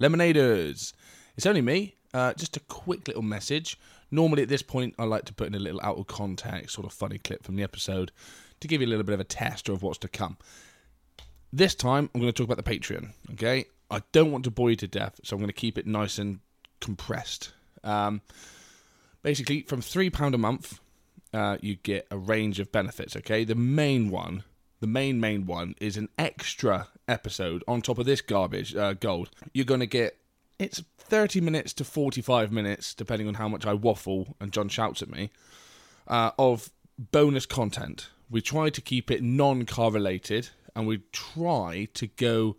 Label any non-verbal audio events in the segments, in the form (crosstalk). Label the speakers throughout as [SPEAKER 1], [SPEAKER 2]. [SPEAKER 1] Lemonaders. It's only me. Uh, just a quick little message. Normally, at this point, I like to put in a little out of context, sort of funny clip from the episode to give you a little bit of a tester of what's to come. This time, I'm going to talk about the Patreon. Okay, I don't want to bore you to death, so I'm going to keep it nice and compressed. Um, basically, from three pound a month, uh, you get a range of benefits. Okay, the main one, the main main one, is an extra episode on top of this garbage uh, gold. You're going to get it's 30 minutes to 45 minutes, depending on how much I waffle and John shouts at me, uh, of bonus content. We try to keep it non correlated and we try to go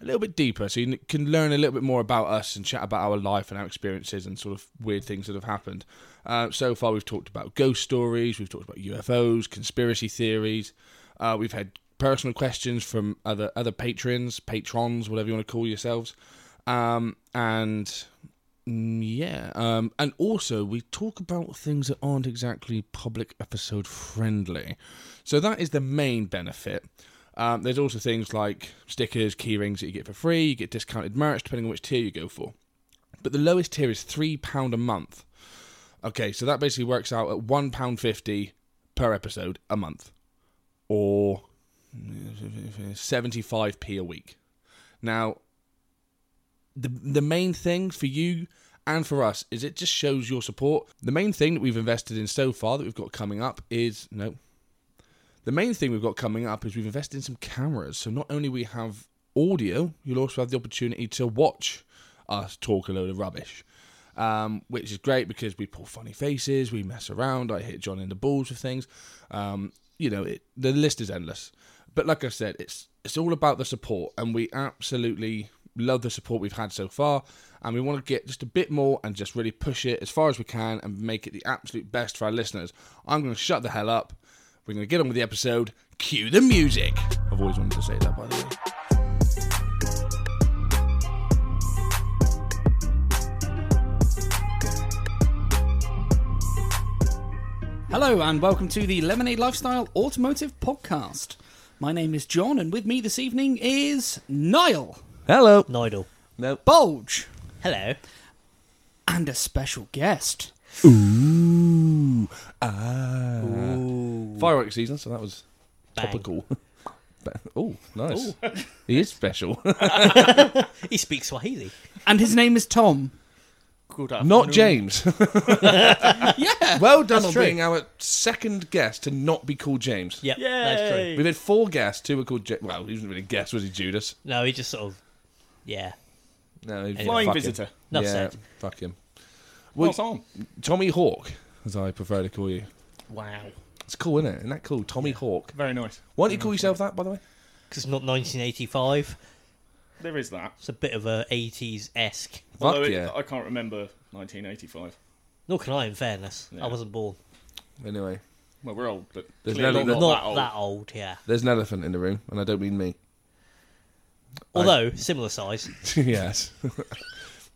[SPEAKER 1] a little bit deeper so you can learn a little bit more about us and chat about our life and our experiences and sort of weird things that have happened. Uh, so far, we've talked about ghost stories, we've talked about UFOs, conspiracy theories, uh, we've had personal questions from other other patrons, patrons, whatever you want to call yourselves, um, and mm, yeah, um, and also we talk about things that aren't exactly public episode friendly. So that is the main benefit. Um, there's also things like stickers, key rings that you get for free. You get discounted merch depending on which tier you go for. But the lowest tier is three pound a month. Okay, so that basically works out at one pound fifty per episode a month, or seventy-five p a week. Now, the the main thing for you and for us is it just shows your support. The main thing that we've invested in so far that we've got coming up is no. The main thing we've got coming up is we've invested in some cameras. So not only we have audio, you'll also have the opportunity to watch us talk a load of rubbish. Um, which is great because we pull funny faces, we mess around, I hit John in the balls with things. Um, you know, it, the list is endless. But like I said, it's it's all about the support, and we absolutely love the support we've had so far, and we want to get just a bit more and just really push it as far as we can and make it the absolute best for our listeners. I'm going to shut the hell up. We're going to get on with the episode. Cue the music. I've always wanted to say that, by the way.
[SPEAKER 2] Hello, and welcome to the Lemonade Lifestyle Automotive Podcast. My name is John, and with me this evening is Niall,
[SPEAKER 1] Hello.
[SPEAKER 3] Nidal.
[SPEAKER 2] Bulge,
[SPEAKER 3] Hello.
[SPEAKER 2] and a special guest.
[SPEAKER 1] Ooh. Ah. Fireworks season, so that was
[SPEAKER 3] Bang.
[SPEAKER 1] topical. (laughs) oh, nice. He is special.
[SPEAKER 3] He speaks Swahili.
[SPEAKER 2] And his name is Tom.
[SPEAKER 4] (laughs) Good
[SPEAKER 1] not James.
[SPEAKER 2] yeah.
[SPEAKER 1] well done on
[SPEAKER 3] true.
[SPEAKER 1] being our second guest to not be called James.
[SPEAKER 3] Yep,
[SPEAKER 4] Yay!
[SPEAKER 3] that's true.
[SPEAKER 1] We've had four guests. Two were called. Ja- well, he wasn't really a guest, was he, Judas?
[SPEAKER 3] No, he just sort of, yeah.
[SPEAKER 1] No, he
[SPEAKER 4] Flying
[SPEAKER 1] fuck
[SPEAKER 4] visitor.
[SPEAKER 1] Him.
[SPEAKER 3] Enough
[SPEAKER 1] yeah,
[SPEAKER 3] said.
[SPEAKER 1] fuck him. Well,
[SPEAKER 4] What's on?
[SPEAKER 1] Tommy Hawk, as I prefer to call you.
[SPEAKER 3] Wow.
[SPEAKER 1] It's cool, isn't it? Isn't that cool? Tommy Hawk.
[SPEAKER 4] Very nice.
[SPEAKER 1] Why don't you call yourself that, by the way?
[SPEAKER 3] Because it's not 1985.
[SPEAKER 4] There is that.
[SPEAKER 3] It's a bit of a 80s esque.
[SPEAKER 1] Fuck
[SPEAKER 4] Although it-
[SPEAKER 1] yeah.
[SPEAKER 4] I can't remember 1985.
[SPEAKER 3] Nor can I, in fairness.
[SPEAKER 4] Yeah.
[SPEAKER 3] I wasn't born.
[SPEAKER 1] Anyway,
[SPEAKER 4] Well, we're old, but
[SPEAKER 1] There's
[SPEAKER 4] clearly
[SPEAKER 1] no-
[SPEAKER 4] not,
[SPEAKER 3] not
[SPEAKER 4] that old.
[SPEAKER 3] yeah.
[SPEAKER 1] there's an elephant in the room, and I don't mean me.
[SPEAKER 3] Although, similar size.
[SPEAKER 1] (laughs) yes.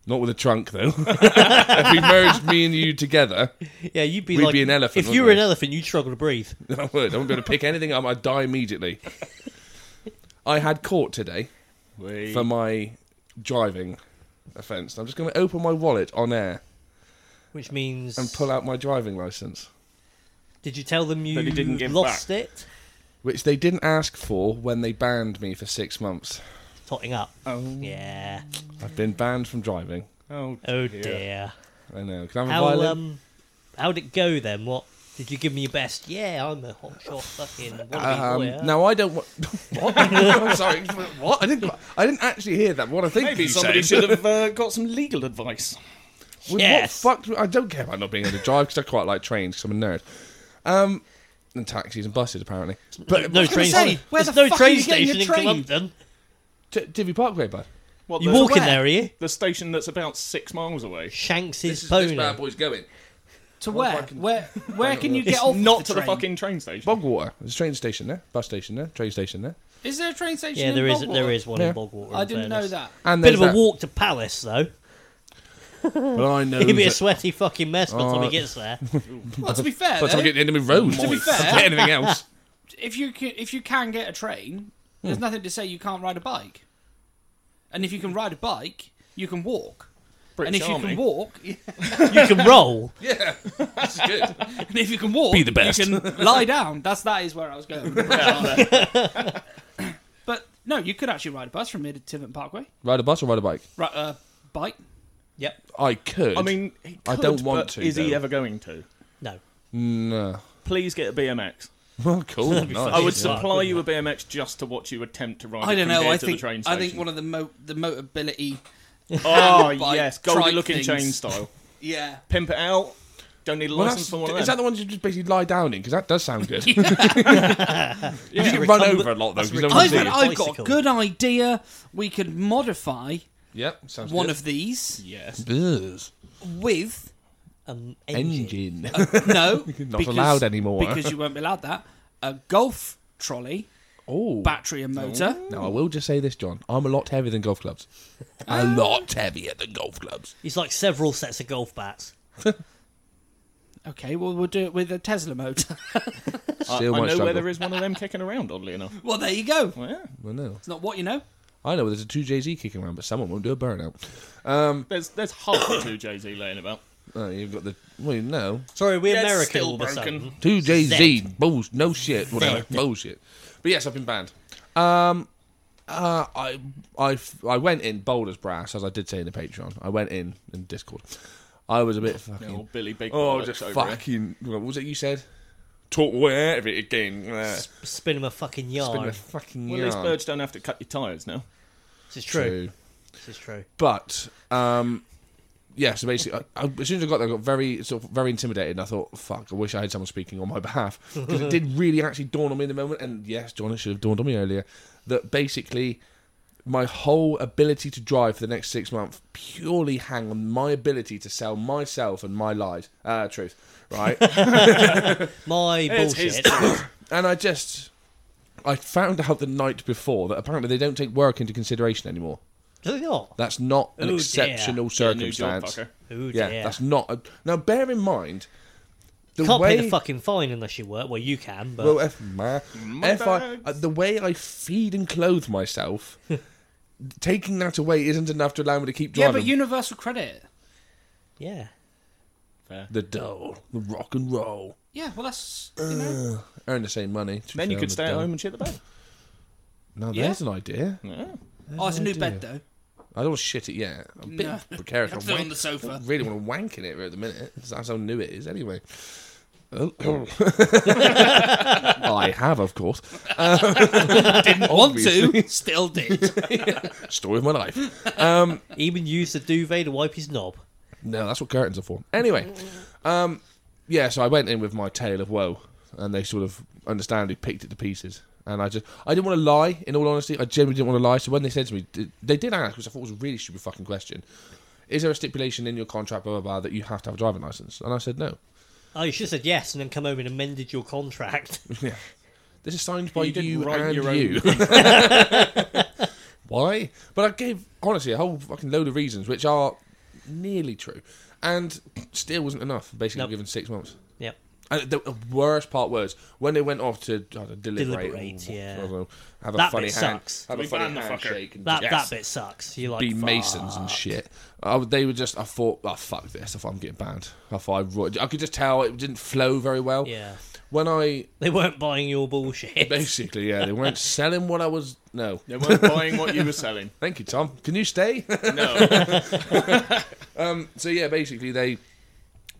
[SPEAKER 1] Not with a trunk, though. (laughs) if we merged me and you together, (laughs)
[SPEAKER 3] Yeah, you'd be
[SPEAKER 1] We'd
[SPEAKER 3] like.
[SPEAKER 1] be an elephant,
[SPEAKER 3] If you
[SPEAKER 1] wouldn't
[SPEAKER 3] were
[SPEAKER 1] we?
[SPEAKER 3] an elephant, you'd struggle
[SPEAKER 1] (laughs)
[SPEAKER 3] to breathe.
[SPEAKER 1] I would. I wouldn't be able to pick anything up. I'd die immediately. I had caught today
[SPEAKER 4] We-
[SPEAKER 1] for my driving offence. I'm just going to open my wallet on air
[SPEAKER 3] Which means.
[SPEAKER 1] and pull out my driving licence,
[SPEAKER 3] Did you tell them you
[SPEAKER 4] That he didn't give
[SPEAKER 3] lost it?
[SPEAKER 1] which they didn't ask for when they banned me for six months.
[SPEAKER 3] Totting up.
[SPEAKER 1] Um,
[SPEAKER 4] Oh,
[SPEAKER 3] Yeah.
[SPEAKER 1] I've been banned from driving.
[SPEAKER 4] oh,
[SPEAKER 3] Oh dear.
[SPEAKER 1] I know. Can I have a
[SPEAKER 3] How
[SPEAKER 1] violin?
[SPEAKER 3] um, how'd it go then? What did you give me your best? Yeah, I'm a hot shot fucking. wannabe
[SPEAKER 1] Um,
[SPEAKER 3] lawyer.
[SPEAKER 1] No, I don't. Wa- (laughs) what? I'm sorry. (laughs) What? I didn't. quite- I didn't actually hear that. What I think
[SPEAKER 4] Maybe
[SPEAKER 1] you
[SPEAKER 4] somebody
[SPEAKER 1] said.
[SPEAKER 4] should have uh, got some legal advice.
[SPEAKER 1] Well,
[SPEAKER 3] Yes.
[SPEAKER 1] What fucked? I don't care about not being able to drive because I quite like trains because I'm a nerd. Um, and taxis and buses apparently. But
[SPEAKER 3] no
[SPEAKER 1] what was I
[SPEAKER 3] train.
[SPEAKER 1] gonna say?
[SPEAKER 3] sta-
[SPEAKER 2] where
[SPEAKER 3] there's
[SPEAKER 2] the
[SPEAKER 3] no
[SPEAKER 2] fuck are
[SPEAKER 3] train
[SPEAKER 2] you getting your
[SPEAKER 3] station in
[SPEAKER 2] train?
[SPEAKER 3] London.
[SPEAKER 1] T- Divvy Parkway, bud.
[SPEAKER 4] What,
[SPEAKER 3] You
[SPEAKER 4] the,
[SPEAKER 3] walk in
[SPEAKER 2] where?
[SPEAKER 3] there, are you?
[SPEAKER 4] the station that's about six miles away.
[SPEAKER 3] Shanks is pony.
[SPEAKER 1] boy's going.
[SPEAKER 2] To where?
[SPEAKER 1] fucking-
[SPEAKER 2] Where? Where can you
[SPEAKER 1] It's
[SPEAKER 2] get off?
[SPEAKER 4] Not
[SPEAKER 2] the
[SPEAKER 4] to the
[SPEAKER 2] train?
[SPEAKER 4] fucking train station.
[SPEAKER 1] Bogwater. There's a train station there, bus station there, train station there.
[SPEAKER 2] Is there a train station?
[SPEAKER 3] Yeah,
[SPEAKER 2] in
[SPEAKER 3] there is.
[SPEAKER 2] Bogwater?
[SPEAKER 3] There is one
[SPEAKER 1] Yeah.
[SPEAKER 3] in Bogwater.
[SPEAKER 2] I
[SPEAKER 3] in
[SPEAKER 2] didn't know
[SPEAKER 3] fairness.
[SPEAKER 4] (laughs)
[SPEAKER 2] that.
[SPEAKER 1] And
[SPEAKER 3] Bit
[SPEAKER 1] there's
[SPEAKER 3] of a
[SPEAKER 1] that.
[SPEAKER 3] walk to Palace though.
[SPEAKER 1] But I know.
[SPEAKER 3] He'd be a
[SPEAKER 1] that-
[SPEAKER 3] sweaty fucking mess by the time
[SPEAKER 1] Oh.
[SPEAKER 3] he gets there.
[SPEAKER 2] Well, to be fair,
[SPEAKER 1] by the time I
[SPEAKER 2] though,
[SPEAKER 1] get to the end of my road,
[SPEAKER 4] To
[SPEAKER 2] be fair-
[SPEAKER 1] forget anything else.
[SPEAKER 3] Hmm.
[SPEAKER 2] if you can, if you can get a train, there's nothing to say you can't ride a bike. And if you can ride a bike, you can walk. and
[SPEAKER 4] British
[SPEAKER 2] if
[SPEAKER 4] Army.
[SPEAKER 2] you can walk, (laughs)
[SPEAKER 3] You can roll.
[SPEAKER 1] Yeah, that's good.
[SPEAKER 2] and if you can
[SPEAKER 3] (laughs)
[SPEAKER 2] walk,
[SPEAKER 1] Be the best.
[SPEAKER 2] you can lie down. That's that is where I was
[SPEAKER 4] (laughs)
[SPEAKER 2] going. (laughs) but no, you could actually ride a bus from here to Tiverton Parkway.
[SPEAKER 1] ride a bus or ride a bike?
[SPEAKER 2] Right, uh, bike.
[SPEAKER 3] Yep.
[SPEAKER 1] I could. (laughs)
[SPEAKER 4] I mean, he
[SPEAKER 1] I
[SPEAKER 4] could,
[SPEAKER 1] don't want
[SPEAKER 4] but
[SPEAKER 1] to,
[SPEAKER 4] Is he
[SPEAKER 1] though.
[SPEAKER 4] ever going to?
[SPEAKER 3] No.
[SPEAKER 1] no.
[SPEAKER 4] Please get a BMX.
[SPEAKER 1] Well, cool. nice.
[SPEAKER 3] fun.
[SPEAKER 4] I would
[SPEAKER 3] Jesus.
[SPEAKER 4] supply you a BMX just to watch you attempt to ride.
[SPEAKER 2] I
[SPEAKER 4] it
[SPEAKER 2] don't
[SPEAKER 4] from
[SPEAKER 2] know.
[SPEAKER 4] here
[SPEAKER 2] I
[SPEAKER 4] to
[SPEAKER 2] think
[SPEAKER 4] the train
[SPEAKER 2] I
[SPEAKER 4] station.
[SPEAKER 2] think one of the mo- the motability.
[SPEAKER 4] Oh
[SPEAKER 2] bike
[SPEAKER 4] yes, goldie
[SPEAKER 2] trike
[SPEAKER 4] looking
[SPEAKER 2] things.
[SPEAKER 4] chain style.
[SPEAKER 2] Yeah.
[SPEAKER 4] Pimp it out. Don't need a
[SPEAKER 1] Well,
[SPEAKER 4] license
[SPEAKER 1] that's,
[SPEAKER 4] for one of them.
[SPEAKER 1] is that the ones you just basically lie down in? Because that does sound good.
[SPEAKER 3] Yeah,
[SPEAKER 1] you get run over a lot, though, 'cause you don't
[SPEAKER 2] I've,
[SPEAKER 1] Obviously,
[SPEAKER 2] got-
[SPEAKER 1] a
[SPEAKER 2] I've got a good idea. We could modify
[SPEAKER 1] yep, sounds
[SPEAKER 2] one
[SPEAKER 1] good.
[SPEAKER 2] of these
[SPEAKER 4] Yes.
[SPEAKER 1] Buzz.
[SPEAKER 2] with
[SPEAKER 3] um, engine.
[SPEAKER 1] (laughs) engine.
[SPEAKER 4] (laughs)
[SPEAKER 2] no,
[SPEAKER 1] Not allowed anymore.
[SPEAKER 2] because you won't be allowed that. A golf trolley,
[SPEAKER 1] oh,
[SPEAKER 2] battery and motor.
[SPEAKER 1] now I will just say this, John. I'm a lot heavier than golf clubs. (laughs) a lot heavier than golf clubs.
[SPEAKER 3] It's like several sets of golf bats.
[SPEAKER 4] Oh.
[SPEAKER 2] Okay, well we'll do it with a Tesla motor. (laughs)
[SPEAKER 4] I, I
[SPEAKER 1] Still
[SPEAKER 4] know
[SPEAKER 1] might
[SPEAKER 4] where
[SPEAKER 1] struggle.
[SPEAKER 4] there is one of them kicking around. Oddly enough.
[SPEAKER 2] well, there you go.
[SPEAKER 4] Well, yeah.
[SPEAKER 1] Well, no.
[SPEAKER 2] It's not what you know.
[SPEAKER 1] I know there's a two Jay Z kicking around, but someone won't do a burnout.
[SPEAKER 4] There's there's half the two Jay Z laying about.
[SPEAKER 1] Oh, you've got the well, no
[SPEAKER 3] Sorry, we're
[SPEAKER 4] Yeah, it's
[SPEAKER 3] American
[SPEAKER 4] still
[SPEAKER 3] all of a
[SPEAKER 4] broken.
[SPEAKER 3] sudden.
[SPEAKER 1] two Jay Z
[SPEAKER 3] Zed.
[SPEAKER 1] bulls, no shit, (laughs) whatever bullshit. But yes, I've been banned. Um, uh, I I I went in bold as brass, as I did say in the Patreon. I went in in Discord. I was a bit fucking.
[SPEAKER 4] Little Billy Big.
[SPEAKER 1] Oh,
[SPEAKER 4] Bollocks
[SPEAKER 1] just
[SPEAKER 4] over here.
[SPEAKER 1] fucking. What was it you said? Talk way out of it again. Yeah. It's
[SPEAKER 3] S- Spin him a fucking
[SPEAKER 1] been a
[SPEAKER 3] yard.
[SPEAKER 1] fucking
[SPEAKER 4] Well, at
[SPEAKER 1] yarn.
[SPEAKER 4] least birds don't have to cut your tyres now.
[SPEAKER 3] This is true. This is true.
[SPEAKER 1] But um, yeah, so basically, I, I, as soon as I got there, I got very sort of very intimidated. And I thought, fuck, I wish I had someone speaking on my behalf because it did really actually dawn on me in the moment. And yes, John, it should have dawned on me earlier that basically my whole ability to drive for the next six months purely hang on my ability to sell myself and my lies, uh, truth, right?
[SPEAKER 3] My
[SPEAKER 4] It's his
[SPEAKER 3] bullshit.
[SPEAKER 1] and I just. I found out the night before that apparently they don't take work into consideration anymore.
[SPEAKER 3] (coughs) Do they not?
[SPEAKER 1] That's not an
[SPEAKER 3] Oh, dear.
[SPEAKER 1] exceptional
[SPEAKER 4] Yeah, new job,
[SPEAKER 1] circumstance.
[SPEAKER 4] fucker.
[SPEAKER 3] Ooh,
[SPEAKER 1] Yeah,
[SPEAKER 3] dear.
[SPEAKER 1] that's not. A, now, bear in mind the
[SPEAKER 3] Can't
[SPEAKER 1] way.
[SPEAKER 3] pay the fucking fine unless you work. Well, you can, but
[SPEAKER 1] well, uh, if, ma, if I,
[SPEAKER 4] bags.
[SPEAKER 1] uh, the way I feed and clothe
[SPEAKER 4] (laughs)
[SPEAKER 1] myself, taking that away isn't enough to allow me to keep
[SPEAKER 2] Yeah,
[SPEAKER 1] driving.
[SPEAKER 2] but universal credit.
[SPEAKER 3] yeah.
[SPEAKER 1] the dole, the rock and roll,
[SPEAKER 2] Yeah, well that's you know.
[SPEAKER 1] earn the same money. to
[SPEAKER 4] Then you
[SPEAKER 1] be
[SPEAKER 4] could
[SPEAKER 1] fair,
[SPEAKER 4] stay at
[SPEAKER 1] the
[SPEAKER 4] home and shit the bed.
[SPEAKER 1] dole. Now
[SPEAKER 2] Yeah.
[SPEAKER 1] there's an idea.
[SPEAKER 4] Yeah.
[SPEAKER 2] Oh, it's a new
[SPEAKER 1] idea.
[SPEAKER 2] bed though.
[SPEAKER 1] I don't shit it yet. I'm a bit
[SPEAKER 2] No.
[SPEAKER 4] (laughs)
[SPEAKER 1] precarious.
[SPEAKER 2] Have
[SPEAKER 1] I
[SPEAKER 2] to
[SPEAKER 1] wank-
[SPEAKER 2] on the sofa.
[SPEAKER 1] I really want to wank in it at the minute. That's how new it is,
[SPEAKER 4] (laughs)
[SPEAKER 1] anyway. (laughs) Oh. I have, of course.
[SPEAKER 2] Didn't want to, (laughs) still
[SPEAKER 4] (laughs)
[SPEAKER 2] did.
[SPEAKER 1] Story of my life.
[SPEAKER 3] Even used the duvet to wipe his knob.
[SPEAKER 1] No, that's what curtains are for. Anyway, um, yeah, so I went in with my tale of woe, and they sort of understandably picked it to pieces. And I just, I didn't want to lie. In all honesty, I genuinely didn't want to lie. So when they said to me, d- they did ask, which I thought was a really stupid fucking question. Is there a stipulation in your contract, blah blah blah, that you have to have a driving license? And I said no.
[SPEAKER 3] Oh, you should have said yes and then come home and amended your contract. (laughs)
[SPEAKER 1] This is signed by
[SPEAKER 4] You
[SPEAKER 1] you,
[SPEAKER 4] didn't write
[SPEAKER 1] and
[SPEAKER 4] your own.
[SPEAKER 1] you. (laughs) Why? But I gave honestly a whole fucking load of reasons, which are nearly true, and still wasn't enough. Basically,
[SPEAKER 3] Nope.
[SPEAKER 1] given six months.
[SPEAKER 3] yep.
[SPEAKER 1] And the worst part was when they went off to uh, deliberate,
[SPEAKER 3] Deliberate,
[SPEAKER 1] or-
[SPEAKER 3] yeah.
[SPEAKER 1] I don't know, have a
[SPEAKER 3] That
[SPEAKER 1] funny
[SPEAKER 3] bit
[SPEAKER 1] hand,
[SPEAKER 3] sucks.
[SPEAKER 1] have
[SPEAKER 4] We
[SPEAKER 1] a funny
[SPEAKER 4] banned the fucker.
[SPEAKER 1] handshake, and
[SPEAKER 3] That
[SPEAKER 1] just-
[SPEAKER 3] that bit sucks. You're like
[SPEAKER 1] be
[SPEAKER 3] fuck.
[SPEAKER 1] masons and shit. I, would- they were just. I thought, oh fuck this! I thought I'm getting banned. I thought I, ro- I could just tell it didn't flow very well.
[SPEAKER 3] Yeah.
[SPEAKER 1] When I
[SPEAKER 3] They weren't buying your
[SPEAKER 1] (laughs)
[SPEAKER 3] bullshit.
[SPEAKER 1] basically, yeah, they weren't selling what I was. No, (laughs)
[SPEAKER 4] They weren't buying what you were selling.
[SPEAKER 1] thank you, Tom. Can you stay? (laughs)
[SPEAKER 4] No.
[SPEAKER 1] so yeah, basically they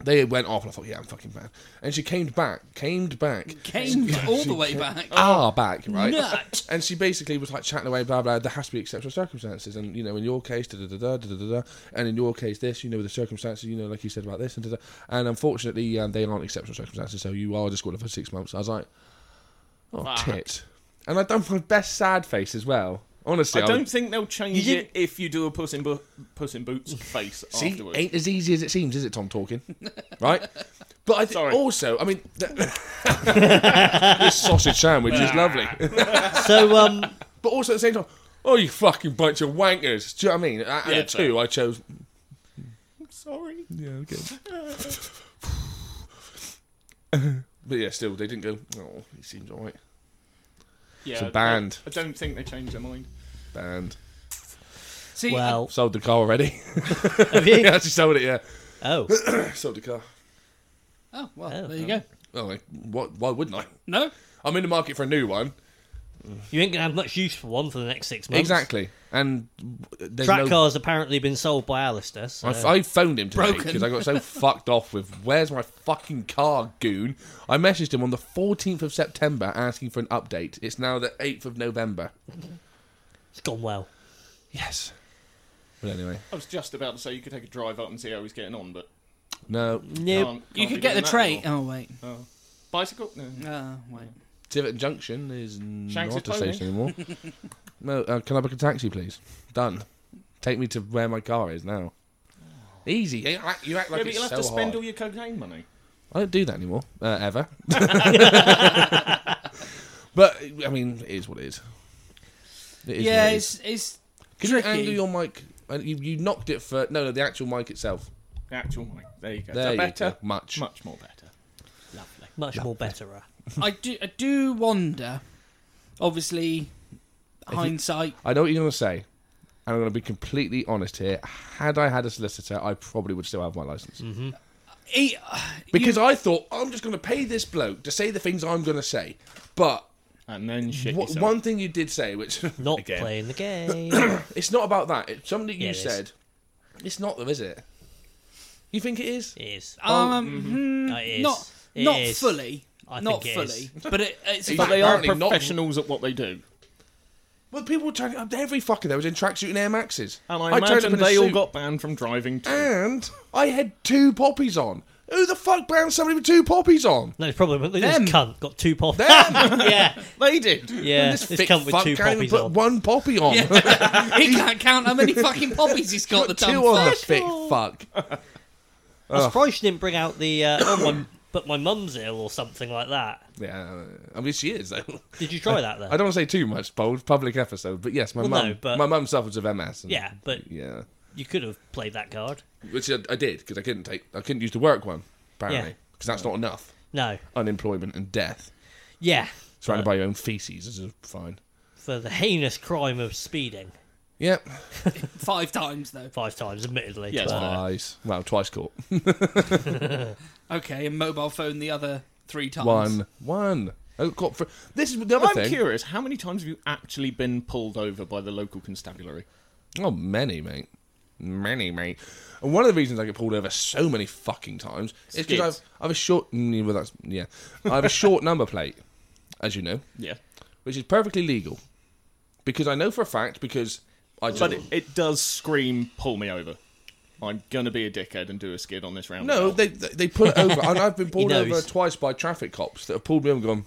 [SPEAKER 1] they went off, and I thought, yeah, I'm fucking banned. And she came back, came back, (laughs)
[SPEAKER 2] Came all the way back.
[SPEAKER 4] Uh-huh.
[SPEAKER 1] ah back, right?
[SPEAKER 2] Nut.
[SPEAKER 1] And she basically was like chatting away, blah blah. There has to be exceptional circumstances, and you know, in your case, da da da da da da da, and in your case, this, you know, with the circumstances, you know, like you said about this, and da da. And unfortunately, um, they aren't exceptional circumstances, so you are disqualified for six months. I was like, oh tit, and I done my best sad face as well. Honestly,
[SPEAKER 4] I
[SPEAKER 1] was-
[SPEAKER 4] don't think they'll change
[SPEAKER 3] You
[SPEAKER 4] it if you do a Puss in, Bo- Puss in Boots face
[SPEAKER 1] See,
[SPEAKER 4] afterwards.
[SPEAKER 1] ain't as easy as it seems, is it, Tom talking? (laughs) right? But I th-
[SPEAKER 4] Sorry.
[SPEAKER 1] also, I mean, th- (laughs) this sausage sandwich is lovely.
[SPEAKER 3] (laughs) so um,
[SPEAKER 1] But also at the same time, oh, you fucking bunch of wankers. Do you know what I mean? Out of
[SPEAKER 4] Yeah,
[SPEAKER 1] the two, I chose.
[SPEAKER 4] Sorry.
[SPEAKER 1] Yeah, okay. (laughs) but yeah, still, they didn't go, oh, he seems alright.
[SPEAKER 4] Yeah,
[SPEAKER 1] a band.
[SPEAKER 4] I, I don't think they changed their mind.
[SPEAKER 1] Banned.
[SPEAKER 2] See,
[SPEAKER 1] (laughs)
[SPEAKER 3] Well,
[SPEAKER 1] Sold the car already. (laughs)
[SPEAKER 3] have you?
[SPEAKER 1] yeah, actually sold it. Yeah,
[SPEAKER 3] Oh,
[SPEAKER 1] (coughs) sold the car.
[SPEAKER 2] I- oh well,
[SPEAKER 3] Oh,
[SPEAKER 2] there you
[SPEAKER 3] well.
[SPEAKER 2] go.
[SPEAKER 1] Oh, like, what? Why wouldn't I?
[SPEAKER 2] No,
[SPEAKER 1] I'm in the market for a new one.
[SPEAKER 3] you ain't gonna have much use for one for the next six months.
[SPEAKER 1] Exactly. And there's
[SPEAKER 3] Track
[SPEAKER 1] no.
[SPEAKER 3] car's apparently been sold by Alistair. So.
[SPEAKER 1] I, I phoned him today
[SPEAKER 2] Broken.
[SPEAKER 1] because I (laughs) got so fucked off with where's my fucking car, goon. I messaged him on the 14th of September asking for an update. It's now the 8th of November.
[SPEAKER 3] It's gone well.
[SPEAKER 1] Yes. But anyway,
[SPEAKER 4] I was just about to say you could take a drive up and see how he's getting on, but
[SPEAKER 1] no.
[SPEAKER 3] Nope.
[SPEAKER 4] can't-
[SPEAKER 2] you could
[SPEAKER 4] can't be
[SPEAKER 2] get the
[SPEAKER 4] doing that
[SPEAKER 2] train.
[SPEAKER 4] anymore.
[SPEAKER 2] Oh wait,
[SPEAKER 4] Oh. Bicycle? No.
[SPEAKER 2] uh, wait.
[SPEAKER 1] Tiverton Junction is
[SPEAKER 4] Shanks
[SPEAKER 1] not
[SPEAKER 4] is
[SPEAKER 1] a station anymore. (laughs) no, uh, can I book a taxi, please? Done. Take me to where my car is now. Easy. You act, you act like
[SPEAKER 4] yeah, but
[SPEAKER 1] it's
[SPEAKER 4] you'll
[SPEAKER 1] so
[SPEAKER 4] have to spend
[SPEAKER 1] hard.
[SPEAKER 4] all your cocaine money.
[SPEAKER 1] I don't do that anymore, uh, (laughs) ever. but I mean, it is what it is. It is
[SPEAKER 2] Yeah,
[SPEAKER 1] what it is.
[SPEAKER 2] it's it's
[SPEAKER 1] Can
[SPEAKER 2] tricky.
[SPEAKER 1] you angle your mic? Uh, You, you knocked it for no, no, the actual mic itself.
[SPEAKER 4] The actual money. There you go.
[SPEAKER 1] There
[SPEAKER 4] So
[SPEAKER 1] you
[SPEAKER 4] better.
[SPEAKER 1] go. Much.
[SPEAKER 4] Much more better.
[SPEAKER 3] Lovely. Much more better. uh,
[SPEAKER 2] I do I do wonder. Obviously,
[SPEAKER 1] you-
[SPEAKER 2] hindsight.
[SPEAKER 1] I know what you're gonna say, and I'm gonna be completely honest here. Had I had a solicitor, I probably would still have my license
[SPEAKER 4] Mm.
[SPEAKER 2] E-
[SPEAKER 1] because I thought I'm just gonna pay this bloke to say the things I'm gonna say. But
[SPEAKER 4] And then shit
[SPEAKER 1] wha-
[SPEAKER 4] yourself.
[SPEAKER 1] one thing you did say, which (laughs)
[SPEAKER 3] Not
[SPEAKER 1] again,
[SPEAKER 3] playing
[SPEAKER 1] (coughs)
[SPEAKER 3] the game.
[SPEAKER 1] it's not about that. It's something that you
[SPEAKER 3] Yeah, it is.
[SPEAKER 1] said. It's not though, is it? You think it is?
[SPEAKER 3] it is.
[SPEAKER 2] um, hmm,
[SPEAKER 3] It is.
[SPEAKER 2] not
[SPEAKER 3] It
[SPEAKER 2] not
[SPEAKER 3] is.
[SPEAKER 2] fully,
[SPEAKER 3] mm-hmm. I
[SPEAKER 2] not
[SPEAKER 3] think it is.
[SPEAKER 2] fully, but it, it's
[SPEAKER 1] But
[SPEAKER 2] a (laughs)
[SPEAKER 4] But
[SPEAKER 2] fact.
[SPEAKER 4] they are
[SPEAKER 1] Apparently not-
[SPEAKER 4] professionals at what they do.
[SPEAKER 1] Well, people were turning up. Every fucker there was in tracksuit and Air Maxes.
[SPEAKER 4] And I,
[SPEAKER 1] turned up
[SPEAKER 4] imagine
[SPEAKER 1] in a
[SPEAKER 4] they all
[SPEAKER 1] suit,
[SPEAKER 4] got banned from driving too.
[SPEAKER 1] And I had two poppies on. Who the fuck banned somebody with two poppies
[SPEAKER 4] (laughs)
[SPEAKER 1] on?
[SPEAKER 3] No, it's probably this
[SPEAKER 2] Them.
[SPEAKER 3] cunt got two poppies.
[SPEAKER 1] Them.
[SPEAKER 3] (laughs) yeah,
[SPEAKER 4] They did.
[SPEAKER 3] yeah.
[SPEAKER 1] this
[SPEAKER 3] This,
[SPEAKER 1] thick
[SPEAKER 3] cunt with
[SPEAKER 1] fuck
[SPEAKER 3] two
[SPEAKER 1] can't even
[SPEAKER 3] poppies
[SPEAKER 1] put
[SPEAKER 3] on.
[SPEAKER 1] one poppy on.
[SPEAKER 2] (laughs) he can't count how many fucking poppies he's got.
[SPEAKER 1] (laughs)
[SPEAKER 2] The
[SPEAKER 1] two
[SPEAKER 2] dumb
[SPEAKER 1] on the
[SPEAKER 2] fuck.
[SPEAKER 1] thick fuck.
[SPEAKER 3] I'm surprised she didn't bring out the. Uh, oh my, but my mum's ill or something like that.
[SPEAKER 1] Yeah, I mean she is. Though.
[SPEAKER 3] Did you try that though?
[SPEAKER 1] I don't want to say too much, bold public episode, but yes, my
[SPEAKER 3] Well,
[SPEAKER 1] mum.
[SPEAKER 3] no, but-
[SPEAKER 1] My mum suffers with MS. and-
[SPEAKER 3] Yeah, but
[SPEAKER 1] Yeah,
[SPEAKER 3] you could have played that card.
[SPEAKER 1] which I, I did because I couldn't take. I couldn't use the work one apparently
[SPEAKER 3] Yeah.
[SPEAKER 1] because that's not enough.
[SPEAKER 3] No.
[SPEAKER 1] Unemployment and death.
[SPEAKER 3] Yeah.
[SPEAKER 1] Surrounded
[SPEAKER 3] But
[SPEAKER 1] by your own feces is a fine.
[SPEAKER 3] for the heinous crime of speeding
[SPEAKER 1] Yep.
[SPEAKER 2] Five times though.
[SPEAKER 3] five times, admittedly.
[SPEAKER 4] Yes.
[SPEAKER 3] but-
[SPEAKER 1] Twice. Well, twice caught.
[SPEAKER 2] Okay, and mobile phone the other three times.
[SPEAKER 1] One. One. I got for, this is the other
[SPEAKER 4] I'm
[SPEAKER 1] thing.
[SPEAKER 4] curious, how many times have you actually been pulled over by the local constabulary?
[SPEAKER 1] Oh, many, mate. Many, mate. And one of the reasons I get pulled over so many fucking times is because
[SPEAKER 4] Skids.
[SPEAKER 1] I've I've a short. mm, Well, that's yeah. I have a short number plate, as you know,
[SPEAKER 4] Yeah.
[SPEAKER 1] which is perfectly legal, because I know for a fact because I just
[SPEAKER 4] But it, it does scream, pull me over. I'm going to be a dickhead and do a skid on this round.
[SPEAKER 1] no they they they pull it over and I've been pulled over
[SPEAKER 3] knows.
[SPEAKER 1] twice by traffic cops that have pulled me over and gone.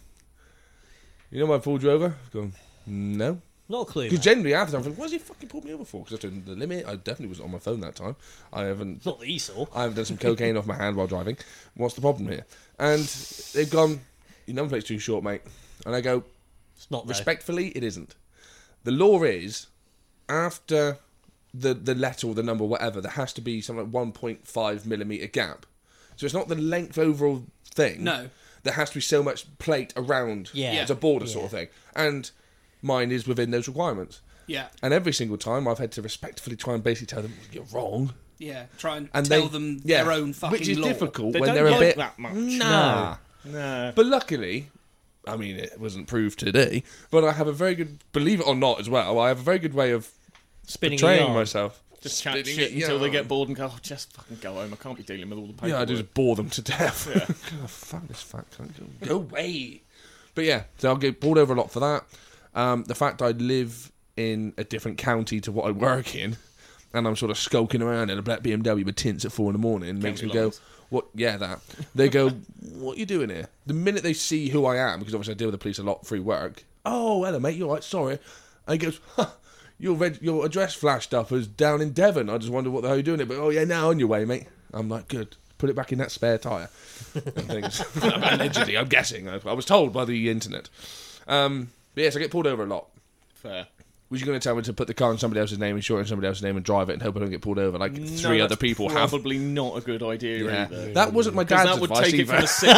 [SPEAKER 1] You know why I pulled you over? I've Gone no.
[SPEAKER 3] Not a clue.
[SPEAKER 1] Because
[SPEAKER 3] mate.
[SPEAKER 1] generally after I'm like, why's he fucking pulled me over for? Because I turned the limit. I definitely was on my phone that time. I haven't
[SPEAKER 3] Not that he saw.
[SPEAKER 1] I've done some cocaine off my hand while driving. What's the problem here? And they've gone, your number plate's too short, mate. And I go,
[SPEAKER 3] It's not though.
[SPEAKER 1] respectfully, it isn't. The law is after the the letter or the number, whatever, there has to be something like 1.5 millimeter gap. So it's not the length overall thing.
[SPEAKER 2] No.
[SPEAKER 1] There has to be so much plate around.
[SPEAKER 3] Yeah.
[SPEAKER 1] It's a border sort
[SPEAKER 3] Yeah.
[SPEAKER 1] of thing. And mine is within those requirements.
[SPEAKER 2] Yeah,
[SPEAKER 1] And every single time I've had to respectfully try and basically tell them, you're wrong
[SPEAKER 2] yeah. Try and,
[SPEAKER 1] and
[SPEAKER 2] tell
[SPEAKER 1] they,
[SPEAKER 2] them
[SPEAKER 1] yeah,
[SPEAKER 2] their own fucking
[SPEAKER 1] which is
[SPEAKER 2] law.
[SPEAKER 1] difficult
[SPEAKER 4] They
[SPEAKER 1] when
[SPEAKER 4] don't
[SPEAKER 1] they're a
[SPEAKER 4] like
[SPEAKER 1] bit Mm.
[SPEAKER 4] that much.
[SPEAKER 1] Nah.
[SPEAKER 4] No.
[SPEAKER 1] But luckily, I mean, it wasn't proved today, but I have a very good, believe it or not, as well. I have a very good way of
[SPEAKER 3] Spinning your
[SPEAKER 1] betraying
[SPEAKER 3] yarn.
[SPEAKER 1] myself.
[SPEAKER 4] Just chat
[SPEAKER 1] Spinning
[SPEAKER 4] shit
[SPEAKER 1] it,
[SPEAKER 4] until
[SPEAKER 1] yeah.
[SPEAKER 4] they get bored and go, oh, just fucking go home. I can't be dealing with all the paperwork.
[SPEAKER 1] Yeah, I just bore them to death. (laughs)
[SPEAKER 4] Yeah.
[SPEAKER 1] God, fuck this fat cunt. Go, go away. But yeah, so I'll get pulled over a lot for that. Um, the fact I live in a different county to what I work in, and I'm sort of skulking around in a black BMW with tints at four in the morning, makes me
[SPEAKER 4] County
[SPEAKER 1] go,
[SPEAKER 4] lines.
[SPEAKER 1] "What? Yeah, that." They go, "What you doing here?" The minute they see who I am, because obviously I deal with the police a lot through work. Oh, hello, mate. You're right. Sorry. And he goes, huh, "Your red, your address flashed up as down in Devon. I just wondered what the hell you're doing here." But oh yeah, now on your way, mate. I'm like, good. Put it back in that spare tire. And things. (laughs) Allegedly, I'm guessing. I, I was told by the internet. Um, but yes, I get pulled over a lot.
[SPEAKER 4] Fair.
[SPEAKER 1] Was you going to tell me to put the car in somebody else's name, insure it in somebody else's name, and drive it and hope I don't get pulled over like
[SPEAKER 4] No,
[SPEAKER 1] three
[SPEAKER 4] that's
[SPEAKER 1] other people have?
[SPEAKER 4] probably not a good idea
[SPEAKER 1] Yeah.
[SPEAKER 4] either.
[SPEAKER 1] That wasn't my
[SPEAKER 4] 'Cause
[SPEAKER 1] dad's
[SPEAKER 4] that would
[SPEAKER 1] advice
[SPEAKER 4] take it
[SPEAKER 1] either. (laughs)
[SPEAKER 4] from a six,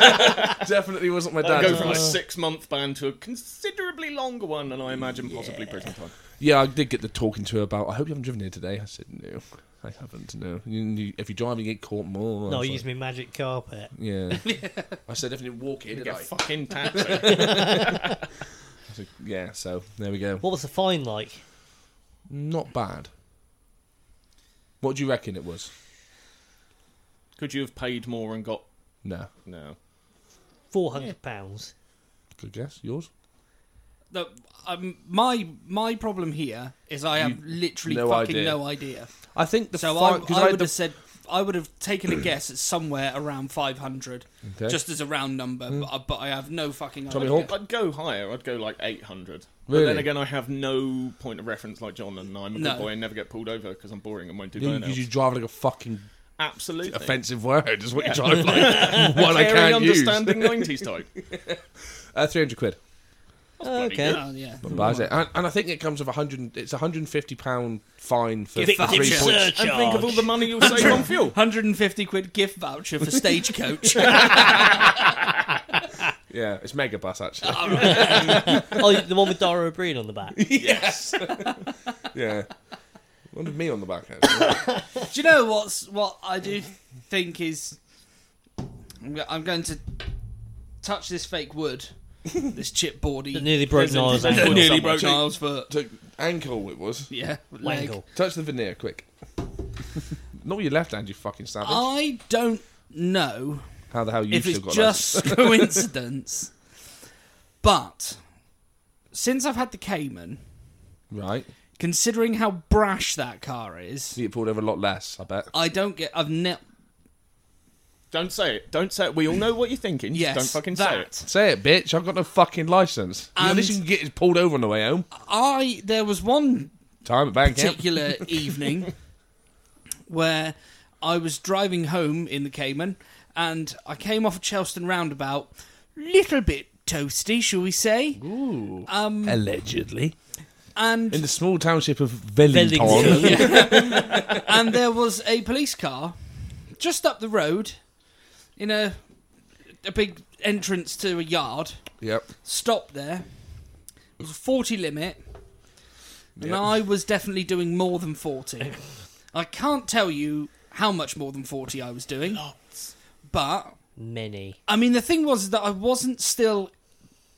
[SPEAKER 1] Definitely wasn't my dad's
[SPEAKER 4] go from a
[SPEAKER 1] advice.
[SPEAKER 4] six month ban to a considerably longer one, and I imagine possibly prison time.
[SPEAKER 1] Yeah, I did get the talking to her about. I hope you haven't driven here today. I said no, I haven't. No, you, you, if you're driving, you get caught more. I
[SPEAKER 3] No,
[SPEAKER 1] was
[SPEAKER 3] use
[SPEAKER 1] like,
[SPEAKER 3] me magic carpet.
[SPEAKER 1] (laughs) Yeah, I said definitely walk in. Did
[SPEAKER 4] Get
[SPEAKER 1] I?
[SPEAKER 4] (laughs) fucking taxi.
[SPEAKER 1] I said, yeah, so there we go.
[SPEAKER 3] What was the fine like?
[SPEAKER 1] Not bad. What do you reckon it was?
[SPEAKER 4] Could you have paid more and got
[SPEAKER 1] No,
[SPEAKER 4] no?
[SPEAKER 3] Four hundred pounds.
[SPEAKER 1] good guess. Yours?
[SPEAKER 2] The, um, my my problem here is I have literally
[SPEAKER 1] no
[SPEAKER 2] fucking
[SPEAKER 1] idea.
[SPEAKER 2] no idea.
[SPEAKER 1] I think the
[SPEAKER 2] so
[SPEAKER 1] fine
[SPEAKER 2] I,
[SPEAKER 1] because
[SPEAKER 2] I,
[SPEAKER 1] I,
[SPEAKER 2] would
[SPEAKER 1] had the-
[SPEAKER 2] have said I would have taken a guess at somewhere around 500,
[SPEAKER 1] Okay. Hmm.
[SPEAKER 2] just as a round number. But, I, but I have no fucking
[SPEAKER 1] Tommy
[SPEAKER 2] idea.
[SPEAKER 1] Hawk?
[SPEAKER 4] I'd go higher. I'd go like eight hundred. But
[SPEAKER 1] Really?
[SPEAKER 4] then again, I have no point of reference like John, and I'm a
[SPEAKER 2] No.
[SPEAKER 4] good boy and never get pulled over because I'm boring and won't do
[SPEAKER 1] you, you
[SPEAKER 4] burnout.
[SPEAKER 1] just drive like a fucking
[SPEAKER 4] Absolutely.
[SPEAKER 1] offensive word is what you (laughs) drive like. One I
[SPEAKER 4] Caring,
[SPEAKER 1] can't use. (laughs)
[SPEAKER 4] understanding nineties type.
[SPEAKER 1] Uh, Three hundred quid.
[SPEAKER 3] okay.
[SPEAKER 2] Oh, yeah.
[SPEAKER 1] Not bad, is it? And, and I think it comes with a hundred. It's a hundred and fifty pound fine for,
[SPEAKER 2] Give
[SPEAKER 1] for
[SPEAKER 2] it
[SPEAKER 1] three
[SPEAKER 2] to
[SPEAKER 1] points.
[SPEAKER 3] Surcharge.
[SPEAKER 4] And think of all the money you'll save on fuel.
[SPEAKER 2] 150 quid gift
[SPEAKER 1] (laughs)
[SPEAKER 2] voucher for stagecoach.
[SPEAKER 1] Yeah, it's megabus actually.
[SPEAKER 3] (laughs) oh, the one with Dara O'Brien on the back.
[SPEAKER 4] Yes.
[SPEAKER 1] (laughs) yeah. Wanted me on the back.
[SPEAKER 2] (laughs)
[SPEAKER 1] Actually.
[SPEAKER 2] Do you know what's what I do think is? I'm, go- I'm going to touch this fake wood, this
[SPEAKER 3] That
[SPEAKER 2] chipboardy,
[SPEAKER 3] nearly broke
[SPEAKER 4] There's a-
[SPEAKER 3] Niles'
[SPEAKER 4] there's a-
[SPEAKER 3] ankle.
[SPEAKER 4] nearly
[SPEAKER 2] nearly
[SPEAKER 4] Someone
[SPEAKER 2] broke
[SPEAKER 4] too.
[SPEAKER 2] Niles' foot.
[SPEAKER 1] Took ankle it was.
[SPEAKER 2] Yeah, leg.
[SPEAKER 3] Wangle.
[SPEAKER 1] Touch the veneer quick. (laughs) Not with your left hand, you fucking savage.
[SPEAKER 2] I don't know
[SPEAKER 1] How the hell you
[SPEAKER 2] Oh. if
[SPEAKER 1] still
[SPEAKER 2] it's
[SPEAKER 1] got
[SPEAKER 2] just (laughs) coincidence, but since I've had the Cayman,
[SPEAKER 1] that? Right.
[SPEAKER 2] considering how brash that car is,
[SPEAKER 1] You get pulled over a lot less, I bet.
[SPEAKER 2] I don't get. I've never.
[SPEAKER 4] Don't say it. Don't say it. We all know what you're thinking.
[SPEAKER 2] Yes,
[SPEAKER 4] Just don't fucking
[SPEAKER 2] that.
[SPEAKER 4] say it.
[SPEAKER 1] Say it, bitch. I've got no fucking license. At
[SPEAKER 2] And-
[SPEAKER 1] least you can get pulled over on the way home.
[SPEAKER 2] I there was one
[SPEAKER 1] Time at bank camp.
[SPEAKER 2] particular evening where I was driving home in the Cayman and I came off Chelston roundabout, little bit toasty, shall we say?
[SPEAKER 1] Ooh. Allegedly.
[SPEAKER 2] um, And
[SPEAKER 1] In the small township of Wellington.
[SPEAKER 2] and there was a police car just up the road in a a big entrance to a yard.
[SPEAKER 1] (laughs) yep.
[SPEAKER 2] Stopped there. It was a forty limit. And
[SPEAKER 1] Yep.
[SPEAKER 2] I was definitely doing more than 40. I can't tell you how much more than 40 I was doing. But,
[SPEAKER 3] Many.
[SPEAKER 2] I mean, the thing was that I wasn't still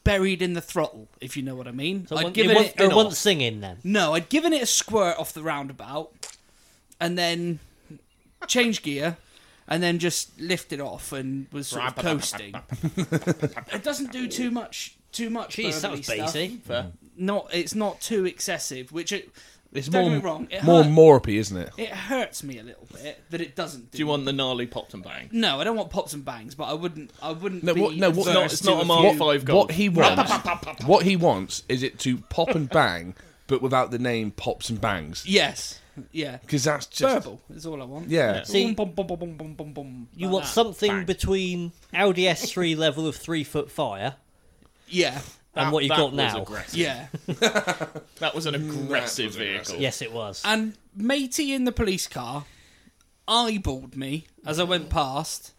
[SPEAKER 2] buried in the throttle, if you know what I mean.
[SPEAKER 3] So
[SPEAKER 2] I'd
[SPEAKER 3] one,
[SPEAKER 2] given
[SPEAKER 3] it,
[SPEAKER 2] it,
[SPEAKER 3] it,
[SPEAKER 2] an-
[SPEAKER 3] wasn't singing then.
[SPEAKER 2] No, I'd given it a squirt off the roundabout and then changed gear and then just lifted off and was sort of coasting. it doesn't do too much. Too much.
[SPEAKER 3] Jeez, that
[SPEAKER 2] verbally
[SPEAKER 3] was
[SPEAKER 2] stuff.
[SPEAKER 3] basic.
[SPEAKER 4] Mm.
[SPEAKER 2] Not, it's not too excessive, which it,
[SPEAKER 1] It's
[SPEAKER 2] Don't
[SPEAKER 1] more,
[SPEAKER 2] get me wrong, it
[SPEAKER 1] more
[SPEAKER 2] hurt.
[SPEAKER 1] Morpy, isn't it?
[SPEAKER 2] it hurts me a little bit that it doesn't. Do,
[SPEAKER 4] Do you want the gnarly popped and bang?
[SPEAKER 2] No, I don't want pops and bangs, but I wouldn't. I wouldn't.
[SPEAKER 1] No,
[SPEAKER 2] be
[SPEAKER 1] what- no, what-
[SPEAKER 2] averse
[SPEAKER 1] No,
[SPEAKER 4] it's
[SPEAKER 2] to
[SPEAKER 4] not a mile
[SPEAKER 2] few-
[SPEAKER 4] five. gold.
[SPEAKER 1] What he wants, what he wants, is it to pop and bang, but without the name pops and bangs,
[SPEAKER 2] Yes, yeah.
[SPEAKER 1] because that's just
[SPEAKER 2] Verbal is all I want.
[SPEAKER 1] yeah.
[SPEAKER 3] See-
[SPEAKER 2] Boom, boom, boom, boom, boom, boom, boom, boom,
[SPEAKER 3] You
[SPEAKER 2] like
[SPEAKER 3] want
[SPEAKER 2] that.
[SPEAKER 3] something between Audi S3 level of three foot fire
[SPEAKER 2] Yeah,
[SPEAKER 3] and
[SPEAKER 4] That-
[SPEAKER 3] what you've
[SPEAKER 4] that
[SPEAKER 3] got
[SPEAKER 4] was
[SPEAKER 3] now.
[SPEAKER 4] aggressive.
[SPEAKER 2] yeah.
[SPEAKER 4] That was an aggressive vehicle.
[SPEAKER 3] Yes, it was.
[SPEAKER 2] And matey in the police car eyeballed me as I went past,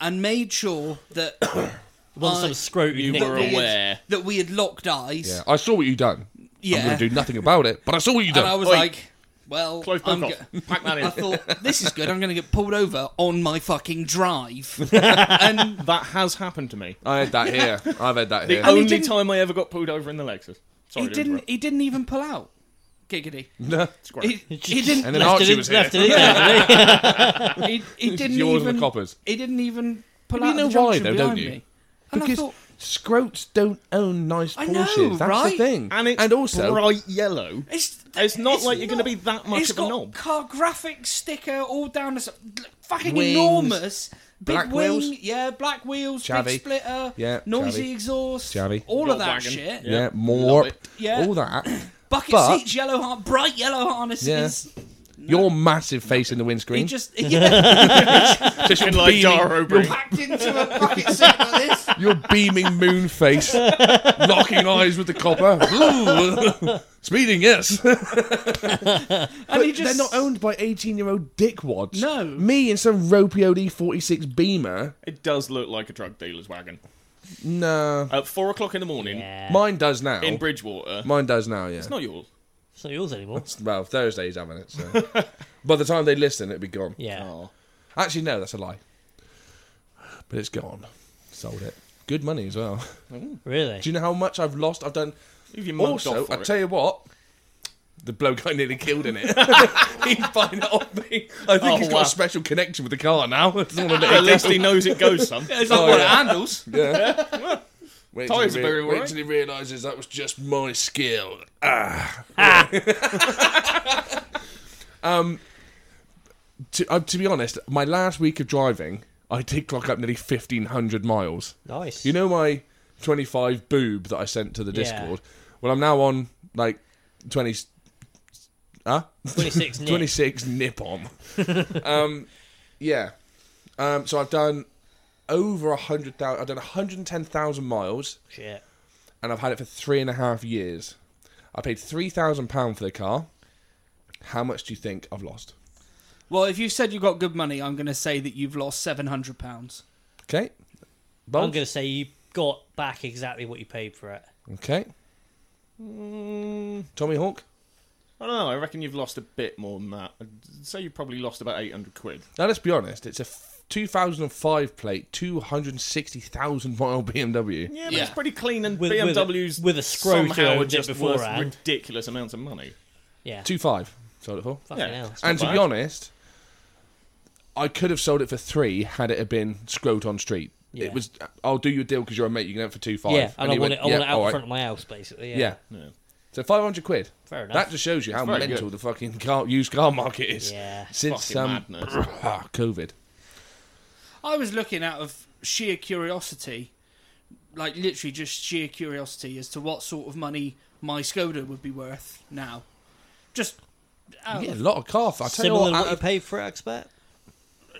[SPEAKER 2] and made sure
[SPEAKER 1] (coughs)
[SPEAKER 2] that
[SPEAKER 3] Once
[SPEAKER 2] I-
[SPEAKER 3] some scrote you
[SPEAKER 4] You were
[SPEAKER 2] we
[SPEAKER 3] aware.
[SPEAKER 4] aware.
[SPEAKER 2] had, that we had locked eyes.
[SPEAKER 1] Yeah, I saw what you done. I'm
[SPEAKER 2] Yeah.
[SPEAKER 1] gonna do nothing about it, but I saw what you
[SPEAKER 2] and I
[SPEAKER 1] done.
[SPEAKER 2] was
[SPEAKER 4] Oi.
[SPEAKER 2] like, well,
[SPEAKER 4] Close
[SPEAKER 2] I'm
[SPEAKER 4] book off.
[SPEAKER 2] go-
[SPEAKER 4] (laughs) Pack
[SPEAKER 2] (laughs)
[SPEAKER 4] that
[SPEAKER 2] I
[SPEAKER 4] in.
[SPEAKER 2] thought this is good. I'm going to get pulled over on my
[SPEAKER 1] (laughs)
[SPEAKER 2] fucking drive, and
[SPEAKER 4] That has happened to me.
[SPEAKER 1] I had that here. I've
[SPEAKER 2] (laughs)
[SPEAKER 1] had that
[SPEAKER 4] The
[SPEAKER 1] here.
[SPEAKER 2] he
[SPEAKER 4] only
[SPEAKER 2] didn't-
[SPEAKER 4] time I ever got pulled over in the Lexus. Sorry,
[SPEAKER 2] he
[SPEAKER 4] to
[SPEAKER 2] didn't.
[SPEAKER 4] interrupt.
[SPEAKER 2] He didn't even pull out. Giggity.
[SPEAKER 1] It's
[SPEAKER 4] Square.
[SPEAKER 2] He, he didn't.
[SPEAKER 1] And then
[SPEAKER 3] Left
[SPEAKER 1] Archie
[SPEAKER 3] it in,
[SPEAKER 1] was here.
[SPEAKER 3] left it in there, didn't he?
[SPEAKER 2] he,
[SPEAKER 1] (laughs)
[SPEAKER 2] he didn't
[SPEAKER 1] (laughs) yours
[SPEAKER 2] even.
[SPEAKER 1] and the coppers.
[SPEAKER 2] He didn't even pull
[SPEAKER 1] You
[SPEAKER 2] out.
[SPEAKER 1] know
[SPEAKER 2] of the
[SPEAKER 1] why,
[SPEAKER 2] junction
[SPEAKER 1] though,
[SPEAKER 2] behind
[SPEAKER 1] don't you?
[SPEAKER 2] Me. And
[SPEAKER 1] Because
[SPEAKER 2] I thought,
[SPEAKER 1] scroats don't own nice
[SPEAKER 2] I
[SPEAKER 1] Porsches.
[SPEAKER 2] know,
[SPEAKER 1] That's
[SPEAKER 2] right?
[SPEAKER 1] the thing.
[SPEAKER 4] And it's
[SPEAKER 1] also,
[SPEAKER 4] bright
[SPEAKER 2] (laughs)
[SPEAKER 4] yellow.
[SPEAKER 2] it's,
[SPEAKER 4] It's not like you're gonna be that much
[SPEAKER 2] it's
[SPEAKER 4] of a
[SPEAKER 2] got
[SPEAKER 4] knob.
[SPEAKER 2] Car graphic sticker all down the s- fucking
[SPEAKER 1] Wings,
[SPEAKER 2] enormous. Big
[SPEAKER 1] black
[SPEAKER 2] wing,
[SPEAKER 1] wheels.
[SPEAKER 2] yeah, black wheels,
[SPEAKER 1] Chavvy.
[SPEAKER 2] big splitter,
[SPEAKER 1] Yeah,
[SPEAKER 2] noisy
[SPEAKER 1] Chavvy.
[SPEAKER 2] exhaust,
[SPEAKER 1] Chavvy.
[SPEAKER 2] all of
[SPEAKER 4] Gold
[SPEAKER 2] that
[SPEAKER 4] wagon.
[SPEAKER 2] shit.
[SPEAKER 1] yeah,
[SPEAKER 4] Yeah.
[SPEAKER 1] more,
[SPEAKER 4] Love it.
[SPEAKER 2] Yeah.
[SPEAKER 1] all that.
[SPEAKER 2] (clears throat) Bucket
[SPEAKER 1] But-
[SPEAKER 2] seats, yellow har bright yellow harnesses.
[SPEAKER 1] Your massive face in the (laughs)
[SPEAKER 2] He
[SPEAKER 1] windscreen.
[SPEAKER 2] just yeah,
[SPEAKER 4] Just like Dara O'Brien.
[SPEAKER 2] packed into a bucket seat like this.
[SPEAKER 1] Your beaming moon face, locking eyes with the copper. Ooh. Speeding, yes.
[SPEAKER 2] and
[SPEAKER 1] They're
[SPEAKER 2] he just
[SPEAKER 1] not owned by 18 year old dickwads.
[SPEAKER 2] No.
[SPEAKER 1] Me in some ropey OD 46 Beamer.
[SPEAKER 4] It does look like a drug dealer's wagon.
[SPEAKER 1] No.
[SPEAKER 4] At four o'clock in the morning
[SPEAKER 3] Yeah.
[SPEAKER 1] Mine does now.
[SPEAKER 4] in Bridgewater,
[SPEAKER 1] Mine does now, yeah.
[SPEAKER 4] it's not yours.
[SPEAKER 3] It's not yours anymore.
[SPEAKER 1] Well, Thursday's having it, so. By the time they listen, it'll be gone.
[SPEAKER 3] Yeah.
[SPEAKER 4] Oh.
[SPEAKER 1] Actually, no, that's a lie. But it's gone. Sold it. Good money as well.
[SPEAKER 3] Really?
[SPEAKER 1] Do you know how much I've lost? I've done.
[SPEAKER 4] Leave your mug
[SPEAKER 1] Also,
[SPEAKER 4] off for
[SPEAKER 1] I
[SPEAKER 4] it.
[SPEAKER 1] tell you what, the bloke I nearly killed in it, he's buying it off me. I think
[SPEAKER 4] Oh,
[SPEAKER 1] he's got
[SPEAKER 4] wow.
[SPEAKER 1] a special connection with the car now. (laughs) Doesn't wanna let it
[SPEAKER 4] At
[SPEAKER 1] (laughs)
[SPEAKER 4] least he knows it goes some.
[SPEAKER 2] It's like
[SPEAKER 1] Oh,
[SPEAKER 2] what
[SPEAKER 1] yeah.
[SPEAKER 2] it handles.
[SPEAKER 1] Wait
[SPEAKER 4] Tyres
[SPEAKER 1] till
[SPEAKER 4] are
[SPEAKER 1] he
[SPEAKER 4] very
[SPEAKER 1] wait
[SPEAKER 4] alright.
[SPEAKER 1] till he realises that was just my skill. Ah. (laughs) um, to, uh, to be honest, my last week of driving, I did clock up nearly fifteen hundred miles.
[SPEAKER 3] Nice.
[SPEAKER 1] You know my twenty-five boob that I sent to the
[SPEAKER 3] Yeah.
[SPEAKER 1] Discord. Well, I'm now on like twenty. Huh?
[SPEAKER 3] 26 Nick.
[SPEAKER 1] 26 nip on. um, yeah. Um, so I've done over 100,000, I've done 110,000 miles
[SPEAKER 3] Shit.
[SPEAKER 1] and I've had it for three and a half years. I paid £3,000 for the car. How much do you think I've lost?
[SPEAKER 2] Well, if you said you got good money, I'm going to say that you've lost seven hundred pounds.
[SPEAKER 1] Okay.
[SPEAKER 3] I'm
[SPEAKER 1] Bold?
[SPEAKER 3] going to say you got back exactly what you paid for it.
[SPEAKER 1] Okay. Tommy Hawk?
[SPEAKER 4] I don't know. I reckon you've lost a bit more than that. I'd say you probably lost about eight hundred quid.
[SPEAKER 1] Now, let's be honest, it's a f- 2005 plate, 260,000 mile (laughs) BMW.
[SPEAKER 4] Yeah, but
[SPEAKER 2] Yeah.
[SPEAKER 4] it's pretty clean, and
[SPEAKER 3] With- with a-
[SPEAKER 4] BMWs
[SPEAKER 3] with a scrotum
[SPEAKER 4] somehow are
[SPEAKER 3] bit
[SPEAKER 4] just worth
[SPEAKER 3] beforehand.
[SPEAKER 4] ridiculous amounts of money.
[SPEAKER 3] Yeah.
[SPEAKER 1] 2.5, sold it for.
[SPEAKER 3] Fucking
[SPEAKER 4] Yeah.
[SPEAKER 3] hell.
[SPEAKER 4] It's not
[SPEAKER 1] And to be
[SPEAKER 4] bad.
[SPEAKER 1] honest, I could have sold it for three had it have been scrote on street.
[SPEAKER 3] Yeah.
[SPEAKER 1] It was, I'll do you a deal because you're a mate. You can have it for two five.
[SPEAKER 3] Yeah, and I
[SPEAKER 1] he
[SPEAKER 3] want
[SPEAKER 1] went,
[SPEAKER 3] it, I
[SPEAKER 1] "Yeah,
[SPEAKER 3] want it out
[SPEAKER 1] all right."
[SPEAKER 3] front of my house, basically. Yeah.
[SPEAKER 1] Yeah.
[SPEAKER 4] Yeah.
[SPEAKER 1] So five hundred quid.
[SPEAKER 3] Fair enough.
[SPEAKER 1] That just shows you how
[SPEAKER 4] very
[SPEAKER 1] mental
[SPEAKER 4] good.
[SPEAKER 1] the fucking car used car market is.
[SPEAKER 3] Yeah.
[SPEAKER 1] Since
[SPEAKER 4] Fucking
[SPEAKER 1] um, (coughs)
[SPEAKER 4] madness.
[SPEAKER 1] COVID.
[SPEAKER 2] I was looking out of sheer curiosity, like literally just sheer curiosity as to what sort of money my Skoda would be worth now. Just uh, out
[SPEAKER 1] Yeah, a
[SPEAKER 2] of
[SPEAKER 1] lot of car. I tell you
[SPEAKER 3] Similar
[SPEAKER 1] what,
[SPEAKER 3] to what
[SPEAKER 1] out
[SPEAKER 3] you
[SPEAKER 1] of-
[SPEAKER 3] paid for it, I expect?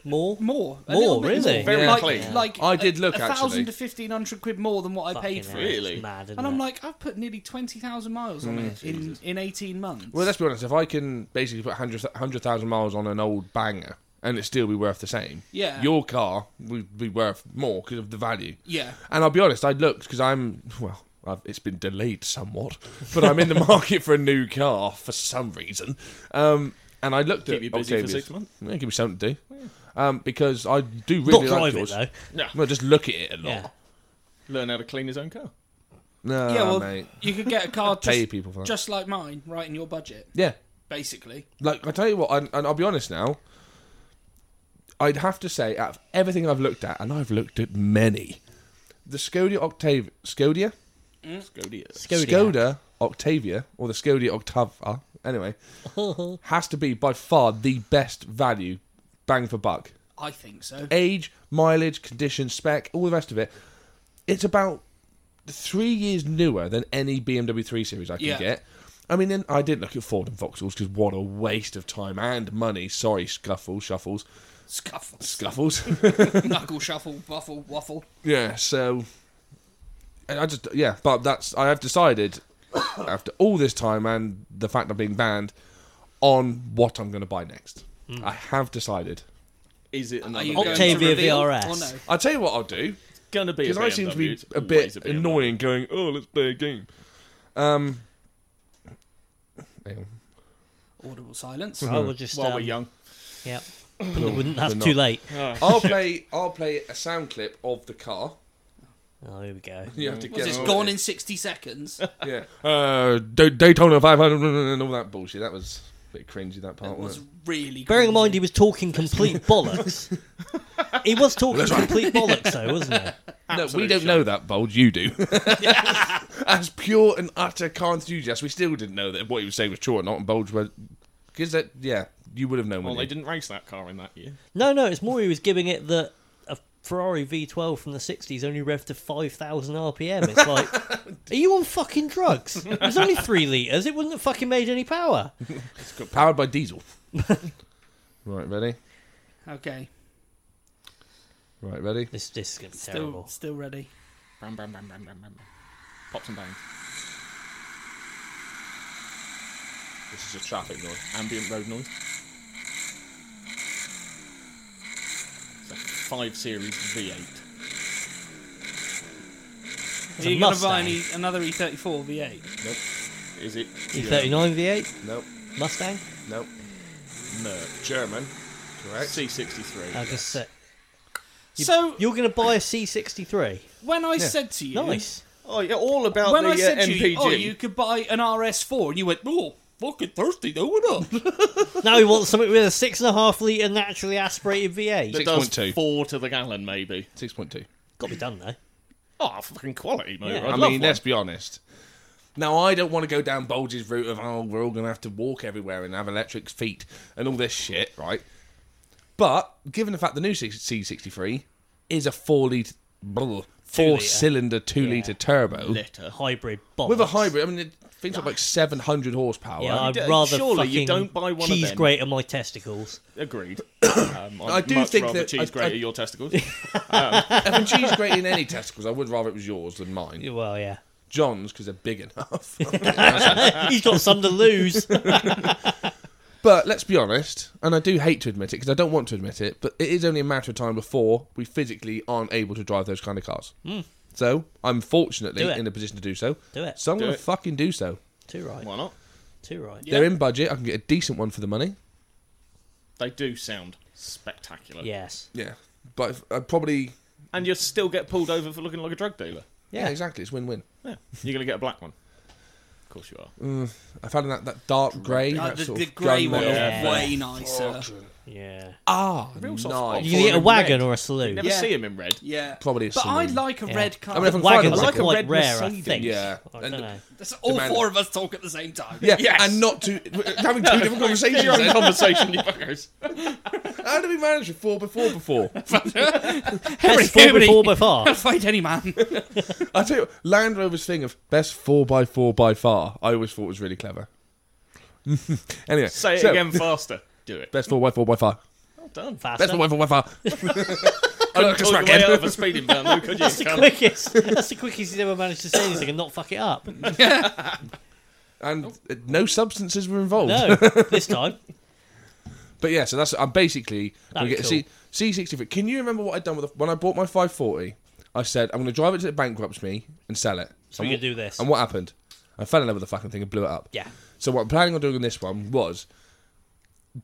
[SPEAKER 3] More?
[SPEAKER 2] more, a
[SPEAKER 3] More,
[SPEAKER 2] little bit
[SPEAKER 3] really?
[SPEAKER 2] more.
[SPEAKER 4] Very
[SPEAKER 2] like,
[SPEAKER 4] clean.
[SPEAKER 2] like
[SPEAKER 1] I did
[SPEAKER 2] a-
[SPEAKER 1] look,
[SPEAKER 2] a thousand
[SPEAKER 1] actually.
[SPEAKER 2] to fifteen hundred quid more than what I
[SPEAKER 3] Fucking
[SPEAKER 2] paid for
[SPEAKER 3] hell,
[SPEAKER 2] it.
[SPEAKER 4] it.
[SPEAKER 3] it's
[SPEAKER 4] Really?
[SPEAKER 3] mad, isn't
[SPEAKER 2] And I'm
[SPEAKER 3] it?
[SPEAKER 2] like, I've put nearly twenty thousand miles on it in, in eighteen months.
[SPEAKER 1] Hmm. well, let's be honest. If I can basically put 100,000 100,000 miles on an old banger and it still be worth the same,
[SPEAKER 2] Yeah.
[SPEAKER 1] your car would be worth more because of the value.
[SPEAKER 2] yeah,
[SPEAKER 1] And I'll be honest, I looked because I'm well, I've, it's been delayed somewhat, but I'm in the (laughs) market for a new car for some reason. Um, and I looked
[SPEAKER 4] Keep
[SPEAKER 1] at
[SPEAKER 4] you busy for
[SPEAKER 1] Octavia's.
[SPEAKER 4] six months.
[SPEAKER 1] Yeah, give me something to do. Um, because I do
[SPEAKER 3] Not
[SPEAKER 1] really like
[SPEAKER 3] drive it,
[SPEAKER 1] yours.
[SPEAKER 3] though.
[SPEAKER 4] No,
[SPEAKER 1] Well, just look at it a lot.
[SPEAKER 3] (laughs) Yeah.
[SPEAKER 4] learn how to clean his own car.
[SPEAKER 1] No,
[SPEAKER 2] yeah. Well,
[SPEAKER 1] Ah, mate.
[SPEAKER 2] you could get a car
[SPEAKER 1] (laughs) Pay
[SPEAKER 2] just,
[SPEAKER 1] people for that.
[SPEAKER 2] just like mine, right in your budget,
[SPEAKER 1] Yeah,
[SPEAKER 2] basically.
[SPEAKER 1] like I tell you what, and, and I'll be honest now. I'd have to say, out of everything I've looked at, and I've looked at many, the Skoda Octavia, Skoda, Hmm?
[SPEAKER 4] Skoda.
[SPEAKER 3] Skoda.
[SPEAKER 1] Skoda Octavia or the Skoda Octava, anyway, has to be by far the best value bang for buck.
[SPEAKER 2] I think so.
[SPEAKER 1] Age, mileage, condition, spec, all the rest of it. It's about three years newer than any BMW 3 Series I can
[SPEAKER 2] Yeah.
[SPEAKER 1] get. I mean, then I did look at Ford and Vauxhalls because what a waste of time and money. Sorry, scuffle, shuffles,
[SPEAKER 2] Scuffle,
[SPEAKER 1] scuffles.
[SPEAKER 2] knuckle, (laughs) shuffle, buffle, waffle.
[SPEAKER 1] Yeah, so and I just yeah, but that's I have decided (coughs) after all this time and the fact I'm being banned on what I'm going to buy next.
[SPEAKER 4] Hmm.
[SPEAKER 1] I have decided.
[SPEAKER 4] Is it
[SPEAKER 2] Are
[SPEAKER 4] another?
[SPEAKER 2] you
[SPEAKER 4] BMW?
[SPEAKER 2] going to
[SPEAKER 3] Octavia
[SPEAKER 2] reveal Oh,
[SPEAKER 3] VRS.
[SPEAKER 2] Or no?
[SPEAKER 1] I'll tell you what I'll do
[SPEAKER 4] It's gonna be
[SPEAKER 1] because
[SPEAKER 4] a
[SPEAKER 1] I seem to be
[SPEAKER 4] BMW. It's
[SPEAKER 1] a
[SPEAKER 4] always
[SPEAKER 1] bit
[SPEAKER 4] BMW.
[SPEAKER 1] annoying going, "Oh, let's play a game." Um hang on.
[SPEAKER 2] Audible silence.
[SPEAKER 3] I would just.
[SPEAKER 4] While
[SPEAKER 3] um,
[SPEAKER 4] we're young,
[SPEAKER 3] Yeah. Wouldn't, that's
[SPEAKER 1] we're
[SPEAKER 3] too
[SPEAKER 1] not.
[SPEAKER 3] late.
[SPEAKER 2] (laughs)
[SPEAKER 1] I'll play I'll play a sound clip of the car.
[SPEAKER 3] Oh, here we go.
[SPEAKER 1] You have to
[SPEAKER 2] Was
[SPEAKER 1] guess
[SPEAKER 2] this
[SPEAKER 1] what
[SPEAKER 2] gone
[SPEAKER 1] it
[SPEAKER 2] in
[SPEAKER 1] (laughs)
[SPEAKER 2] 60 seconds?
[SPEAKER 1] is. Yeah. Uh Da- Daytona 500 and all that bullshit. That was a bit cringy that part.
[SPEAKER 2] It
[SPEAKER 1] wasn't
[SPEAKER 2] was really
[SPEAKER 3] Bearing in
[SPEAKER 2] cringy.
[SPEAKER 3] mind he was talking complete bollocks. he was talking complete bollocks, though, wasn't he?
[SPEAKER 1] No, we
[SPEAKER 4] Absolute
[SPEAKER 1] don't
[SPEAKER 4] shite.
[SPEAKER 1] know that, Bold. You do. (laughs) As pure and utter car enthusiast, we still didn't know that what he was saying was true or not, and Bold was. Because that, yeah, you would have known.
[SPEAKER 4] Well, they
[SPEAKER 1] wouldn't
[SPEAKER 4] didn't race that car in that year.
[SPEAKER 3] No, no, it's more he was giving it that a Ferrari V12 from the 60s only revved to 5,000 RPM. It's like, are you on fucking drugs? It was only three litres. It wouldn't have fucking made any power.
[SPEAKER 1] you? Powered by (laughs) diesel. right, ready?
[SPEAKER 2] Okay.
[SPEAKER 1] Right, ready?
[SPEAKER 3] This, this is going to be
[SPEAKER 2] Still,
[SPEAKER 3] terrible.
[SPEAKER 2] still ready.
[SPEAKER 4] Bram, bram, bram, bram, bram, bram. Pops and bangs.
[SPEAKER 1] This is a traffic noise.
[SPEAKER 4] Ambient road noise. It's a 5 Series V8.
[SPEAKER 3] It's
[SPEAKER 2] Are
[SPEAKER 3] a
[SPEAKER 2] you going to buy
[SPEAKER 3] Mustang.
[SPEAKER 2] an E- another E34 V8?
[SPEAKER 1] Nope.
[SPEAKER 4] Is it?
[SPEAKER 3] E39 V8
[SPEAKER 1] Nope.
[SPEAKER 3] Mustang.
[SPEAKER 1] Nope.
[SPEAKER 4] Merc.
[SPEAKER 1] German. Correct.
[SPEAKER 4] C63.
[SPEAKER 3] I just said
[SPEAKER 2] so
[SPEAKER 3] you're going to buy a C63.
[SPEAKER 2] when I said to you,
[SPEAKER 3] Nice.
[SPEAKER 4] Oh, yeah, all about
[SPEAKER 2] when
[SPEAKER 4] the
[SPEAKER 2] I said
[SPEAKER 4] uh,
[SPEAKER 2] to you,
[SPEAKER 4] MPG.
[SPEAKER 2] oh, you could buy an RS4, and you went, oh, fucking thirsty, though,
[SPEAKER 3] (laughs)
[SPEAKER 2] what up?
[SPEAKER 3] now he wants something with a six and a half litre naturally aspirated V8.
[SPEAKER 4] that does
[SPEAKER 1] 6.2.
[SPEAKER 4] four to the gallon, maybe.
[SPEAKER 1] Six point two.
[SPEAKER 3] Got to be done though.
[SPEAKER 4] Oh, fucking quality, mate.
[SPEAKER 3] Yeah.
[SPEAKER 4] I'd
[SPEAKER 3] I
[SPEAKER 1] I
[SPEAKER 4] love
[SPEAKER 1] mean,
[SPEAKER 4] one.
[SPEAKER 1] let's be honest. Now, I don't want to go down Bulge's route of, oh, we're all going to have to walk everywhere and have electric feet and all this shit, right? But given the fact the new C- C63 is a four litre, blah, four cylinder, two litre turbo
[SPEAKER 4] Litter.
[SPEAKER 3] Hybrid box.
[SPEAKER 1] with a hybrid, I mean, it things like 700 horsepower.
[SPEAKER 3] Yeah, I'd
[SPEAKER 4] d-
[SPEAKER 3] rather
[SPEAKER 4] surely
[SPEAKER 3] fucking
[SPEAKER 4] you don't buy one of
[SPEAKER 3] cheese
[SPEAKER 4] them.
[SPEAKER 3] grater my testicles.
[SPEAKER 1] (coughs)
[SPEAKER 4] Agreed. Um, I'd
[SPEAKER 1] I do
[SPEAKER 4] much
[SPEAKER 1] think
[SPEAKER 4] rather
[SPEAKER 1] that-
[SPEAKER 4] cheese
[SPEAKER 1] I-
[SPEAKER 4] grater
[SPEAKER 1] I-
[SPEAKER 4] your testicles.
[SPEAKER 1] Having cheese grating any testicles, I would rather it was yours than mine.
[SPEAKER 3] Well, yeah. (laughs)
[SPEAKER 1] John's, because they're big enough.
[SPEAKER 3] He's got some to lose. (laughs)
[SPEAKER 1] But let's be honest, and I do hate to admit it because I don't want to admit it, but it is only a matter of time before we physically aren't able to drive those kind of cars. So I'm fortunately
[SPEAKER 3] Hmm. Do it.
[SPEAKER 1] in a position to do so.
[SPEAKER 3] Do it.
[SPEAKER 1] So I'm
[SPEAKER 4] Do
[SPEAKER 1] going to
[SPEAKER 4] it.
[SPEAKER 1] fucking do so.
[SPEAKER 3] Too right.
[SPEAKER 4] Why not?
[SPEAKER 3] Too right.
[SPEAKER 1] They're in budget. I can get a decent one for the money.
[SPEAKER 4] They do sound spectacular.
[SPEAKER 3] Yes.
[SPEAKER 1] Yeah. But if, I probably.
[SPEAKER 4] And you'll still get pulled over for looking like a drug dealer.
[SPEAKER 1] Yeah,
[SPEAKER 3] Yeah.
[SPEAKER 1] exactly. It's win win.
[SPEAKER 4] Yeah. You're going to get a black one. Of course you are.
[SPEAKER 1] I found that, that dark uh, grey.
[SPEAKER 2] Like,
[SPEAKER 1] that
[SPEAKER 2] the
[SPEAKER 1] sort
[SPEAKER 2] the
[SPEAKER 1] of
[SPEAKER 2] grey one
[SPEAKER 1] gunmetal.
[SPEAKER 2] is
[SPEAKER 3] Yeah.
[SPEAKER 2] way nicer.
[SPEAKER 3] Yeah.
[SPEAKER 1] Ah,
[SPEAKER 4] Real
[SPEAKER 1] nice.
[SPEAKER 4] soft spot.
[SPEAKER 3] You can get a
[SPEAKER 4] in
[SPEAKER 3] wagon
[SPEAKER 4] red.
[SPEAKER 3] or a
[SPEAKER 4] You
[SPEAKER 3] saloon.
[SPEAKER 4] never
[SPEAKER 2] Yeah.
[SPEAKER 4] see him in red.
[SPEAKER 2] Yeah.
[SPEAKER 1] Probably a
[SPEAKER 2] But I
[SPEAKER 1] saloon.
[SPEAKER 2] like a
[SPEAKER 3] Yeah.
[SPEAKER 2] red car.
[SPEAKER 1] I mean, if I can find
[SPEAKER 3] Wagons
[SPEAKER 1] a
[SPEAKER 3] are
[SPEAKER 1] like a
[SPEAKER 3] quite
[SPEAKER 4] red
[SPEAKER 3] rare, I
[SPEAKER 4] Mercedes.
[SPEAKER 3] think.
[SPEAKER 1] Yeah.
[SPEAKER 3] I
[SPEAKER 1] And-
[SPEAKER 3] don't know.
[SPEAKER 2] That's all
[SPEAKER 1] Demand-
[SPEAKER 2] four of us talk at the same time.
[SPEAKER 1] Yeah,
[SPEAKER 4] Yes.
[SPEAKER 1] and not two having (laughs) two different conversations.
[SPEAKER 4] You're on
[SPEAKER 1] then.
[SPEAKER 4] conversation, you fuckers.
[SPEAKER 1] How did we manage with four before before?
[SPEAKER 3] Best four
[SPEAKER 2] Everybody-
[SPEAKER 3] before by far.
[SPEAKER 2] Fight any
[SPEAKER 3] (laughs)
[SPEAKER 2] man.
[SPEAKER 1] I tell you, what, Land Rover's thing of best four by four by far. I always thought was really clever. (laughs) anyway,
[SPEAKER 4] Say it
[SPEAKER 1] so,
[SPEAKER 4] again faster. Do it.
[SPEAKER 1] Best four by four by far.
[SPEAKER 4] Well done.
[SPEAKER 1] Best
[SPEAKER 3] Faster.
[SPEAKER 1] four by four by far. (laughs) I like a
[SPEAKER 4] Talk your way out
[SPEAKER 1] smackhead.
[SPEAKER 4] of a speeding ban, though, could you?
[SPEAKER 3] That's the
[SPEAKER 4] Come.
[SPEAKER 3] quickest. That's the quickest he's ever managed to say anything and not fuck it up.
[SPEAKER 1] and uh, no substances were involved.
[SPEAKER 3] No,
[SPEAKER 2] (laughs)
[SPEAKER 3] this time.
[SPEAKER 1] But yeah, so that's I'm basically gonna
[SPEAKER 3] That'd
[SPEAKER 1] get
[SPEAKER 3] be
[SPEAKER 1] a C sixty three. Can you remember what I'd done with the, when I bought my five forty? I said I'm gonna drive it till it bankrupts me and sell it.
[SPEAKER 3] So we
[SPEAKER 1] And
[SPEAKER 3] can
[SPEAKER 1] wh-
[SPEAKER 3] do this.
[SPEAKER 1] And what happened? I fell in love with the fucking thing and blew it up.
[SPEAKER 3] Yeah.
[SPEAKER 1] So what I'm planning on doing on this one was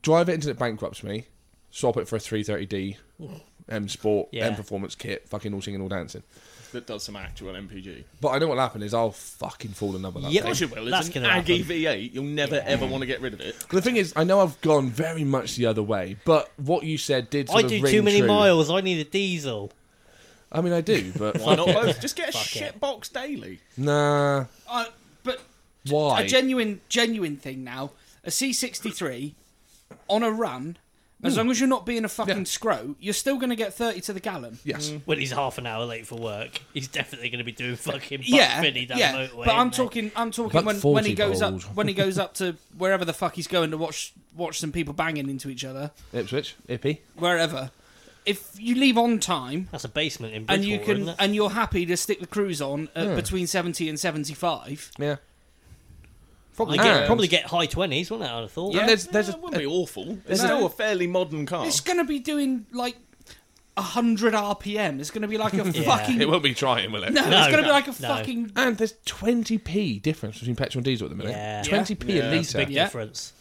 [SPEAKER 1] drive it until it bankrupts me, swap it for a 330D M Sport
[SPEAKER 3] Yeah.
[SPEAKER 1] M Performance kit, fucking all singing, all dancing.
[SPEAKER 4] That does some actual MPG.
[SPEAKER 1] But I know what'll happen is I'll fucking fall in love with that
[SPEAKER 3] Yep.
[SPEAKER 1] thing.
[SPEAKER 4] As you will,
[SPEAKER 3] That's
[SPEAKER 4] it's an
[SPEAKER 3] gonna happen.
[SPEAKER 4] Aggie V8. You'll never ever want to get rid of it.
[SPEAKER 1] The thing is, I know I've gone very much the other way, but what you said did
[SPEAKER 3] I
[SPEAKER 1] sort of
[SPEAKER 3] do
[SPEAKER 1] ring
[SPEAKER 3] too many
[SPEAKER 1] true.
[SPEAKER 3] miles. I need a diesel.
[SPEAKER 1] I mean, I do,
[SPEAKER 3] (laughs)
[SPEAKER 1] but
[SPEAKER 4] Why not both? Just get a shit
[SPEAKER 3] it.
[SPEAKER 4] box daily.
[SPEAKER 1] nah.
[SPEAKER 2] Uh, but
[SPEAKER 1] Why?
[SPEAKER 2] a genuine, genuine thing now. A C63 on a run. As long as you're not being a fucking
[SPEAKER 1] Yeah.
[SPEAKER 2] scrow, you're still going to get 30 to the gallon.
[SPEAKER 1] yes.
[SPEAKER 3] When he's half an hour late for work, he's definitely going to be doing fucking buck
[SPEAKER 2] yeah,
[SPEAKER 3] fifty down
[SPEAKER 2] yeah.
[SPEAKER 3] the motorway.
[SPEAKER 2] but I'm
[SPEAKER 3] isn't he?
[SPEAKER 2] talking, I'm talking
[SPEAKER 1] About
[SPEAKER 2] when, when
[SPEAKER 1] 40
[SPEAKER 2] he goes up,
[SPEAKER 1] bold. (laughs)
[SPEAKER 2] when he goes up to wherever the fuck he's going to watch watch some people banging into each other,
[SPEAKER 1] Ipswich, Ippy.
[SPEAKER 2] wherever. If you leave on time
[SPEAKER 3] That's a basement in
[SPEAKER 2] and
[SPEAKER 3] Bridgewater,
[SPEAKER 2] you
[SPEAKER 3] isn't
[SPEAKER 2] can
[SPEAKER 3] it?
[SPEAKER 2] and you're happy to stick the cruise on at between 70 and 75,
[SPEAKER 1] Yeah.
[SPEAKER 3] Probably
[SPEAKER 1] And-
[SPEAKER 3] get, probably get high twenties, wouldn't it? I'd have thought.
[SPEAKER 1] And there's there's
[SPEAKER 4] That
[SPEAKER 1] a,
[SPEAKER 4] Uh, wouldn't be awful. It's
[SPEAKER 2] No.
[SPEAKER 4] still a fairly modern
[SPEAKER 3] Oh.
[SPEAKER 4] car.
[SPEAKER 2] it's going to be doing like 100 RPM. It's going to be like a
[SPEAKER 3] (laughs) Yeah.
[SPEAKER 2] fucking
[SPEAKER 1] it won't be trying, will it?
[SPEAKER 2] (laughs) no,
[SPEAKER 3] No,
[SPEAKER 2] it's going to be like a
[SPEAKER 3] no.
[SPEAKER 2] fucking
[SPEAKER 4] Uh,
[SPEAKER 1] And there's 20p difference between petrol and diesel at the minute.
[SPEAKER 3] Yeah.
[SPEAKER 1] 20p
[SPEAKER 4] Yeah.
[SPEAKER 1] a
[SPEAKER 4] Yeah,
[SPEAKER 1] litre.
[SPEAKER 3] Big
[SPEAKER 2] Yeah.
[SPEAKER 3] difference.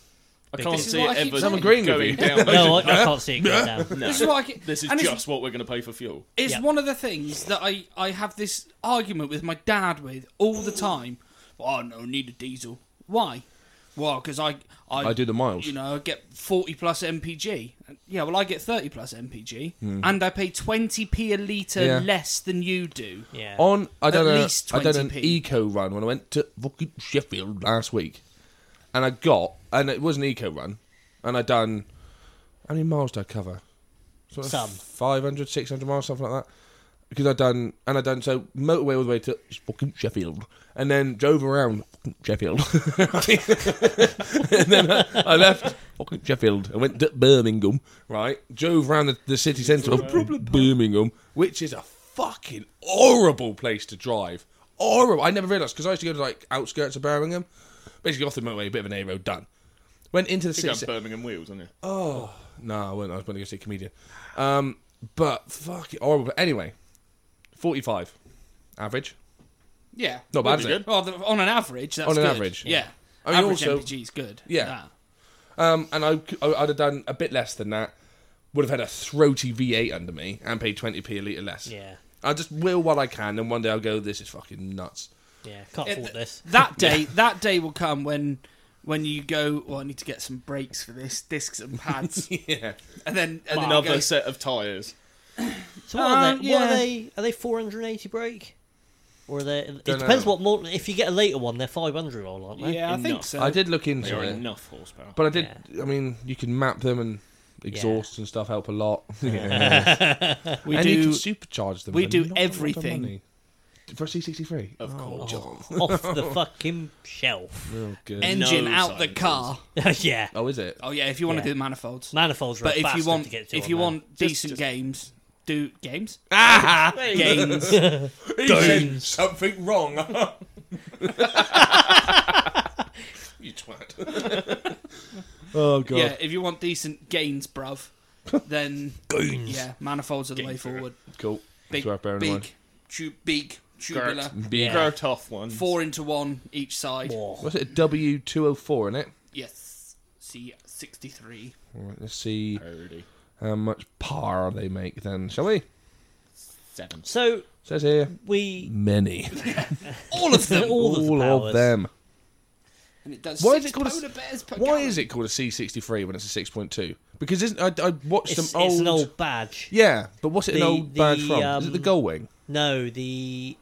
[SPEAKER 4] I
[SPEAKER 3] Big
[SPEAKER 4] can't
[SPEAKER 3] difference.
[SPEAKER 2] is
[SPEAKER 4] see
[SPEAKER 2] what I
[SPEAKER 4] it
[SPEAKER 2] keep
[SPEAKER 4] ever
[SPEAKER 2] saying. I'm
[SPEAKER 1] agreeing with
[SPEAKER 4] going
[SPEAKER 1] you.
[SPEAKER 3] (laughs)
[SPEAKER 4] down.
[SPEAKER 3] No, I, I can't see it going down.
[SPEAKER 2] (laughs)
[SPEAKER 4] No.
[SPEAKER 2] This is what I get-
[SPEAKER 4] This is
[SPEAKER 2] and it's-
[SPEAKER 4] just what we're going to pay for fuel.
[SPEAKER 2] It's
[SPEAKER 3] Yeah.
[SPEAKER 2] one of the things that I, I have this argument with my dad with all the time. Oh no, need a diesel. Why? Well, because I, I
[SPEAKER 1] I do the miles.
[SPEAKER 2] You know, I get forty plus MPG. Yeah, well, I get thirty plus MPG, and I pay twenty p a liter
[SPEAKER 1] Hmm. Yeah.
[SPEAKER 2] less than you do.
[SPEAKER 3] Yeah.
[SPEAKER 1] on I
[SPEAKER 2] At
[SPEAKER 1] done a,
[SPEAKER 2] least
[SPEAKER 1] I done an
[SPEAKER 2] 20p.
[SPEAKER 1] eco run when I went to fucking Sheffield last week, and I got and it was an eco run, and I done how many miles did I cover? Sort of
[SPEAKER 3] Some.
[SPEAKER 1] 500, 600 miles, something like that. Because I done and I done so motorway all the way to fucking Sheffield, and then drove around fucking Sheffield, (laughs) and then I, I left fucking Sheffield. I went to Birmingham, right? Drove around the, the city centre of Birmingham, which is a fucking horrible place to drive. Horrible. I never realised because I used to go to like outskirts of Birmingham, basically off the motorway, a bit of an A road done. Went into the
[SPEAKER 4] You got
[SPEAKER 1] city.
[SPEAKER 4] Birmingham wheels, aren't you?
[SPEAKER 1] No, I wasn't. I was going to go see a comedian. Um, but fuck it, horrible. Anyway, forty-five, average.
[SPEAKER 2] Yeah.
[SPEAKER 1] Not bad,
[SPEAKER 4] That'd
[SPEAKER 1] is
[SPEAKER 4] be
[SPEAKER 1] it?
[SPEAKER 2] Well, the, on an average, that's
[SPEAKER 1] On an
[SPEAKER 2] good.
[SPEAKER 1] average,
[SPEAKER 2] Yeah.
[SPEAKER 1] I mean,
[SPEAKER 2] average
[SPEAKER 1] also-
[SPEAKER 2] MPG is good.
[SPEAKER 1] Yeah. Um, and I, I, I'd have done a bit less than that. Would have had a throaty V8 under me and paid twenty p a litre less.
[SPEAKER 3] Yeah.
[SPEAKER 1] I just will what I can, and one day I'll go. This is fucking nuts. (laughs)
[SPEAKER 3] Yeah, can't
[SPEAKER 2] It-
[SPEAKER 3] fault this.
[SPEAKER 2] That day, that day will come when when you go. Well, I need to get some brakes for this, discs and pads,
[SPEAKER 1] Yeah.
[SPEAKER 2] and then and then you
[SPEAKER 4] Another
[SPEAKER 2] go,
[SPEAKER 4] set of tyres.
[SPEAKER 3] So what are
[SPEAKER 2] Um,
[SPEAKER 3] they? What
[SPEAKER 2] yeah.
[SPEAKER 3] are they? Are they 480 brake? Or are they? It
[SPEAKER 1] Dunno.
[SPEAKER 3] depends what model. If you get a later one, they're 500 all, aren't they?
[SPEAKER 2] Yeah, I think
[SPEAKER 4] Enough.
[SPEAKER 2] so.
[SPEAKER 1] I did look
[SPEAKER 4] They
[SPEAKER 1] into
[SPEAKER 4] are
[SPEAKER 1] it,
[SPEAKER 4] enough horsepower.
[SPEAKER 1] but I did. I mean, you can map them and exhaust and stuff help a (laughs) lot.
[SPEAKER 2] We
[SPEAKER 1] and you
[SPEAKER 2] do.
[SPEAKER 1] can supercharge them.
[SPEAKER 2] we
[SPEAKER 1] for
[SPEAKER 2] do
[SPEAKER 1] not a lot of
[SPEAKER 2] everything.
[SPEAKER 1] money. Oh, for a C63.
[SPEAKER 4] Of course.
[SPEAKER 1] John.
[SPEAKER 3] Oh, Off the
[SPEAKER 2] (laughs)
[SPEAKER 3] fucking shelf. (laughs)
[SPEAKER 1] Oh, good.
[SPEAKER 2] engine
[SPEAKER 4] No
[SPEAKER 2] out the
[SPEAKER 4] sideways.
[SPEAKER 2] car.
[SPEAKER 3] yeah.
[SPEAKER 1] oh, is it?
[SPEAKER 2] Oh yeah, if you want
[SPEAKER 3] Yeah.
[SPEAKER 2] to do the manifolds.
[SPEAKER 3] Manifolds are
[SPEAKER 2] but
[SPEAKER 3] a
[SPEAKER 2] if
[SPEAKER 3] bastard
[SPEAKER 2] you want,
[SPEAKER 3] to get to
[SPEAKER 2] if
[SPEAKER 3] on
[SPEAKER 2] you
[SPEAKER 3] that.
[SPEAKER 2] want decent
[SPEAKER 4] just-
[SPEAKER 2] games, do games.
[SPEAKER 1] Ah!
[SPEAKER 2] games.
[SPEAKER 1] He
[SPEAKER 3] Don't.
[SPEAKER 1] something wrong. you twat. (laughs) oh god.
[SPEAKER 2] Yeah, if you want decent gains, bruv, then yeah, manifolds are the way
[SPEAKER 4] Gains.
[SPEAKER 2] forward.
[SPEAKER 1] Cool.
[SPEAKER 2] Big,
[SPEAKER 1] worth bearing in
[SPEAKER 2] big,
[SPEAKER 1] mind.
[SPEAKER 2] tu- big tubular,
[SPEAKER 1] Big.
[SPEAKER 3] Yeah.
[SPEAKER 4] They're tough ones.
[SPEAKER 2] four into one each side.
[SPEAKER 3] Whoa.
[SPEAKER 1] What's it? W two hundred four in it.
[SPEAKER 2] Yes, C sixty three.
[SPEAKER 1] All right, let's see
[SPEAKER 4] Thirty.
[SPEAKER 1] how much par they make then, shall we?
[SPEAKER 4] Seven.
[SPEAKER 3] So
[SPEAKER 1] Says here
[SPEAKER 3] we
[SPEAKER 1] many.
[SPEAKER 2] All of them.
[SPEAKER 3] all of, the
[SPEAKER 1] All
[SPEAKER 3] powers.
[SPEAKER 1] of them.
[SPEAKER 2] and it does.
[SPEAKER 1] Why
[SPEAKER 2] six
[SPEAKER 1] is it called a
[SPEAKER 2] polar bears per
[SPEAKER 1] Why
[SPEAKER 2] gallon.
[SPEAKER 1] is it called a C sixty three when it's a six point two? Because isn't I, I watched
[SPEAKER 3] It's,
[SPEAKER 1] some old,
[SPEAKER 3] it's an old badge.
[SPEAKER 1] Yeah, but what's it an
[SPEAKER 3] The-
[SPEAKER 1] old badge
[SPEAKER 3] the,
[SPEAKER 1] from? Is it the
[SPEAKER 3] um,
[SPEAKER 1] Gull Wing?
[SPEAKER 3] No, the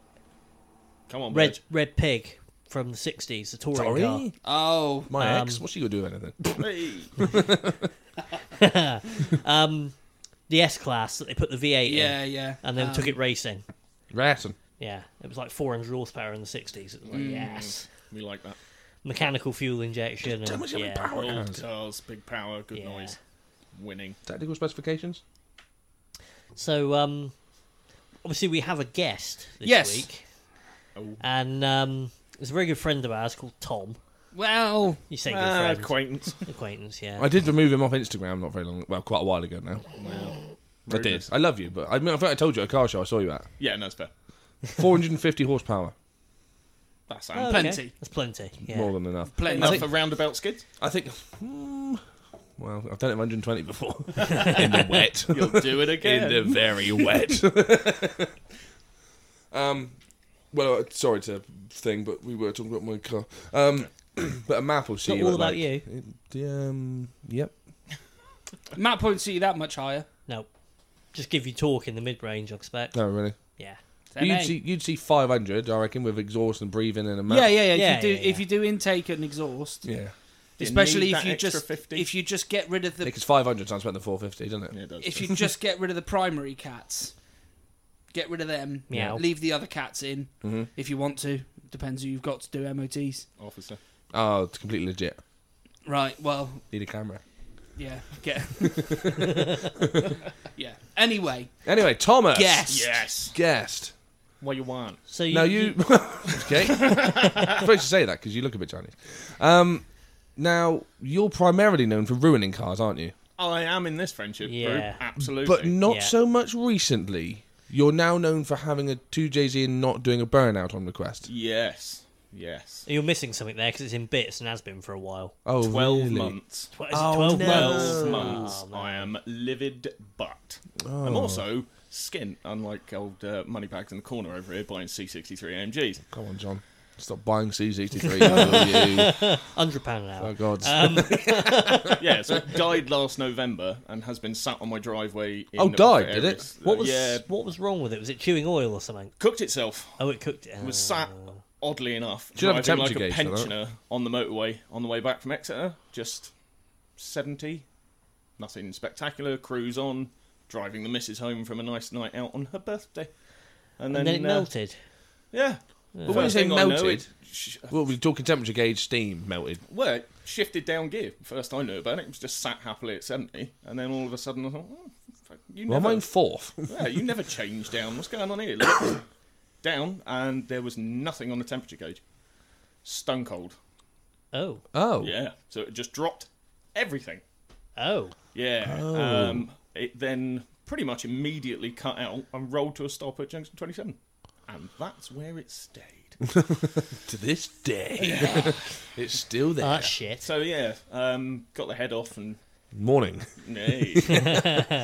[SPEAKER 4] Come on,
[SPEAKER 3] red
[SPEAKER 4] Bridge.
[SPEAKER 3] red pig from the 60s, the touring car.
[SPEAKER 1] Sorry?
[SPEAKER 2] Oh,
[SPEAKER 1] My
[SPEAKER 3] Um,
[SPEAKER 1] ex? What's she gonna do with anything?
[SPEAKER 3] Um, the S class that they put the V8
[SPEAKER 2] yeah,
[SPEAKER 3] in
[SPEAKER 2] yeah.
[SPEAKER 3] and then
[SPEAKER 2] Um,
[SPEAKER 3] took it racing.
[SPEAKER 1] Racing.
[SPEAKER 3] Yeah, it was like 400 horsepower in the 60s. It was
[SPEAKER 2] Mm.
[SPEAKER 3] like, yes.
[SPEAKER 4] We like that.
[SPEAKER 3] Mechanical fuel injection.
[SPEAKER 1] Tell
[SPEAKER 3] and,
[SPEAKER 1] me how many
[SPEAKER 3] yeah.
[SPEAKER 1] power it
[SPEAKER 4] Old
[SPEAKER 1] has.
[SPEAKER 4] cars, big power, good
[SPEAKER 3] Yeah.
[SPEAKER 4] noise, winning.
[SPEAKER 1] Technical specifications?
[SPEAKER 3] So, um, obviously, we have a guest this
[SPEAKER 2] Yes.
[SPEAKER 3] week.
[SPEAKER 4] Oh.
[SPEAKER 3] And um, there's a very good friend of ours called Tom.
[SPEAKER 2] Well,
[SPEAKER 3] You say good
[SPEAKER 4] Ah,
[SPEAKER 1] (laughs)
[SPEAKER 3] friend.
[SPEAKER 4] acquaintance.
[SPEAKER 3] Acquaintance, yeah.
[SPEAKER 1] I did remove him off Instagram not very long, well, quite a while ago now. I did.
[SPEAKER 4] Rudeness.
[SPEAKER 1] I love you, but I mean, I think I told you at a car show I saw you at.
[SPEAKER 4] Yeah, no, it's fair.
[SPEAKER 1] 450 horsepower,
[SPEAKER 4] That's
[SPEAKER 3] Oh,
[SPEAKER 4] ample.
[SPEAKER 3] okay.
[SPEAKER 2] plenty.
[SPEAKER 3] That's plenty. Yeah.
[SPEAKER 1] more than enough.
[SPEAKER 2] plenty.
[SPEAKER 4] enough for roundabout skids.
[SPEAKER 1] I think. hmm, well, I've done it 120 before (laughs) in the wet,
[SPEAKER 4] (laughs) You'll do it
[SPEAKER 1] in
[SPEAKER 4] again.
[SPEAKER 1] the
[SPEAKER 4] (laughs)
[SPEAKER 1] very wet. um, well, uh, sorry to thing, but we were talking about my car. Um, (clears throat) but a map will see
[SPEAKER 3] Not
[SPEAKER 1] you.
[SPEAKER 3] all
[SPEAKER 1] at,
[SPEAKER 3] about
[SPEAKER 1] like-
[SPEAKER 3] you.
[SPEAKER 1] It, um, yep.
[SPEAKER 2] Map points see you that much higher.
[SPEAKER 3] No. Just give you talk in the mid range, I expect.
[SPEAKER 1] No, really.
[SPEAKER 3] Yeah.
[SPEAKER 2] Then
[SPEAKER 1] you'd
[SPEAKER 2] hey.
[SPEAKER 1] see you'd see 500, I reckon, with exhaust and breathing and a map.
[SPEAKER 2] Yeah, yeah, yeah. If
[SPEAKER 3] Yeah,
[SPEAKER 2] you do,
[SPEAKER 3] yeah,
[SPEAKER 2] if
[SPEAKER 3] yeah.
[SPEAKER 2] you do intake and exhaust,
[SPEAKER 1] Yeah.
[SPEAKER 4] You
[SPEAKER 2] especially
[SPEAKER 4] need
[SPEAKER 2] if
[SPEAKER 4] that
[SPEAKER 2] you
[SPEAKER 4] extra
[SPEAKER 2] just
[SPEAKER 4] 50.
[SPEAKER 2] if you just get rid of the
[SPEAKER 1] Because 500 sounds better than 450, doesn't it?
[SPEAKER 4] Yeah, it
[SPEAKER 1] (laughs)
[SPEAKER 4] does.
[SPEAKER 2] if you just get rid of the primary cats, get rid of them.
[SPEAKER 3] Meow.
[SPEAKER 2] Leave the other cats in
[SPEAKER 1] Mm-hmm.
[SPEAKER 2] if you want to. Depends who you've got to do MOTs.
[SPEAKER 4] Officer.
[SPEAKER 1] Oh, it's completely legit.
[SPEAKER 2] Right. Well,
[SPEAKER 1] Need a camera.
[SPEAKER 2] yeah. Get.
[SPEAKER 1] (laughs)
[SPEAKER 2] (laughs) yeah. Anyway,
[SPEAKER 1] Anyway, Thomas.
[SPEAKER 2] guest.
[SPEAKER 4] Yes.
[SPEAKER 1] Guest.
[SPEAKER 4] What you want?
[SPEAKER 3] So you,
[SPEAKER 1] Now you. (laughs) okay. I'm supposed to say that because you look a bit Chinese. Um, now, you're primarily known for ruining cars, aren't you?
[SPEAKER 4] I am in this friendship
[SPEAKER 3] Yeah.
[SPEAKER 4] group. Absolutely.
[SPEAKER 1] But not
[SPEAKER 3] Yeah.
[SPEAKER 1] so much recently. You're now known for having a 2JZ and not doing a burnout on request.
[SPEAKER 4] Yes. Yes.
[SPEAKER 3] you're missing something there because it's in bits and has been for a while.
[SPEAKER 1] Oh,
[SPEAKER 4] Twelve
[SPEAKER 1] really?
[SPEAKER 4] months.
[SPEAKER 3] Tw- is it
[SPEAKER 1] Oh,
[SPEAKER 3] 12
[SPEAKER 1] no.
[SPEAKER 3] months?
[SPEAKER 4] Twelve months.
[SPEAKER 1] Ah,
[SPEAKER 3] Oh,
[SPEAKER 4] I
[SPEAKER 3] man.
[SPEAKER 4] am livid, but I'm
[SPEAKER 1] Oh,
[SPEAKER 4] also skint, unlike old uh, money bags in the corner over here buying C63
[SPEAKER 1] (laughs)
[SPEAKER 4] AMGs.
[SPEAKER 1] Come on, John. Stop buying C63.
[SPEAKER 4] (laughs)
[SPEAKER 1] Oh, you.
[SPEAKER 3] £100 an hour.
[SPEAKER 1] Oh, God.
[SPEAKER 4] Um, yeah, so it died last November and has been sat on my driveway. In
[SPEAKER 1] Oh, died, did
[SPEAKER 4] various- uh,
[SPEAKER 1] it?
[SPEAKER 3] What was
[SPEAKER 4] Yeah,
[SPEAKER 3] what was wrong with it? Was it chewing oil or something?
[SPEAKER 4] cooked itself.
[SPEAKER 3] Oh, it cooked it.
[SPEAKER 4] was sat oddly enough
[SPEAKER 1] Should have a
[SPEAKER 4] driving like
[SPEAKER 1] temperature
[SPEAKER 4] a
[SPEAKER 1] gauge for that.
[SPEAKER 4] pensioner on the motorway on the way back from Exeter. Just seventy, nothing spectacular. Cruise on, driving the missus home from a nice night out on her birthday, and
[SPEAKER 3] and
[SPEAKER 4] then,
[SPEAKER 3] then it
[SPEAKER 4] uh,
[SPEAKER 3] melted.
[SPEAKER 4] Yeah.
[SPEAKER 1] But when you
[SPEAKER 4] First
[SPEAKER 1] say
[SPEAKER 4] thing I know,
[SPEAKER 1] melted,
[SPEAKER 4] it sh-
[SPEAKER 1] well, we're talking temperature gauge, steam melted.
[SPEAKER 4] well, it shifted down gear. First I knew about it, it was just sat happily at seventy, and then all of a sudden I thought, oh, fuck, You
[SPEAKER 1] Well,
[SPEAKER 4] never,
[SPEAKER 1] mine fourth.
[SPEAKER 4] (laughs) yeah, you never change down. What's going on here? Look. (coughs) down, and there was nothing on the temperature gauge. Stone cold.
[SPEAKER 3] Oh,
[SPEAKER 1] Oh,
[SPEAKER 4] Yeah. So it just dropped everything.
[SPEAKER 3] oh,
[SPEAKER 4] Yeah.
[SPEAKER 1] Oh.
[SPEAKER 4] Um, it then pretty much immediately cut out and rolled to a stop at Junction 27. And that's where it stayed.
[SPEAKER 1] (laughs) to this day, (laughs) it's still there.
[SPEAKER 3] ah, shit.
[SPEAKER 4] So, yeah, um, got the head off and
[SPEAKER 1] Morning (laughs)
[SPEAKER 4] nay,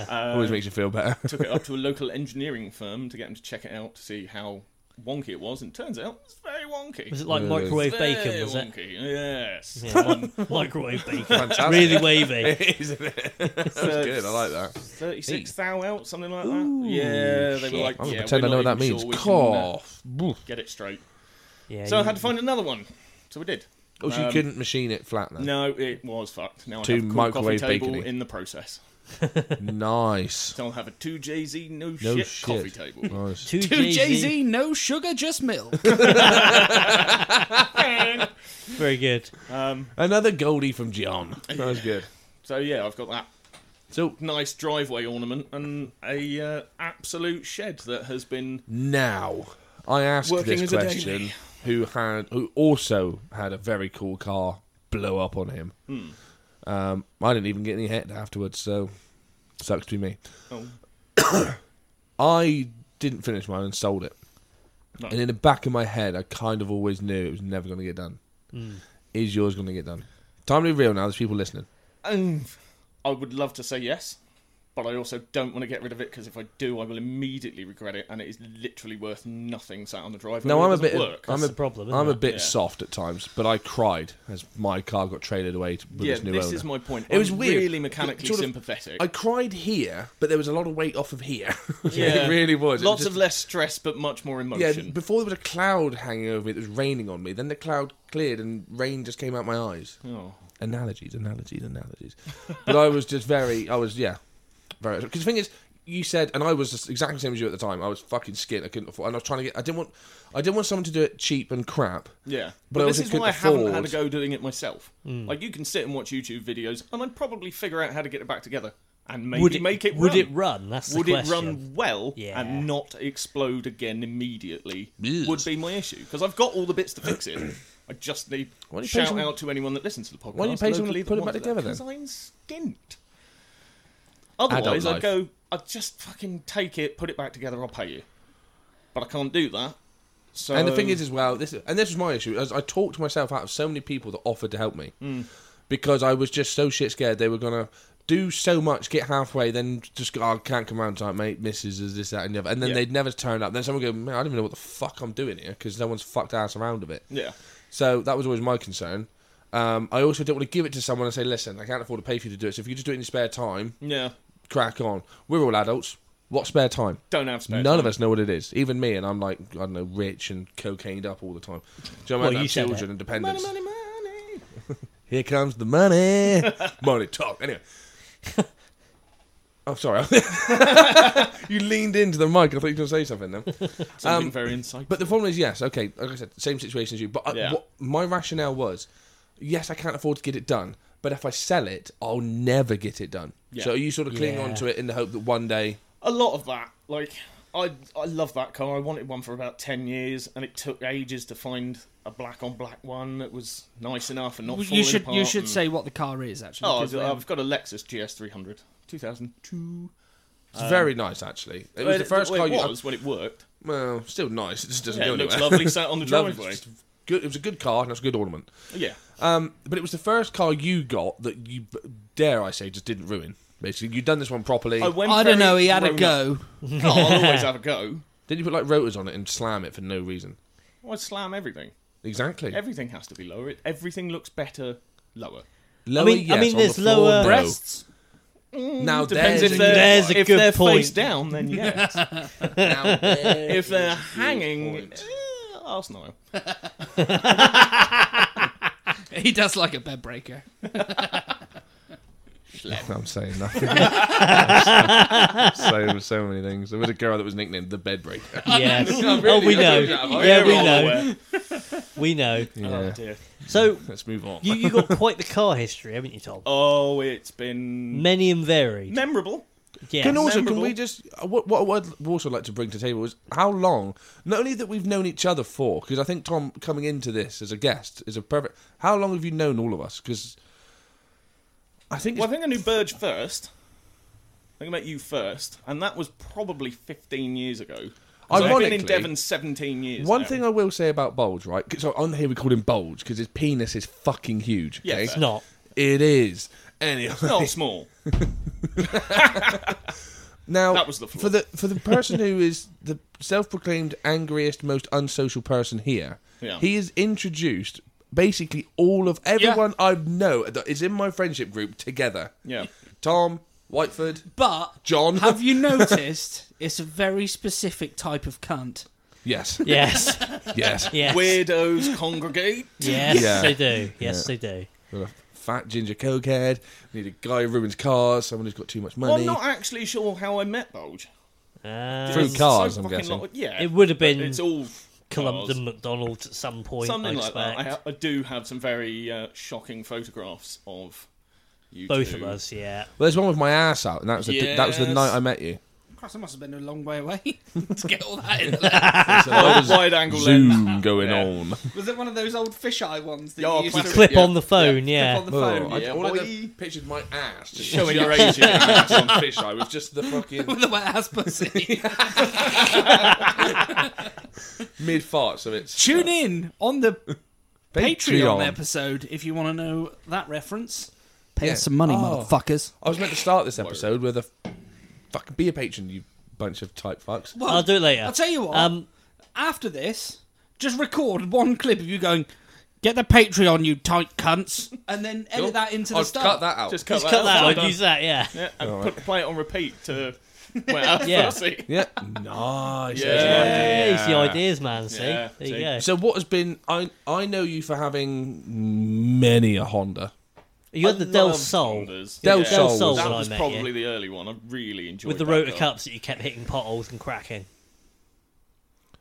[SPEAKER 1] always makes you feel better. (laughs)
[SPEAKER 4] took it up to a local engineering firm to get them to check it out to see how wonky it was. And turns out it's very wonky.
[SPEAKER 3] was it like
[SPEAKER 1] Yeah.
[SPEAKER 3] microwave
[SPEAKER 4] very
[SPEAKER 3] bacon? Was
[SPEAKER 4] (laughs)
[SPEAKER 3] it?
[SPEAKER 4] wonky. Yes.
[SPEAKER 3] Yeah,
[SPEAKER 1] (laughs)
[SPEAKER 3] microwave bacon.
[SPEAKER 1] Fantastic.
[SPEAKER 3] really wavy.
[SPEAKER 4] (laughs)
[SPEAKER 1] Isn't it? That's good. I like that.
[SPEAKER 4] 36 thou out, something like that. yeah, they
[SPEAKER 3] shit.
[SPEAKER 4] were like,
[SPEAKER 1] I'm gonna
[SPEAKER 4] yeah,
[SPEAKER 1] pretend
[SPEAKER 4] we're
[SPEAKER 1] I know what
[SPEAKER 4] not
[SPEAKER 1] that
[SPEAKER 4] even
[SPEAKER 1] means.
[SPEAKER 4] sure we can, uh,
[SPEAKER 1] Cough. Oof.
[SPEAKER 4] Get it straight.
[SPEAKER 3] Yeah.
[SPEAKER 4] So I
[SPEAKER 3] you-
[SPEAKER 4] had to find another one. So we did.
[SPEAKER 1] Oh, so you couldn't machine it flat then?
[SPEAKER 4] No, it was fucked. Now I
[SPEAKER 1] Two
[SPEAKER 4] have a cool coffee
[SPEAKER 1] microwave
[SPEAKER 4] table
[SPEAKER 1] bacony.
[SPEAKER 4] in the process.
[SPEAKER 1] (laughs) Nice.
[SPEAKER 4] So I'll have a 2JZ no,
[SPEAKER 1] No
[SPEAKER 4] shit,
[SPEAKER 1] shit.
[SPEAKER 4] coffee table.
[SPEAKER 1] Nice.
[SPEAKER 3] two
[SPEAKER 2] Two Jay Z, no sugar, just (laughs) milk.
[SPEAKER 3] Very good.
[SPEAKER 1] Another Goldie from John. That was good.
[SPEAKER 4] so yeah, I've got that
[SPEAKER 1] So
[SPEAKER 4] nice driveway ornament and a uh, absolute shed that has been
[SPEAKER 1] now I asked
[SPEAKER 4] Working
[SPEAKER 1] this
[SPEAKER 4] as a
[SPEAKER 1] question
[SPEAKER 4] daily.
[SPEAKER 1] who had who also had a very cool car blow up on him.
[SPEAKER 4] Hmm.
[SPEAKER 1] Um, I didn't even get any hit afterwards, so sucks to be me.
[SPEAKER 4] oh,
[SPEAKER 1] (coughs) I didn't finish mine and sold it.
[SPEAKER 4] No.
[SPEAKER 1] And in the back of my head, I kind of always knew it was never going to get done.
[SPEAKER 3] Hmm.
[SPEAKER 1] Is yours going to get done? Time to be real now. There's people listening.
[SPEAKER 4] Um, I would love to say yes, but I also don't want to get rid of it because if I do, I will immediately regret it, and it is literally worth nothing sat on the driveway.
[SPEAKER 1] No,
[SPEAKER 4] It
[SPEAKER 1] I'm a
[SPEAKER 4] doesn't
[SPEAKER 1] bit.
[SPEAKER 4] Work.
[SPEAKER 1] I'm
[SPEAKER 3] That's
[SPEAKER 1] a
[SPEAKER 3] the problem, isn't
[SPEAKER 1] I'm a
[SPEAKER 3] it?
[SPEAKER 1] bit
[SPEAKER 4] Yeah.
[SPEAKER 1] soft at times, but I cried as my car got tailored away to- with
[SPEAKER 4] yeah,
[SPEAKER 1] its new
[SPEAKER 4] this
[SPEAKER 1] owner.
[SPEAKER 4] is my point.
[SPEAKER 1] It was
[SPEAKER 4] I'm
[SPEAKER 1] weird.
[SPEAKER 4] Really mechanically
[SPEAKER 1] Sort of-
[SPEAKER 4] sympathetic.
[SPEAKER 1] I cried here, but there was a lot of weight off of here. (laughs)
[SPEAKER 4] Yeah.
[SPEAKER 1] it really was. It was
[SPEAKER 4] Lots
[SPEAKER 1] just-
[SPEAKER 4] of less stress, but much more
[SPEAKER 1] Yeah,
[SPEAKER 4] emotion.
[SPEAKER 1] before there was a cloud hanging over me that was raining on me. Then the cloud cleared and rain just came out my eyes.
[SPEAKER 4] Oh.
[SPEAKER 1] analogies, analogies, analogies. but I was just very, I was yeah, very. Because the thing is, you said, and I was just exactly the same as you at the time. I was fucking skint. I couldn't afford, and I was trying to get. I didn't want, I didn't want someone to do it cheap and crap.
[SPEAKER 4] Yeah,
[SPEAKER 1] But
[SPEAKER 4] but,
[SPEAKER 1] I
[SPEAKER 4] this
[SPEAKER 1] also
[SPEAKER 4] is why I
[SPEAKER 1] couldn't
[SPEAKER 4] haven't had a
[SPEAKER 1] afford- Hmm.
[SPEAKER 4] go doing it myself. Like you can sit and watch YouTube videos, and I'd probably figure out how to get it back together and maybe
[SPEAKER 3] Would it
[SPEAKER 4] make it
[SPEAKER 3] Would
[SPEAKER 4] run.
[SPEAKER 3] it run? That's the
[SPEAKER 4] Would it
[SPEAKER 3] question.
[SPEAKER 4] run well
[SPEAKER 3] Yeah.
[SPEAKER 4] and not explode again immediately?
[SPEAKER 1] Yes.
[SPEAKER 4] Would be my issue because I've got all the bits to
[SPEAKER 1] (clears throat)
[SPEAKER 4] fix it. I just need
[SPEAKER 1] Why don't you pay
[SPEAKER 4] shout
[SPEAKER 1] someone-
[SPEAKER 4] out to anyone that listens to the podcast.
[SPEAKER 1] don't you pay someone to
[SPEAKER 4] locally
[SPEAKER 1] put
[SPEAKER 4] that
[SPEAKER 1] it back
[SPEAKER 4] wants
[SPEAKER 1] together then?
[SPEAKER 4] Because I'm skint. Otherwise,
[SPEAKER 1] life.
[SPEAKER 4] I'd go. I'd just fucking take it, put it back together. I'll pay you, but I can't do that. So
[SPEAKER 1] And the thing is, as well, this and this was my issue. As I talked myself out of so many people that offered to help me
[SPEAKER 4] Hmm.
[SPEAKER 1] because I was just so shit scared they were gonna do so much, get halfway, then just go, oh, I can't come round time, mate. Misses is this, that, and the other, and then
[SPEAKER 4] Yeah.
[SPEAKER 1] they'd never turn up. Then someone would go, man, I don't even know what the fuck I'm doing here because no one's fucked ass around of it.
[SPEAKER 4] yeah,
[SPEAKER 1] So that was always my concern. Um, I also don't want to give it to someone and say, listen, I can't afford to pay for you to do it. So if you just do it in your spare time,
[SPEAKER 4] yeah.
[SPEAKER 1] crack on. We're all adults. What spare time?
[SPEAKER 4] Don't have spare.
[SPEAKER 1] None of us know what it is. Even me, and I'm like, I don't know, rich and cocained up all the time. Do you know what I
[SPEAKER 3] Well,
[SPEAKER 1] mean?
[SPEAKER 3] you
[SPEAKER 1] That
[SPEAKER 3] said
[SPEAKER 1] children
[SPEAKER 3] it.
[SPEAKER 1] and dependence.
[SPEAKER 4] money.
[SPEAKER 1] Here comes the money. money talk. Anyway. Oh, sorry. (laughs) you leaned into the mic. I thought you were going to say something then.
[SPEAKER 4] Something very insightful.
[SPEAKER 1] Um, But the problem is, yes, okay, like I said, same situation as you. But I,
[SPEAKER 4] Yeah.
[SPEAKER 1] what, my rationale was, yes, I can't afford to get it done, but if I sell it, I'll never get it done.
[SPEAKER 4] Yeah.
[SPEAKER 1] So are you sort of cling
[SPEAKER 3] Yeah.
[SPEAKER 1] on to it in the hope that one day,
[SPEAKER 4] a lot of that, like I, I love that car. I wanted one for about ten years, and it took ages to find a black on black one that was nice enough and not.
[SPEAKER 2] you
[SPEAKER 4] falling
[SPEAKER 2] should
[SPEAKER 4] apart
[SPEAKER 2] you should
[SPEAKER 4] and-
[SPEAKER 2] say what the car is actually.
[SPEAKER 4] Oh,
[SPEAKER 2] 'cause,
[SPEAKER 4] I've,
[SPEAKER 2] um,
[SPEAKER 4] I've got a Lexus GS 300, 2002.
[SPEAKER 1] it's very nice actually. It was
[SPEAKER 4] Well,
[SPEAKER 1] the first
[SPEAKER 4] well,
[SPEAKER 1] car
[SPEAKER 4] it
[SPEAKER 1] you.
[SPEAKER 4] was when it worked.
[SPEAKER 1] Well, still nice. It just doesn't
[SPEAKER 4] Yeah,
[SPEAKER 1] go
[SPEAKER 4] it looks
[SPEAKER 1] anywhere.
[SPEAKER 4] lovely
[SPEAKER 1] (laughs)
[SPEAKER 4] sat on the
[SPEAKER 1] Lovely.
[SPEAKER 4] driveway.
[SPEAKER 1] Just Good. It was a good car and it was a good ornament. (laughs)
[SPEAKER 4] Yeah,
[SPEAKER 1] Um, but it was the first car you got that you dare I say just didn't ruin. Basically, you'd done this one properly.
[SPEAKER 4] I went.
[SPEAKER 2] I don't
[SPEAKER 4] very
[SPEAKER 2] know. He had a
[SPEAKER 4] grown up.
[SPEAKER 2] go.
[SPEAKER 4] Oh, I'll always have a go.
[SPEAKER 1] Then you put like rotors on it and slam it for no reason.
[SPEAKER 4] I slam everything.
[SPEAKER 1] Exactly.
[SPEAKER 4] Everything has to be lower. It, everything looks better lower.
[SPEAKER 1] Lower,
[SPEAKER 3] mean- I
[SPEAKER 1] yes,
[SPEAKER 3] mean,
[SPEAKER 1] on the
[SPEAKER 3] there's
[SPEAKER 1] floor,
[SPEAKER 3] lower-
[SPEAKER 1] no.
[SPEAKER 2] Breasts. (laughs)
[SPEAKER 1] Now
[SPEAKER 4] Depends
[SPEAKER 1] there's
[SPEAKER 4] if
[SPEAKER 1] a-
[SPEAKER 4] they're,
[SPEAKER 3] There's a
[SPEAKER 4] if
[SPEAKER 3] good
[SPEAKER 4] they're face
[SPEAKER 3] point.
[SPEAKER 4] down,
[SPEAKER 1] (laughs)
[SPEAKER 4] then yes. (laughs) if they're hanging, (laughs)
[SPEAKER 1] point.
[SPEAKER 4] eh,
[SPEAKER 1] (laughs)
[SPEAKER 4] Arsenal.
[SPEAKER 2] He does like a bed breaker.
[SPEAKER 1] I'm
[SPEAKER 4] (laughs)
[SPEAKER 1] saying nothing. (laughs) so, so many things. There was a girl that was nicknamed the bed breaker.
[SPEAKER 4] (laughs)
[SPEAKER 3] Yes. oh,
[SPEAKER 1] really,
[SPEAKER 3] we know.
[SPEAKER 1] that's what I'm
[SPEAKER 3] Yeah, we
[SPEAKER 4] all
[SPEAKER 3] know.
[SPEAKER 4] aware.
[SPEAKER 3] We know.
[SPEAKER 4] Oh,
[SPEAKER 1] Yeah.
[SPEAKER 4] dear.
[SPEAKER 3] So
[SPEAKER 1] Let's move on.
[SPEAKER 3] you you got quite the car history, haven't you, Tom?
[SPEAKER 4] Oh, it's
[SPEAKER 3] (laughs)
[SPEAKER 4] been
[SPEAKER 3] Many and varied.
[SPEAKER 4] memorable.
[SPEAKER 3] Yeah.
[SPEAKER 1] Can also can
[SPEAKER 4] Memorable.
[SPEAKER 1] we just uh, what what I'd also like to bring to the table is how long not only that we've known each other for because I think Tom coming into this as a guest is a perfect. How long have you known all of us? Because I think
[SPEAKER 4] Well, I
[SPEAKER 1] it's-
[SPEAKER 4] think I knew Burge first. I think I met you first, and that was probably 15 years ago. 'Cause I've been in
[SPEAKER 1] Ironically,
[SPEAKER 4] Devon 17 years.
[SPEAKER 1] one
[SPEAKER 4] now. (laughs)
[SPEAKER 1] thing I will say about Bulge, right? 'cause- so on here we call him Bulge because his penis is fucking huge.
[SPEAKER 4] Yeah,
[SPEAKER 1] okay?
[SPEAKER 4] fair.
[SPEAKER 3] It's not.
[SPEAKER 1] It is. Anyway,
[SPEAKER 4] not small.
[SPEAKER 1] now
[SPEAKER 4] That was the flaw.
[SPEAKER 1] for the for the
[SPEAKER 4] (laughs)
[SPEAKER 1] person who is the self-proclaimed angriest, most unsocial person here.
[SPEAKER 4] Yeah.
[SPEAKER 1] He has introduced basically all of everyone I know that is in my friendship group together.
[SPEAKER 4] Yeah.
[SPEAKER 1] Tom Whiteford,
[SPEAKER 2] But
[SPEAKER 1] John.
[SPEAKER 2] have you noticed it's a very specific type of cunt?
[SPEAKER 1] (laughs) yes,
[SPEAKER 4] (laughs)
[SPEAKER 3] Yes.
[SPEAKER 1] (laughs) yes.
[SPEAKER 3] Yes.
[SPEAKER 4] Weirdos congregate.
[SPEAKER 3] Yes,
[SPEAKER 1] Yeah.
[SPEAKER 3] they do. Yes, they do.
[SPEAKER 1] Got a fat ginger cokehead. We need a guy who ruins cars. Someone who's got too much
[SPEAKER 4] Well,
[SPEAKER 1] (laughs)
[SPEAKER 4] I'm
[SPEAKER 1] money.
[SPEAKER 4] not actually sure how I met Bulge.
[SPEAKER 3] Um,
[SPEAKER 1] Through
[SPEAKER 4] It's
[SPEAKER 1] cars,
[SPEAKER 4] so
[SPEAKER 1] I'm
[SPEAKER 4] fucking
[SPEAKER 1] guessing.
[SPEAKER 4] lo- yeah,
[SPEAKER 3] It would have
[SPEAKER 4] but
[SPEAKER 3] been
[SPEAKER 4] It's all
[SPEAKER 3] Columbus
[SPEAKER 4] cars.
[SPEAKER 3] McDonald at some point.
[SPEAKER 4] Something
[SPEAKER 3] I
[SPEAKER 4] like that. I,
[SPEAKER 3] expect.
[SPEAKER 4] ha- I do have some very uh, shocking photographs of you
[SPEAKER 3] Both
[SPEAKER 4] two.
[SPEAKER 3] of us, yeah.
[SPEAKER 1] Well, there's one with my ass out, and that was the, that was the
[SPEAKER 4] Yes.
[SPEAKER 1] night I met
[SPEAKER 4] (laughs)
[SPEAKER 1] you.
[SPEAKER 2] Christ, I must have been a long way away (laughs) to get all that in there. (laughs)
[SPEAKER 1] So there was
[SPEAKER 4] Wide
[SPEAKER 1] (laughs)
[SPEAKER 4] angle lens.
[SPEAKER 1] Zoom going
[SPEAKER 4] Yeah.
[SPEAKER 1] on.
[SPEAKER 2] Was it one of those old fisheye ones that
[SPEAKER 4] Yeah,
[SPEAKER 2] you used
[SPEAKER 4] plastic.
[SPEAKER 2] to (laughs)
[SPEAKER 3] Clip
[SPEAKER 4] Yeah.
[SPEAKER 3] on the phone, yeah.
[SPEAKER 2] clip on the phone?
[SPEAKER 1] Oh, I,
[SPEAKER 4] Yeah,
[SPEAKER 1] all of the
[SPEAKER 4] boy.
[SPEAKER 1] pictures of my ass just
[SPEAKER 4] Showing your
[SPEAKER 1] age ass on fisheye with just the fucking
[SPEAKER 2] (laughs) With the wet ass
[SPEAKER 4] (laughs)
[SPEAKER 2] pussy.
[SPEAKER 1] mid farts of it.
[SPEAKER 2] Tune in on the Patreon, episode if you want to know that reference. Pay
[SPEAKER 1] Yeah.
[SPEAKER 2] us some money,
[SPEAKER 1] Oh.
[SPEAKER 2] motherfuckers.
[SPEAKER 1] I was meant to start this episode with a fucking be a patron, you bunch of type fucks.
[SPEAKER 2] Well,
[SPEAKER 3] I'll do it later.
[SPEAKER 2] I'll tell you what.
[SPEAKER 3] Um,
[SPEAKER 2] after this, just record one clip of you going, "Get the Patreon, you tight cunts," and then edit that into the
[SPEAKER 1] I'll
[SPEAKER 2] start.
[SPEAKER 1] cut that out.
[SPEAKER 4] Just cut
[SPEAKER 3] just
[SPEAKER 4] that
[SPEAKER 3] cut
[SPEAKER 4] out.
[SPEAKER 3] that
[SPEAKER 4] I'm
[SPEAKER 3] out.
[SPEAKER 4] done.
[SPEAKER 3] Use that, yeah.
[SPEAKER 4] Yeah, and put, play it on repeat to. (laughs) Well,
[SPEAKER 3] Yeah.
[SPEAKER 4] yeah. See.
[SPEAKER 1] Yeah, (laughs) nice.
[SPEAKER 4] Yeah.
[SPEAKER 1] There's an idea.
[SPEAKER 3] Hey, it's the ideas, man. See,
[SPEAKER 4] Yeah,
[SPEAKER 3] there you
[SPEAKER 4] see.
[SPEAKER 3] go.
[SPEAKER 1] So what has been? I I know you for having many a Honda.
[SPEAKER 3] You had the Del
[SPEAKER 4] Love
[SPEAKER 3] Sol
[SPEAKER 4] Saunders.
[SPEAKER 1] Del
[SPEAKER 4] Yeah.
[SPEAKER 1] Sol Sol was-
[SPEAKER 4] That
[SPEAKER 3] when I
[SPEAKER 4] was
[SPEAKER 3] met
[SPEAKER 4] probably
[SPEAKER 3] you.
[SPEAKER 4] the early one. I really enjoyed
[SPEAKER 3] with the
[SPEAKER 4] that
[SPEAKER 3] rotor
[SPEAKER 4] car.
[SPEAKER 3] cups that you kept hitting potholes and
[SPEAKER 4] (laughs)
[SPEAKER 3] cracking.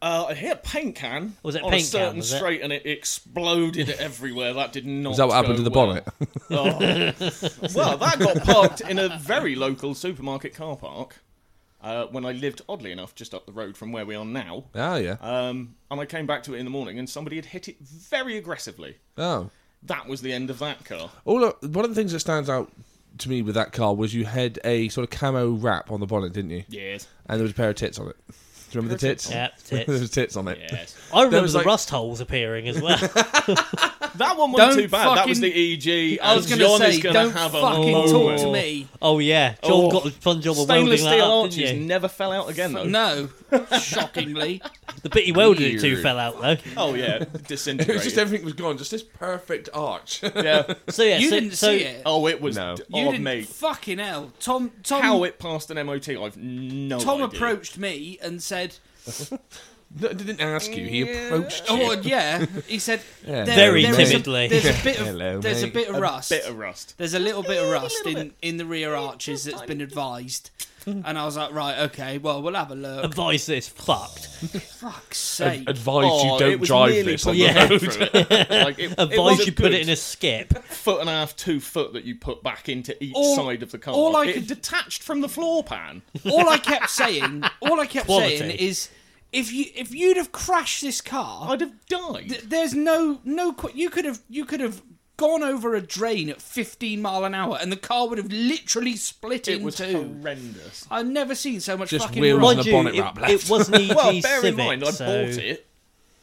[SPEAKER 4] Uh, I hit a paint can
[SPEAKER 3] Was it
[SPEAKER 4] on
[SPEAKER 3] paint
[SPEAKER 4] a
[SPEAKER 3] can,
[SPEAKER 4] certain
[SPEAKER 3] was it?
[SPEAKER 4] straight, and
[SPEAKER 3] (laughs)
[SPEAKER 4] it exploded everywhere. That did not.
[SPEAKER 1] Is that what happened
[SPEAKER 4] go
[SPEAKER 1] to the
[SPEAKER 4] well.
[SPEAKER 1] bonnet? (laughs)
[SPEAKER 4] Oh. (laughs) well, that got parked in a very local supermarket car park uh, when I lived, oddly enough, just up the road from where we are now.
[SPEAKER 1] oh yeah.
[SPEAKER 4] Um, and I came back to it in the morning, and somebody had hit it very aggressively.
[SPEAKER 1] Oh.
[SPEAKER 4] That was the end of that car.
[SPEAKER 1] All of, one of the things that stands out to me with that car was you had a sort of camo wrap on the bonnet, didn't you?
[SPEAKER 4] Yes.
[SPEAKER 1] And there was a pair of tits on it. Do you remember the tits?
[SPEAKER 3] Yeah,
[SPEAKER 1] (laughs) there
[SPEAKER 3] tits.
[SPEAKER 1] was tits on it.
[SPEAKER 4] Yes.
[SPEAKER 3] I remember
[SPEAKER 1] was
[SPEAKER 3] the
[SPEAKER 1] like-
[SPEAKER 3] rust holes appearing as well. (laughs)
[SPEAKER 4] That one wasn't
[SPEAKER 2] Don't
[SPEAKER 4] too bad. That was
[SPEAKER 2] fucking-
[SPEAKER 4] the E EG.
[SPEAKER 2] I was
[SPEAKER 4] going
[SPEAKER 2] gonna
[SPEAKER 4] to
[SPEAKER 2] say,
[SPEAKER 4] gonna
[SPEAKER 2] don't
[SPEAKER 4] have
[SPEAKER 2] fucking
[SPEAKER 4] a
[SPEAKER 2] talk to
[SPEAKER 4] moment.
[SPEAKER 2] me.
[SPEAKER 3] oh yeah, John
[SPEAKER 4] Oh.
[SPEAKER 3] got a fun job of welding
[SPEAKER 4] Stainless
[SPEAKER 3] that
[SPEAKER 4] steel
[SPEAKER 3] up,
[SPEAKER 4] arches
[SPEAKER 3] didn't you?
[SPEAKER 4] never fell out again, though.
[SPEAKER 2] No, shockingly,
[SPEAKER 3] The bit he welded it to
[SPEAKER 1] Weird.
[SPEAKER 3] fell out though.
[SPEAKER 2] (laughs)
[SPEAKER 4] Oh yeah,
[SPEAKER 1] It
[SPEAKER 4] disintegrated.
[SPEAKER 1] was just everything was gone. Just this perfect arch. (laughs)
[SPEAKER 4] yeah.
[SPEAKER 3] So yeah,
[SPEAKER 2] you
[SPEAKER 3] so,
[SPEAKER 2] didn't
[SPEAKER 3] so
[SPEAKER 2] see it.
[SPEAKER 4] Oh, it was.
[SPEAKER 1] No.
[SPEAKER 4] Oh,
[SPEAKER 2] you didn't.
[SPEAKER 4] mate.
[SPEAKER 2] Fucking hell, Tom. Tom.
[SPEAKER 4] How it passed an MOT, I've no
[SPEAKER 2] Tom
[SPEAKER 4] idea.
[SPEAKER 2] approached me and said,
[SPEAKER 1] No, I didn't ask you. He approached
[SPEAKER 2] "Oh
[SPEAKER 1] you.
[SPEAKER 2] well, yeah." He said,
[SPEAKER 1] Yeah.
[SPEAKER 2] there-
[SPEAKER 3] Very
[SPEAKER 2] there is a-
[SPEAKER 3] timidly.
[SPEAKER 2] there's a bit of
[SPEAKER 1] Hello,
[SPEAKER 2] there's a
[SPEAKER 1] mate.
[SPEAKER 2] bit of rust.
[SPEAKER 4] Bit of rust.
[SPEAKER 2] There's a little bit of rust in, in the rear arches that's been advised. And I was like, right, okay, well, we'll have a look.
[SPEAKER 3] advice that is fucked.
[SPEAKER 2] Fuck's sake.
[SPEAKER 1] Advise
[SPEAKER 4] oh,
[SPEAKER 1] you
[SPEAKER 4] it
[SPEAKER 1] don't
[SPEAKER 4] was
[SPEAKER 1] drive
[SPEAKER 4] nearly
[SPEAKER 1] this
[SPEAKER 4] put
[SPEAKER 1] on
[SPEAKER 4] me
[SPEAKER 1] the
[SPEAKER 3] Yeah.
[SPEAKER 4] through it. (laughs) like, it,
[SPEAKER 3] (laughs)
[SPEAKER 4] it was
[SPEAKER 3] Advice
[SPEAKER 4] a
[SPEAKER 3] you put
[SPEAKER 4] good
[SPEAKER 3] it in a skip.
[SPEAKER 4] foot and a half, two foot that you put back into each
[SPEAKER 2] All-
[SPEAKER 4] side of the car.
[SPEAKER 2] all I
[SPEAKER 4] it
[SPEAKER 2] could-
[SPEAKER 4] detached from the floor pan.
[SPEAKER 2] all I kept saying, all I kept
[SPEAKER 3] Quality.
[SPEAKER 2] saying is, if you if you'd have crashed this car,
[SPEAKER 4] (laughs) I'd have died.
[SPEAKER 2] th- there's no no qu- you could have you could have gone over a drain at 15 mile an hour, and the car would have literally split
[SPEAKER 4] it
[SPEAKER 2] in
[SPEAKER 4] was
[SPEAKER 2] two.
[SPEAKER 4] horrendous.
[SPEAKER 2] I've never seen so much
[SPEAKER 1] Just
[SPEAKER 2] fucking
[SPEAKER 1] wheels
[SPEAKER 2] rust.
[SPEAKER 1] on
[SPEAKER 3] Mind
[SPEAKER 1] the
[SPEAKER 3] you,
[SPEAKER 1] bonnet
[SPEAKER 3] it,
[SPEAKER 1] wrap
[SPEAKER 3] it
[SPEAKER 1] left.
[SPEAKER 3] was
[SPEAKER 4] (laughs)
[SPEAKER 3] an EG
[SPEAKER 4] Well, bear
[SPEAKER 3] Civic,
[SPEAKER 4] in mind, I
[SPEAKER 3] E so
[SPEAKER 4] bought it,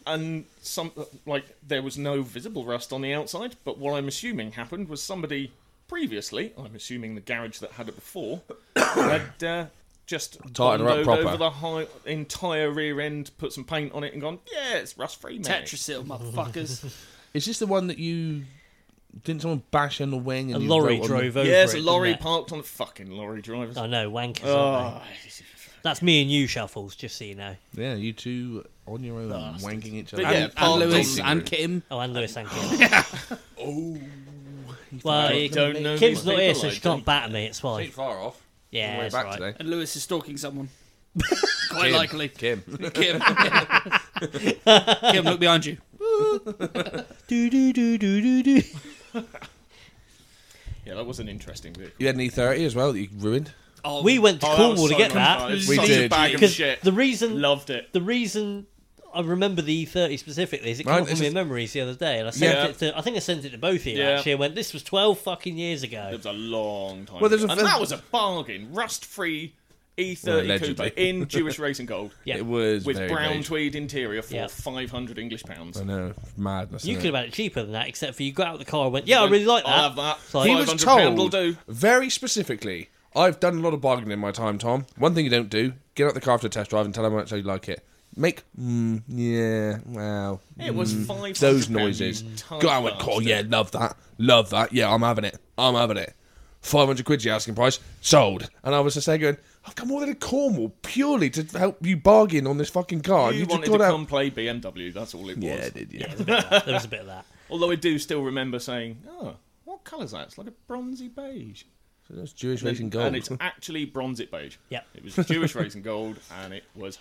[SPEAKER 4] and some like there was no visible rust on the outside. But what I'm assuming happened was somebody previously, I'm assuming the garage that had it before, (coughs) had uh, just
[SPEAKER 1] Tightened her up
[SPEAKER 4] bondoed
[SPEAKER 1] proper.
[SPEAKER 4] over the high, entire rear end, put some paint on it, and gone, yeah, it's rust free, mate.
[SPEAKER 2] Tetrasil, motherfuckers.
[SPEAKER 1] Is this the one that you didn't someone bash on the wing and
[SPEAKER 3] a
[SPEAKER 1] you
[SPEAKER 3] lorry
[SPEAKER 1] wrote on
[SPEAKER 3] drove over.
[SPEAKER 4] Yes,
[SPEAKER 3] it,
[SPEAKER 4] a
[SPEAKER 3] didn't
[SPEAKER 4] lorry
[SPEAKER 3] it?
[SPEAKER 4] parked on the fucking lorry drivers.
[SPEAKER 3] I know wankers. aren't
[SPEAKER 4] Oh,
[SPEAKER 3] they? That's me and you shuffles, just so you know.
[SPEAKER 1] The, yeah, you two on your own wanking each other.
[SPEAKER 4] But yeah,
[SPEAKER 1] And-
[SPEAKER 4] Paul
[SPEAKER 2] and Lewis
[SPEAKER 4] Dawson.
[SPEAKER 2] and Kim.
[SPEAKER 3] Oh, and Lewis, thank you. oh, well, you-
[SPEAKER 4] don't know
[SPEAKER 3] Kim's
[SPEAKER 4] these
[SPEAKER 3] not here,
[SPEAKER 4] people,
[SPEAKER 3] so
[SPEAKER 4] I
[SPEAKER 3] she
[SPEAKER 4] don't.
[SPEAKER 3] can't batter me. It's
[SPEAKER 1] Ain't
[SPEAKER 3] fine.
[SPEAKER 1] far off.
[SPEAKER 3] Yeah,
[SPEAKER 1] Way
[SPEAKER 3] it's
[SPEAKER 1] back
[SPEAKER 3] right.
[SPEAKER 1] today.
[SPEAKER 2] And Lewis is stalking someone. Quite
[SPEAKER 1] Kim.
[SPEAKER 2] likely.
[SPEAKER 1] Kim. (laughs)
[SPEAKER 2] Kim. Kim, look behind you.
[SPEAKER 3] Do do do do do do.
[SPEAKER 4] Yeah, that was an interesting vehicle.
[SPEAKER 1] You had an E30 as E well that you ruined.
[SPEAKER 2] Oh,
[SPEAKER 3] We went to
[SPEAKER 4] Oh, that
[SPEAKER 3] Cornwall
[SPEAKER 4] was
[SPEAKER 3] to
[SPEAKER 4] so
[SPEAKER 3] get
[SPEAKER 4] much fun. It
[SPEAKER 3] that
[SPEAKER 4] was
[SPEAKER 1] We
[SPEAKER 4] such
[SPEAKER 1] did.
[SPEAKER 4] A bag of
[SPEAKER 3] because
[SPEAKER 4] shit.
[SPEAKER 3] the reason
[SPEAKER 4] Loved it.
[SPEAKER 3] the reason I remember the E30 specifically is it came
[SPEAKER 1] Right,
[SPEAKER 3] up
[SPEAKER 1] this
[SPEAKER 3] in my
[SPEAKER 1] is-
[SPEAKER 3] memories the other day, and I sent
[SPEAKER 4] Yeah.
[SPEAKER 3] it to I think I sent it to both of you
[SPEAKER 4] Yeah.
[SPEAKER 3] actually. and went, this was twelve fucking years
[SPEAKER 4] It
[SPEAKER 3] ago.
[SPEAKER 4] was a long time.
[SPEAKER 1] Well, there's
[SPEAKER 4] ago.
[SPEAKER 1] a-
[SPEAKER 4] and that was a bargain. Rust free E30
[SPEAKER 1] Well, allegedly.
[SPEAKER 4] Cooper
[SPEAKER 3] (laughs)
[SPEAKER 4] in Jewish Racing Gold.
[SPEAKER 3] Yeah.
[SPEAKER 1] It was
[SPEAKER 4] With
[SPEAKER 1] very
[SPEAKER 4] brown
[SPEAKER 1] vague.
[SPEAKER 4] tweed interior for
[SPEAKER 3] Yeah.
[SPEAKER 4] 500 English pounds.
[SPEAKER 1] I know madness.
[SPEAKER 3] You
[SPEAKER 1] isn't
[SPEAKER 3] could have
[SPEAKER 1] it?
[SPEAKER 3] had it cheaper than that, except for you got out of the car and went, yeah, I really like that.
[SPEAKER 4] I'll have that.
[SPEAKER 3] It's like-
[SPEAKER 1] He
[SPEAKER 4] He
[SPEAKER 1] was
[SPEAKER 4] 500 pound will
[SPEAKER 1] told
[SPEAKER 4] do.
[SPEAKER 1] very specifically. I've done a lot of bargaining in my time, Tom. One thing you don't do: get out the car after a test drive and tell them how much you like it. Make mm, yeah, wow.
[SPEAKER 4] It was
[SPEAKER 1] mm,
[SPEAKER 4] 500
[SPEAKER 1] those
[SPEAKER 4] pound,
[SPEAKER 1] noises.
[SPEAKER 4] you tight
[SPEAKER 1] Go out and call,
[SPEAKER 4] bastard.
[SPEAKER 1] yeah, love that, love that. Yeah, I'm having it. I'm having it. Five hundred quid, your asking price, sold. And I was just there going, I've come all the way to Cornwall purely to help you bargain on this fucking car.
[SPEAKER 4] You,
[SPEAKER 1] You, just
[SPEAKER 4] wanted
[SPEAKER 1] got
[SPEAKER 4] to
[SPEAKER 1] out.
[SPEAKER 4] come play BMW. That's all it was.
[SPEAKER 1] yeah, I did yeah.
[SPEAKER 3] there was a bit of that.
[SPEAKER 4] Although I do still remember saying, "Oh, what colour's that? It's like a bronzy beige."
[SPEAKER 1] So that's Jewish racing
[SPEAKER 4] And,
[SPEAKER 1] gold.
[SPEAKER 4] and it's actually bronzy beige.
[SPEAKER 3] Yep.
[SPEAKER 4] It was Jewish racing gold, and it
[SPEAKER 3] (laughs)
[SPEAKER 4] was.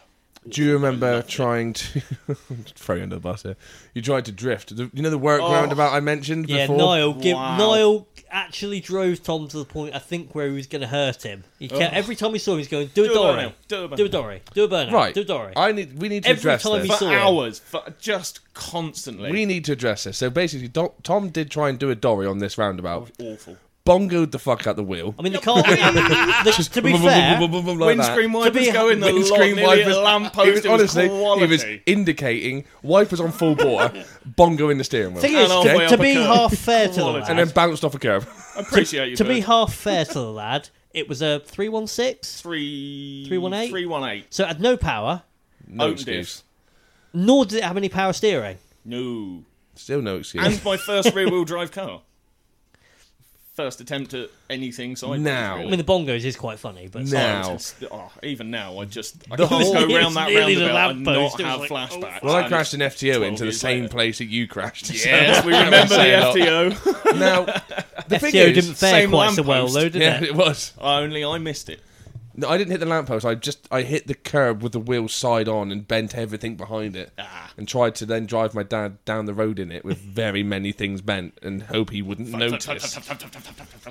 [SPEAKER 1] Do you remember trying to (laughs) throw you under the bus here? You tried to drift. The- you know the work
[SPEAKER 4] Oh.
[SPEAKER 1] roundabout I mentioned
[SPEAKER 3] Yeah,
[SPEAKER 1] before.
[SPEAKER 3] Niall, give,
[SPEAKER 4] Wow.
[SPEAKER 3] Niall actually drove Tom to the point I think where he was going to hurt him. He kept, every time he saw him, he was going, "Do a
[SPEAKER 4] Oh. Do a
[SPEAKER 3] dory,
[SPEAKER 4] burnout, do a burnout."
[SPEAKER 3] do a dory, do a burnout,
[SPEAKER 1] right.
[SPEAKER 3] do a dory."
[SPEAKER 1] I need. We need to
[SPEAKER 3] Every
[SPEAKER 1] address
[SPEAKER 3] time he
[SPEAKER 1] this.
[SPEAKER 4] For
[SPEAKER 3] saw it.
[SPEAKER 4] hours, for just constantly.
[SPEAKER 1] We need to address this. So basically, Do- Tom did try and do a dolly on this roundabout.
[SPEAKER 4] Awful.
[SPEAKER 1] Bongoed the fuck out the wheel.
[SPEAKER 3] Oh. I mean,
[SPEAKER 4] (laughs)
[SPEAKER 3] the car. the,
[SPEAKER 1] (laughs)
[SPEAKER 3] to be fair,
[SPEAKER 1] Like that.
[SPEAKER 4] windscreen wipers
[SPEAKER 3] be-
[SPEAKER 4] go in the lot,
[SPEAKER 1] windscreen
[SPEAKER 4] nearly
[SPEAKER 1] wipers.
[SPEAKER 4] a
[SPEAKER 1] He
[SPEAKER 4] lamppost.
[SPEAKER 1] was,
[SPEAKER 4] It was
[SPEAKER 1] honestly,
[SPEAKER 4] quality.
[SPEAKER 1] he was indicating wipers on full
[SPEAKER 3] (laughs)
[SPEAKER 1] bore, bongo in the steering wheel,
[SPEAKER 3] thing is,
[SPEAKER 4] And
[SPEAKER 3] to,
[SPEAKER 4] halfway
[SPEAKER 3] to
[SPEAKER 4] up a
[SPEAKER 3] be
[SPEAKER 4] curve.
[SPEAKER 3] half fair to the
[SPEAKER 4] Quality.
[SPEAKER 3] lad,
[SPEAKER 1] and then bounced off a curb.
[SPEAKER 3] (laughs)
[SPEAKER 4] Appreciate you.
[SPEAKER 3] to be
[SPEAKER 4] bud.
[SPEAKER 3] half fair to the lad, it was a three one six,
[SPEAKER 4] three
[SPEAKER 3] 318?
[SPEAKER 4] Three one eight.
[SPEAKER 3] so it had no power,
[SPEAKER 1] No
[SPEAKER 4] Own
[SPEAKER 1] excuse.
[SPEAKER 4] diffs.
[SPEAKER 3] nor did it have any power steering.
[SPEAKER 4] No.
[SPEAKER 1] Still no excuse.
[SPEAKER 4] And my first rear-wheel drive car. First attempt at anything sideways.
[SPEAKER 1] Now.
[SPEAKER 4] really.
[SPEAKER 3] I mean, the bongos is quite funny, but
[SPEAKER 1] No.
[SPEAKER 4] Oh,
[SPEAKER 1] Now.
[SPEAKER 4] it's- it's- oh, even now, I just I
[SPEAKER 1] The
[SPEAKER 4] can't
[SPEAKER 1] whole-
[SPEAKER 4] go round
[SPEAKER 3] It's
[SPEAKER 4] that
[SPEAKER 3] nearly the
[SPEAKER 4] roundabout and not
[SPEAKER 3] lamppost. It was
[SPEAKER 4] have
[SPEAKER 3] like,
[SPEAKER 4] flashbacks.
[SPEAKER 1] well, I
[SPEAKER 4] And
[SPEAKER 1] crashed an FTO
[SPEAKER 4] 12
[SPEAKER 1] into the
[SPEAKER 4] years
[SPEAKER 1] same
[SPEAKER 4] later.
[SPEAKER 1] place that you crashed. (laughs)
[SPEAKER 4] Yes, we remember the FTO.
[SPEAKER 1] So,
[SPEAKER 4] (laughs)
[SPEAKER 1] now, the
[SPEAKER 3] FTO
[SPEAKER 1] thing is-
[SPEAKER 3] didn't fare
[SPEAKER 4] same
[SPEAKER 3] quite so well
[SPEAKER 4] lamppost.
[SPEAKER 3] though, did
[SPEAKER 1] Yeah,
[SPEAKER 3] it? (laughs)
[SPEAKER 1] it was.
[SPEAKER 4] Only I missed it.
[SPEAKER 1] No, I didn't hit the lamppost. I just I hit the curb with the wheel side on and bent everything behind it,
[SPEAKER 4] Ah.
[SPEAKER 1] and tried to then drive my dad down the road in it
[SPEAKER 4] (laughs)
[SPEAKER 1] with very many things bent and hope he wouldn't notice.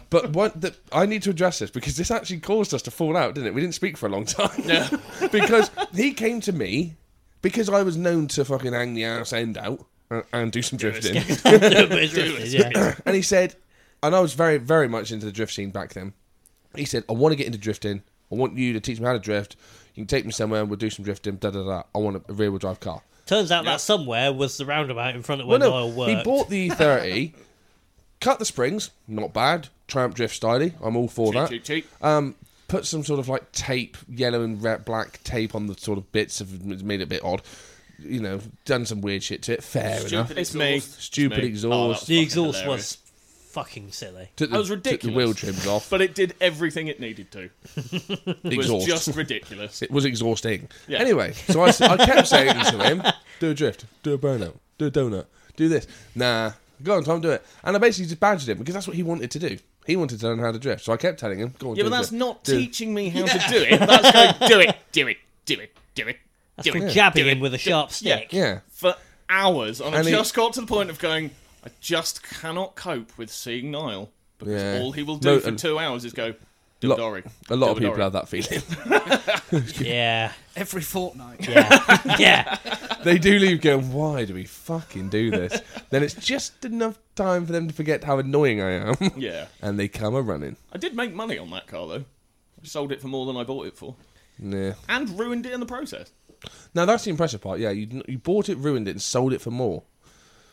[SPEAKER 1] But what the, I need to address this because this actually caused us to fall out, didn't it? We didn't speak for a long time. Yeah. (laughs) because he came to me because I was known to fucking hang the ass end out uh, and do some drifting.
[SPEAKER 3] But
[SPEAKER 4] (laughs)
[SPEAKER 3] it's drifted, yeah.
[SPEAKER 1] (clears throat) And he said, and I was very, very much into the drift scene back then. He said, I want to get into drifting. I want you to teach me how to drift. You can take me somewhere and we'll do some drifting. Da da da. I want a rear wheel drive car.
[SPEAKER 3] Turns out that somewhere was the roundabout in front of where
[SPEAKER 1] Well,
[SPEAKER 3] Niall
[SPEAKER 1] no,
[SPEAKER 3] worked.
[SPEAKER 1] he bought the E30, cut the springs, not bad. Tramp drift styly. I'm all for that.
[SPEAKER 4] Cheap, cheap, cheap.
[SPEAKER 1] Um, put some sort of like tape, yellow and red, black tape on the sort of bits of made it a bit odd. You know, done some weird shit to it. Fair enough.
[SPEAKER 4] Stupid it's me.
[SPEAKER 1] Stupid
[SPEAKER 4] It's me. Oh,
[SPEAKER 1] exhaust.
[SPEAKER 4] that
[SPEAKER 3] The
[SPEAKER 4] fucking
[SPEAKER 3] exhaust
[SPEAKER 4] hilarious.
[SPEAKER 3] was fucking silly.
[SPEAKER 1] Took the,
[SPEAKER 4] That was
[SPEAKER 1] took
[SPEAKER 4] ridiculous.
[SPEAKER 1] the wheel trims off.
[SPEAKER 4] But it did everything it needed to. (laughs) It was
[SPEAKER 1] exhaust.
[SPEAKER 4] just ridiculous.
[SPEAKER 1] It was exhausting.
[SPEAKER 4] Yeah.
[SPEAKER 1] Anyway, so I, s- I
[SPEAKER 4] (laughs)
[SPEAKER 1] kept saying to him, do a drift, do a burnout, do a donut, do this. Nah, go on, Tom, do it. And I basically just badgered him because that's what he wanted to do. He wanted to learn how to drift. So I kept telling him, go on,
[SPEAKER 4] Yeah,
[SPEAKER 1] do
[SPEAKER 4] but
[SPEAKER 1] a
[SPEAKER 4] that's
[SPEAKER 1] drift,
[SPEAKER 4] not
[SPEAKER 1] do-
[SPEAKER 4] teaching me how to do it.
[SPEAKER 1] (laughs)
[SPEAKER 4] That's going, do it, do it, do it, do it.
[SPEAKER 3] That's
[SPEAKER 4] do
[SPEAKER 3] called
[SPEAKER 4] it,
[SPEAKER 3] jabbing
[SPEAKER 4] do it,
[SPEAKER 3] him with a
[SPEAKER 4] do-
[SPEAKER 3] sharp stick.
[SPEAKER 1] Yeah.
[SPEAKER 4] for hours, and,
[SPEAKER 1] And
[SPEAKER 4] I
[SPEAKER 1] he-
[SPEAKER 4] just got to the point of going, I just cannot cope with seeing Niall because
[SPEAKER 1] Yeah.
[SPEAKER 4] all he will
[SPEAKER 1] No,
[SPEAKER 4] do for
[SPEAKER 1] and-
[SPEAKER 4] two hours is go. Do
[SPEAKER 1] Lot-
[SPEAKER 4] a Dory.
[SPEAKER 1] A lot
[SPEAKER 4] Do
[SPEAKER 1] of people
[SPEAKER 4] Dory."
[SPEAKER 1] have that feeling. (laughs)
[SPEAKER 3] Yeah,
[SPEAKER 2] every fortnight.
[SPEAKER 3] yeah, yeah.
[SPEAKER 1] they do leave going, why do we fucking do this? then it's just enough time for them to forget how annoying I am. (laughs)
[SPEAKER 4] Yeah,
[SPEAKER 1] and they come a running.
[SPEAKER 4] I did make money on that car though. I sold it for more than I bought it for,
[SPEAKER 1] Yeah.
[SPEAKER 4] and ruined it in the process.
[SPEAKER 1] Now that's the impressive part. Yeah, you, you bought it, ruined it, and sold it for more.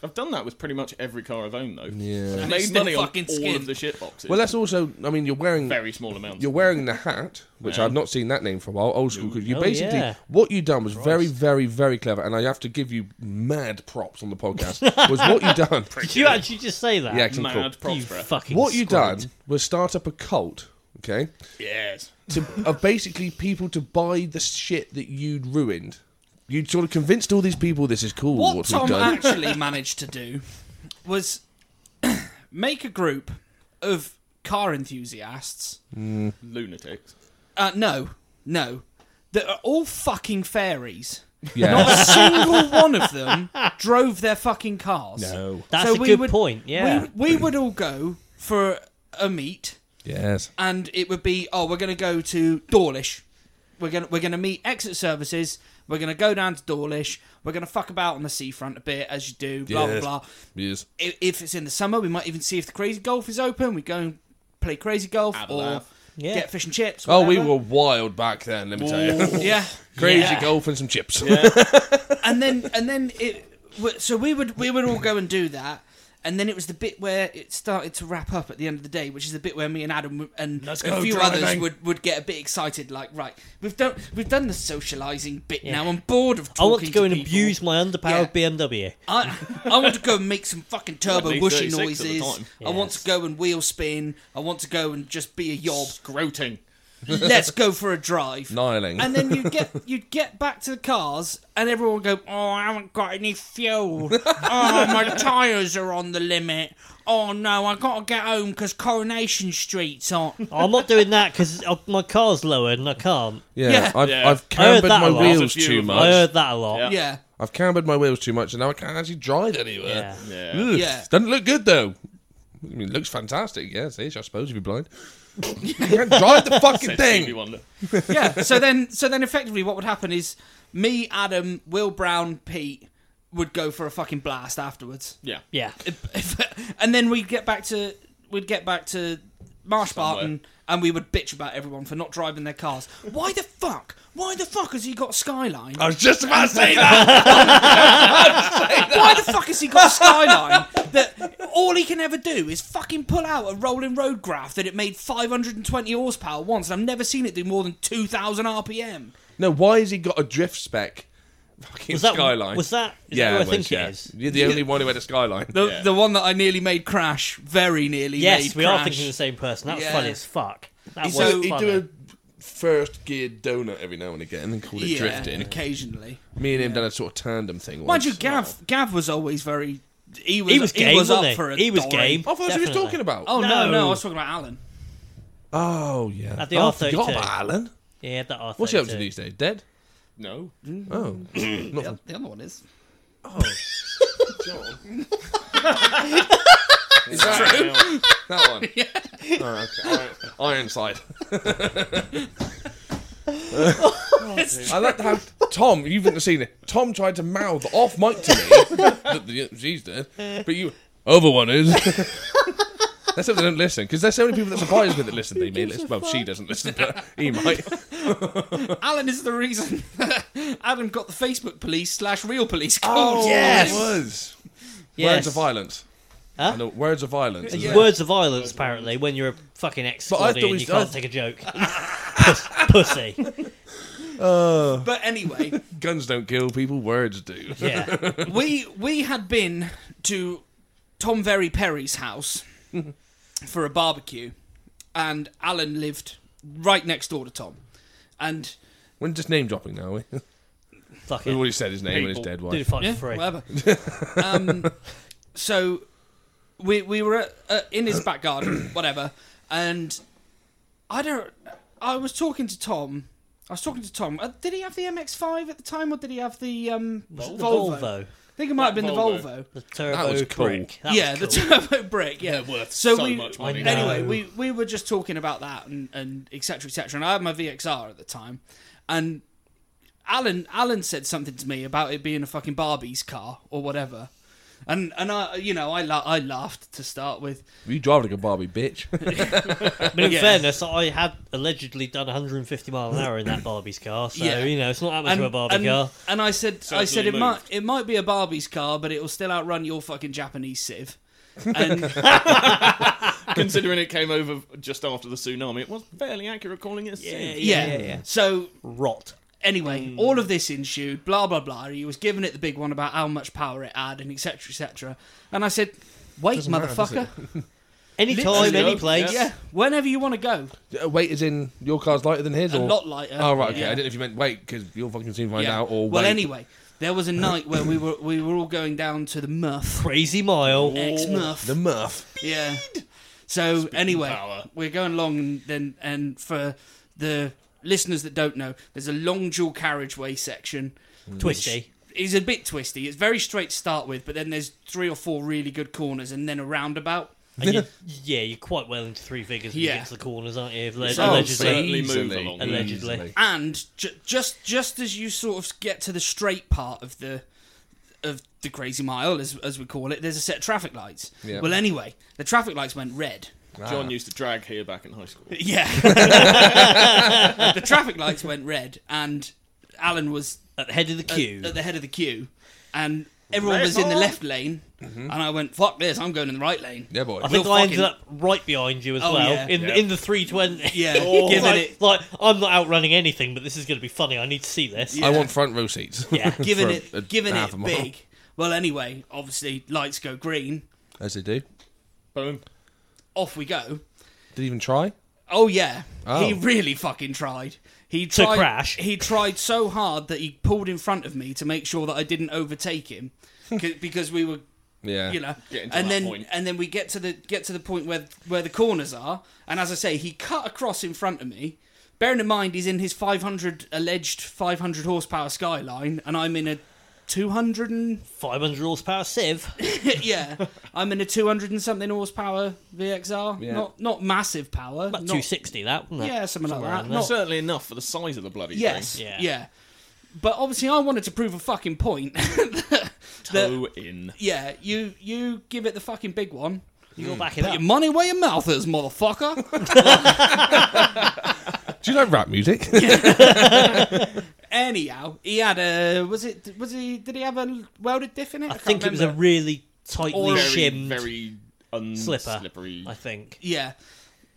[SPEAKER 4] I've done that with pretty much every car I've owned though.
[SPEAKER 1] Yeah.
[SPEAKER 2] And
[SPEAKER 4] I
[SPEAKER 2] it's
[SPEAKER 4] made
[SPEAKER 2] still
[SPEAKER 4] money on
[SPEAKER 2] fucking
[SPEAKER 4] all
[SPEAKER 2] skint.
[SPEAKER 4] of the shit boxes.
[SPEAKER 1] Well, that's also. I mean, you're wearing
[SPEAKER 4] very small amounts.
[SPEAKER 1] You're wearing the hat, which
[SPEAKER 4] Yeah.
[SPEAKER 1] I've not seen that name for a while. Old school. Because you
[SPEAKER 3] Oh,
[SPEAKER 1] basically
[SPEAKER 3] yeah.
[SPEAKER 1] what you done was very, very, very clever, and I have to give you mad props on the
[SPEAKER 3] (laughs)
[SPEAKER 1] podcast. was what you done?
[SPEAKER 3] Did you actually just say that?
[SPEAKER 1] Yeah, cool.
[SPEAKER 4] Mad
[SPEAKER 3] You
[SPEAKER 4] Prospera.
[SPEAKER 1] (laughs)
[SPEAKER 3] fucking.
[SPEAKER 1] What you
[SPEAKER 3] squirt.
[SPEAKER 1] done was start up a cult. Okay,
[SPEAKER 4] yes.
[SPEAKER 1] to of basically people to buy the shit that you'd ruined. You'd sort of convinced all these people this is cool. What,
[SPEAKER 2] What,
[SPEAKER 1] we've
[SPEAKER 2] Tom
[SPEAKER 1] done.
[SPEAKER 2] actually managed to do was (clears throat) make a group of car enthusiasts.
[SPEAKER 4] Lunatics.
[SPEAKER 2] Uh, no, no, that are all fucking fairies.
[SPEAKER 1] (laughs)
[SPEAKER 2] Not
[SPEAKER 1] yeah.
[SPEAKER 2] a single one of them drove their fucking cars.
[SPEAKER 1] No.
[SPEAKER 3] That's
[SPEAKER 2] So
[SPEAKER 3] a
[SPEAKER 2] we
[SPEAKER 3] good
[SPEAKER 2] would-
[SPEAKER 3] point. Yeah.
[SPEAKER 2] We, we would all go for a meet
[SPEAKER 1] Yes.
[SPEAKER 2] and it would be oh we're going to go to Dawlish. We're going to we're going to meet exit services. We're going to go down to Dawlish. We're going to fuck about on the seafront a bit as you do. Blah
[SPEAKER 1] Yes.
[SPEAKER 2] blah blah.
[SPEAKER 1] Yes.
[SPEAKER 2] If, if it's in the summer, we might even see if the crazy golf is open. We go and play crazy golf
[SPEAKER 4] Have a
[SPEAKER 2] or
[SPEAKER 4] laugh.
[SPEAKER 3] Yeah.
[SPEAKER 2] get fish and chips.
[SPEAKER 1] Oh, we
[SPEAKER 2] whatever.
[SPEAKER 1] were wild back then. Let me tell you.
[SPEAKER 2] Yeah,
[SPEAKER 1] (laughs) Crazy
[SPEAKER 3] Yeah.
[SPEAKER 1] golf and some chips.
[SPEAKER 2] and then and then it. w- So we would we would all go and do that. And then it was the bit where it started to wrap up at the end of the day, which is the bit where me and Adam w- and
[SPEAKER 4] Let's
[SPEAKER 2] a
[SPEAKER 4] go
[SPEAKER 2] few
[SPEAKER 4] driving.
[SPEAKER 2] others would, would get a bit excited, like right, we've done we've done the socialising bit
[SPEAKER 3] Yeah.
[SPEAKER 2] now. I'm bored of
[SPEAKER 3] I
[SPEAKER 2] talking.
[SPEAKER 3] want to go and
[SPEAKER 2] people.
[SPEAKER 3] abuse my underpowered BMW.
[SPEAKER 2] I, I want to go and make some fucking turbo
[SPEAKER 4] Might be
[SPEAKER 2] whooshy
[SPEAKER 4] 36 at the
[SPEAKER 2] noises.
[SPEAKER 4] time.
[SPEAKER 2] I want to
[SPEAKER 3] Yes.
[SPEAKER 2] go and wheel spin. I want to go and just
[SPEAKER 4] (laughs)
[SPEAKER 2] be a yob.
[SPEAKER 4] Scroting.
[SPEAKER 2] Let's go for a drive.
[SPEAKER 1] Niling.
[SPEAKER 2] (laughs) And then you get you get back to the cars, and everyone would go, "Oh, I haven't got any fuel. Oh, my tires are on the limit. Oh no, I gotta get home because Coronation Street's
[SPEAKER 3] (laughs)
[SPEAKER 2] on."
[SPEAKER 3] I'm not doing that (laughs) because my car's lowered and I can't.
[SPEAKER 1] yeah,
[SPEAKER 2] Yeah.
[SPEAKER 1] I've,
[SPEAKER 4] Yeah.
[SPEAKER 1] I've
[SPEAKER 3] I heard
[SPEAKER 1] cambered
[SPEAKER 3] that
[SPEAKER 1] my
[SPEAKER 3] a lot.
[SPEAKER 1] wheels
[SPEAKER 4] There's a few
[SPEAKER 1] too
[SPEAKER 4] of
[SPEAKER 1] much.
[SPEAKER 4] us.
[SPEAKER 3] I heard that a lot.
[SPEAKER 4] Yeah.
[SPEAKER 2] Yeah,
[SPEAKER 1] I've cambered my wheels too much, and now I can't actually drive anywhere.
[SPEAKER 4] Yeah.
[SPEAKER 1] Ugh,
[SPEAKER 2] Yeah.
[SPEAKER 1] Doesn't look good though. I mean, it looks fantastic. Yes, it is. I suppose if you're blind, you can't drive
[SPEAKER 3] (laughs)
[SPEAKER 1] the fucking
[SPEAKER 4] Said
[SPEAKER 1] thing.
[SPEAKER 4] Stevie Wonder.
[SPEAKER 2] yeah. So then, so then, effectively, what would happen is me, Adam, Will Brown, Pete would go for a fucking blast afterwards. (laughs)
[SPEAKER 4] Yeah.
[SPEAKER 3] Yeah.
[SPEAKER 2] and then we'd get back to we'd get back to Marsh
[SPEAKER 4] Somewhere.
[SPEAKER 2] Barton and we would bitch about everyone for not driving their cars. Why the fuck? Why the fuck has he got skyline?
[SPEAKER 1] I was just about to say (laughs) that.
[SPEAKER 2] Why the fuck has he got skyline? That all he can ever do is fucking pull out a rolling road graph that it made 520 horsepower once, and I've never seen it do more than 2,000 RPM.
[SPEAKER 1] no, why has he got a drift spec? Fucking
[SPEAKER 3] Was that
[SPEAKER 1] skyline.
[SPEAKER 3] Was that? Is
[SPEAKER 1] yeah,
[SPEAKER 3] that who I
[SPEAKER 1] it was,
[SPEAKER 3] think
[SPEAKER 1] yeah.
[SPEAKER 3] it is.
[SPEAKER 1] You're the only one who had a skyline.
[SPEAKER 2] The,
[SPEAKER 4] Yeah.
[SPEAKER 2] the one that I nearly made crash, very nearly.
[SPEAKER 3] Yes,
[SPEAKER 2] made
[SPEAKER 3] we
[SPEAKER 2] crash.
[SPEAKER 3] are thinking the same person. That was
[SPEAKER 2] Yeah.
[SPEAKER 3] fun as fuck. That was
[SPEAKER 2] So-
[SPEAKER 1] He'd
[SPEAKER 3] funny.
[SPEAKER 1] do a first gear donut every now and again, and then call it
[SPEAKER 2] yeah,
[SPEAKER 1] drifting.
[SPEAKER 2] occasionally.
[SPEAKER 1] Me and him done a sort of tandem thing.
[SPEAKER 2] Mind
[SPEAKER 1] Once.
[SPEAKER 2] you, Gav Gav was always very. He was
[SPEAKER 3] He was game,
[SPEAKER 2] was
[SPEAKER 3] wasn't
[SPEAKER 2] up
[SPEAKER 3] he?
[SPEAKER 2] for a
[SPEAKER 3] He was
[SPEAKER 2] dime.
[SPEAKER 3] game.
[SPEAKER 1] I thought that's what he was
[SPEAKER 3] Definitely.
[SPEAKER 1] talking about.
[SPEAKER 2] Oh no. no,
[SPEAKER 3] No.
[SPEAKER 2] I was talking about Alan.
[SPEAKER 1] Oh, yeah.
[SPEAKER 3] At the
[SPEAKER 1] oh, I
[SPEAKER 3] R32.
[SPEAKER 1] forgot about Alan.
[SPEAKER 3] Yeah, that R32.
[SPEAKER 1] What's he up to these days? Dead?
[SPEAKER 4] No.
[SPEAKER 1] Oh,
[SPEAKER 2] The oth- the other one
[SPEAKER 1] is
[SPEAKER 2] is.
[SPEAKER 1] that
[SPEAKER 4] True.
[SPEAKER 1] that
[SPEAKER 4] (laughs)
[SPEAKER 1] one? Oh, okay. Iron- Ironside. I like how Tom. You wouldn't have seen it. Tom tried to mouth off mic to
[SPEAKER 4] (laughs)
[SPEAKER 1] me that the, she's dead, but you other one is. That's if they don't listen, because there's so many people that surprise me that listen. They may listen. Well, she doesn't listen, but he
[SPEAKER 4] (laughs)
[SPEAKER 1] might.
[SPEAKER 2] Alan is the reason (laughs) Adam got the Facebook police slash real police called.
[SPEAKER 1] Oh,
[SPEAKER 3] yes.
[SPEAKER 1] it was.
[SPEAKER 3] Yes.
[SPEAKER 1] Words of violence.
[SPEAKER 3] Huh?
[SPEAKER 1] I know, words of violence. isn't it?
[SPEAKER 3] Words of violence, apparently, when you're a fucking ex
[SPEAKER 1] But I
[SPEAKER 3] and
[SPEAKER 1] thought
[SPEAKER 3] you
[SPEAKER 1] we-
[SPEAKER 3] can't
[SPEAKER 1] I-
[SPEAKER 3] take
[SPEAKER 1] (laughs)
[SPEAKER 3] a joke. Puss, pussy.
[SPEAKER 2] But anyway,
[SPEAKER 1] Guns don't kill people. Words do.
[SPEAKER 3] Yeah.
[SPEAKER 2] we we had been to Tom Very Perry's house for a barbecue, and Alan lived right next door to Tom, and
[SPEAKER 1] We're just name dropping now. Are we? (laughs)
[SPEAKER 3] Fuck
[SPEAKER 1] We've
[SPEAKER 3] it.
[SPEAKER 1] already said his name and his dead
[SPEAKER 3] Do
[SPEAKER 4] People.
[SPEAKER 3] the
[SPEAKER 1] wife.
[SPEAKER 3] fucking
[SPEAKER 2] yeah,
[SPEAKER 3] free.
[SPEAKER 2] whatever. um, so we we were at, uh, in his back garden, whatever, and I don't. I was talking to Tom. I was talking to Tom. Uh, did he have the MX-5 at the time, or did he have the um,
[SPEAKER 3] Was it the
[SPEAKER 2] Volvo?
[SPEAKER 3] Volvo.
[SPEAKER 2] I think it might have been
[SPEAKER 4] Volvo.
[SPEAKER 2] the Volvo.
[SPEAKER 3] The turbo
[SPEAKER 1] That was cool.
[SPEAKER 3] brick. That
[SPEAKER 2] yeah,
[SPEAKER 3] was
[SPEAKER 2] the
[SPEAKER 3] cool.
[SPEAKER 2] turbo brick. Yeah,
[SPEAKER 4] worth
[SPEAKER 2] So
[SPEAKER 4] so,
[SPEAKER 2] we-
[SPEAKER 4] much
[SPEAKER 3] I
[SPEAKER 4] money.
[SPEAKER 3] know.
[SPEAKER 2] anyway, we, we were just talking about that and and etc etc. And I had my VXR at the time, and Alan Alan said something to me about it being a fucking Barbie's car or whatever, and and I you know I la- I laughed to start with.
[SPEAKER 1] You drive like a Barbie
[SPEAKER 2] (laughs)
[SPEAKER 1] bitch.
[SPEAKER 3] But in
[SPEAKER 2] Yeah.
[SPEAKER 3] fairness, I had allegedly done 150 mile an hour in that Barbie's car, so
[SPEAKER 2] Yeah.
[SPEAKER 3] you know it's not that much
[SPEAKER 2] And,
[SPEAKER 3] of a Barbie
[SPEAKER 2] and,
[SPEAKER 3] car.
[SPEAKER 2] and I said I
[SPEAKER 4] Certainly
[SPEAKER 2] said it
[SPEAKER 4] moved.
[SPEAKER 2] might it might be a Barbie's car, but it'll still outrun your fucking Japanese (laughs) sieve. And
[SPEAKER 4] (laughs) Considering it came over just after the tsunami, it was fairly accurate calling it a sin.
[SPEAKER 2] yeah,
[SPEAKER 3] yeah, yeah.
[SPEAKER 2] so
[SPEAKER 3] Rot.
[SPEAKER 2] anyway,
[SPEAKER 1] Mm.
[SPEAKER 2] all of this ensued, blah blah blah. He was giving it the big one about how much power it had and etc. etc. And I said, "Wait, motherfucker,
[SPEAKER 1] (laughs)
[SPEAKER 3] Anytime,
[SPEAKER 2] Literally,
[SPEAKER 3] any place.
[SPEAKER 2] yeah, whenever you want to go,
[SPEAKER 1] Uh, weight is in your car's lighter than his,
[SPEAKER 2] a
[SPEAKER 1] or
[SPEAKER 2] lot lighter."
[SPEAKER 1] Oh right, okay.
[SPEAKER 2] Yeah.
[SPEAKER 1] I didn't know if you meant weight because you'll fucking soon find
[SPEAKER 2] Yeah.
[SPEAKER 1] out. Or
[SPEAKER 2] well,
[SPEAKER 1] weight.
[SPEAKER 2] anyway, there was a night where we were we were all going down to
[SPEAKER 1] (laughs)
[SPEAKER 2] the Murph,
[SPEAKER 3] Crazy mile.
[SPEAKER 2] ex Murph,
[SPEAKER 1] Oh, the
[SPEAKER 2] (laughs)
[SPEAKER 1] Murph.
[SPEAKER 2] yeah. So anyway,
[SPEAKER 4] power.
[SPEAKER 2] we're going along, and then and for the listeners that don't know, there's a long dual carriageway section. (laughs)
[SPEAKER 3] Twisty.
[SPEAKER 2] is a bit twisty. It's very straight to start with, but then there's three or four really good corners and then a roundabout.
[SPEAKER 3] And you, yeah, you're quite well into three figures when
[SPEAKER 2] Yeah.
[SPEAKER 3] you get to the corners, aren't you? Alleg-
[SPEAKER 2] Oh,
[SPEAKER 3] allegedly.
[SPEAKER 4] certainly move
[SPEAKER 1] Easily,
[SPEAKER 4] along.
[SPEAKER 3] Allegedly.
[SPEAKER 1] easily.
[SPEAKER 2] and ju- just just as you sort of get to the straight part of the of the crazy mile as, as we call it there's a set of traffic lights
[SPEAKER 1] Yeah.
[SPEAKER 2] well anyway the traffic lights went red
[SPEAKER 4] John used to drag here back in high school.
[SPEAKER 2] yeah (laughs) the traffic lights went red and alan was
[SPEAKER 3] At the head of the
[SPEAKER 2] at,
[SPEAKER 3] queue.
[SPEAKER 2] at the head of the queue and everyone was in the
[SPEAKER 4] Red
[SPEAKER 2] left lane and i went fuck this i'm going in the right lane
[SPEAKER 1] Yeah, boy.
[SPEAKER 3] I think
[SPEAKER 2] We'll
[SPEAKER 3] I
[SPEAKER 2] fucking-
[SPEAKER 3] ended up right behind you as
[SPEAKER 2] Oh,
[SPEAKER 3] well
[SPEAKER 2] yeah.
[SPEAKER 3] in
[SPEAKER 4] Yeah.
[SPEAKER 3] in the 320. (laughs)
[SPEAKER 2] yeah
[SPEAKER 4] Oh.
[SPEAKER 2] giving
[SPEAKER 3] like,
[SPEAKER 2] it
[SPEAKER 3] like, I'm not outrunning anything, but this is going to be funny. I need to see this.
[SPEAKER 1] I want front row seats. (laughs)
[SPEAKER 2] (laughs)
[SPEAKER 3] Yeah.
[SPEAKER 2] giving
[SPEAKER 1] For
[SPEAKER 2] it
[SPEAKER 1] a-
[SPEAKER 2] giving
[SPEAKER 1] half a
[SPEAKER 2] it
[SPEAKER 1] mile.
[SPEAKER 2] big well anyway obviously lights go green
[SPEAKER 1] As they do.
[SPEAKER 4] Boom.
[SPEAKER 2] off we go
[SPEAKER 1] Did he even try?
[SPEAKER 2] Oh yeah,
[SPEAKER 1] Oh.
[SPEAKER 2] he really fucking tried. He tried.
[SPEAKER 3] crash.
[SPEAKER 2] He tried so hard that he pulled in front of me to make sure that I didn't overtake
[SPEAKER 4] (laughs)
[SPEAKER 2] him, 'Cause- because we were,
[SPEAKER 1] Yeah.
[SPEAKER 2] you know,
[SPEAKER 4] Getting to
[SPEAKER 2] and
[SPEAKER 4] that
[SPEAKER 2] then
[SPEAKER 4] point.
[SPEAKER 2] and then we get to the get to the point where where the corners are, and as I say, he cut across in front of me. Bearing in mind he's in his 500 alleged 500 horsepower skyline, and I'm in a 200 and
[SPEAKER 3] 500 horsepower sieve.
[SPEAKER 2] (laughs) yeah, I'm in a 200 and something horsepower VXR.
[SPEAKER 1] Yeah.
[SPEAKER 2] Not not massive power.
[SPEAKER 3] About
[SPEAKER 2] not-
[SPEAKER 3] 260, that, wasn't it?
[SPEAKER 2] yeah, something like
[SPEAKER 3] Somewhere
[SPEAKER 2] that.
[SPEAKER 3] around
[SPEAKER 2] Not
[SPEAKER 4] Certainly enough for the size of the bloody
[SPEAKER 2] Oh. Yes.
[SPEAKER 4] thing.
[SPEAKER 3] Yeah.
[SPEAKER 2] Yeah. But obviously, I wanted to prove a fucking point. (laughs) that-
[SPEAKER 4] Toe in.
[SPEAKER 2] yeah, you you give it the fucking big one.
[SPEAKER 3] You got back it up.
[SPEAKER 2] Your money where your mouth is, motherfucker. (laughs)
[SPEAKER 1] Do you like rap
[SPEAKER 2] (laughs)
[SPEAKER 1] music? (laughs)
[SPEAKER 2] Anyhow, he had a was it was he did he have a welded diff in it?
[SPEAKER 3] I
[SPEAKER 2] can't
[SPEAKER 3] think it was a
[SPEAKER 2] remember.
[SPEAKER 3] really tightly
[SPEAKER 2] Or-
[SPEAKER 4] Very,
[SPEAKER 3] shimmed
[SPEAKER 4] very un-
[SPEAKER 3] slipper,
[SPEAKER 4] slippery.
[SPEAKER 3] I think.
[SPEAKER 2] yeah.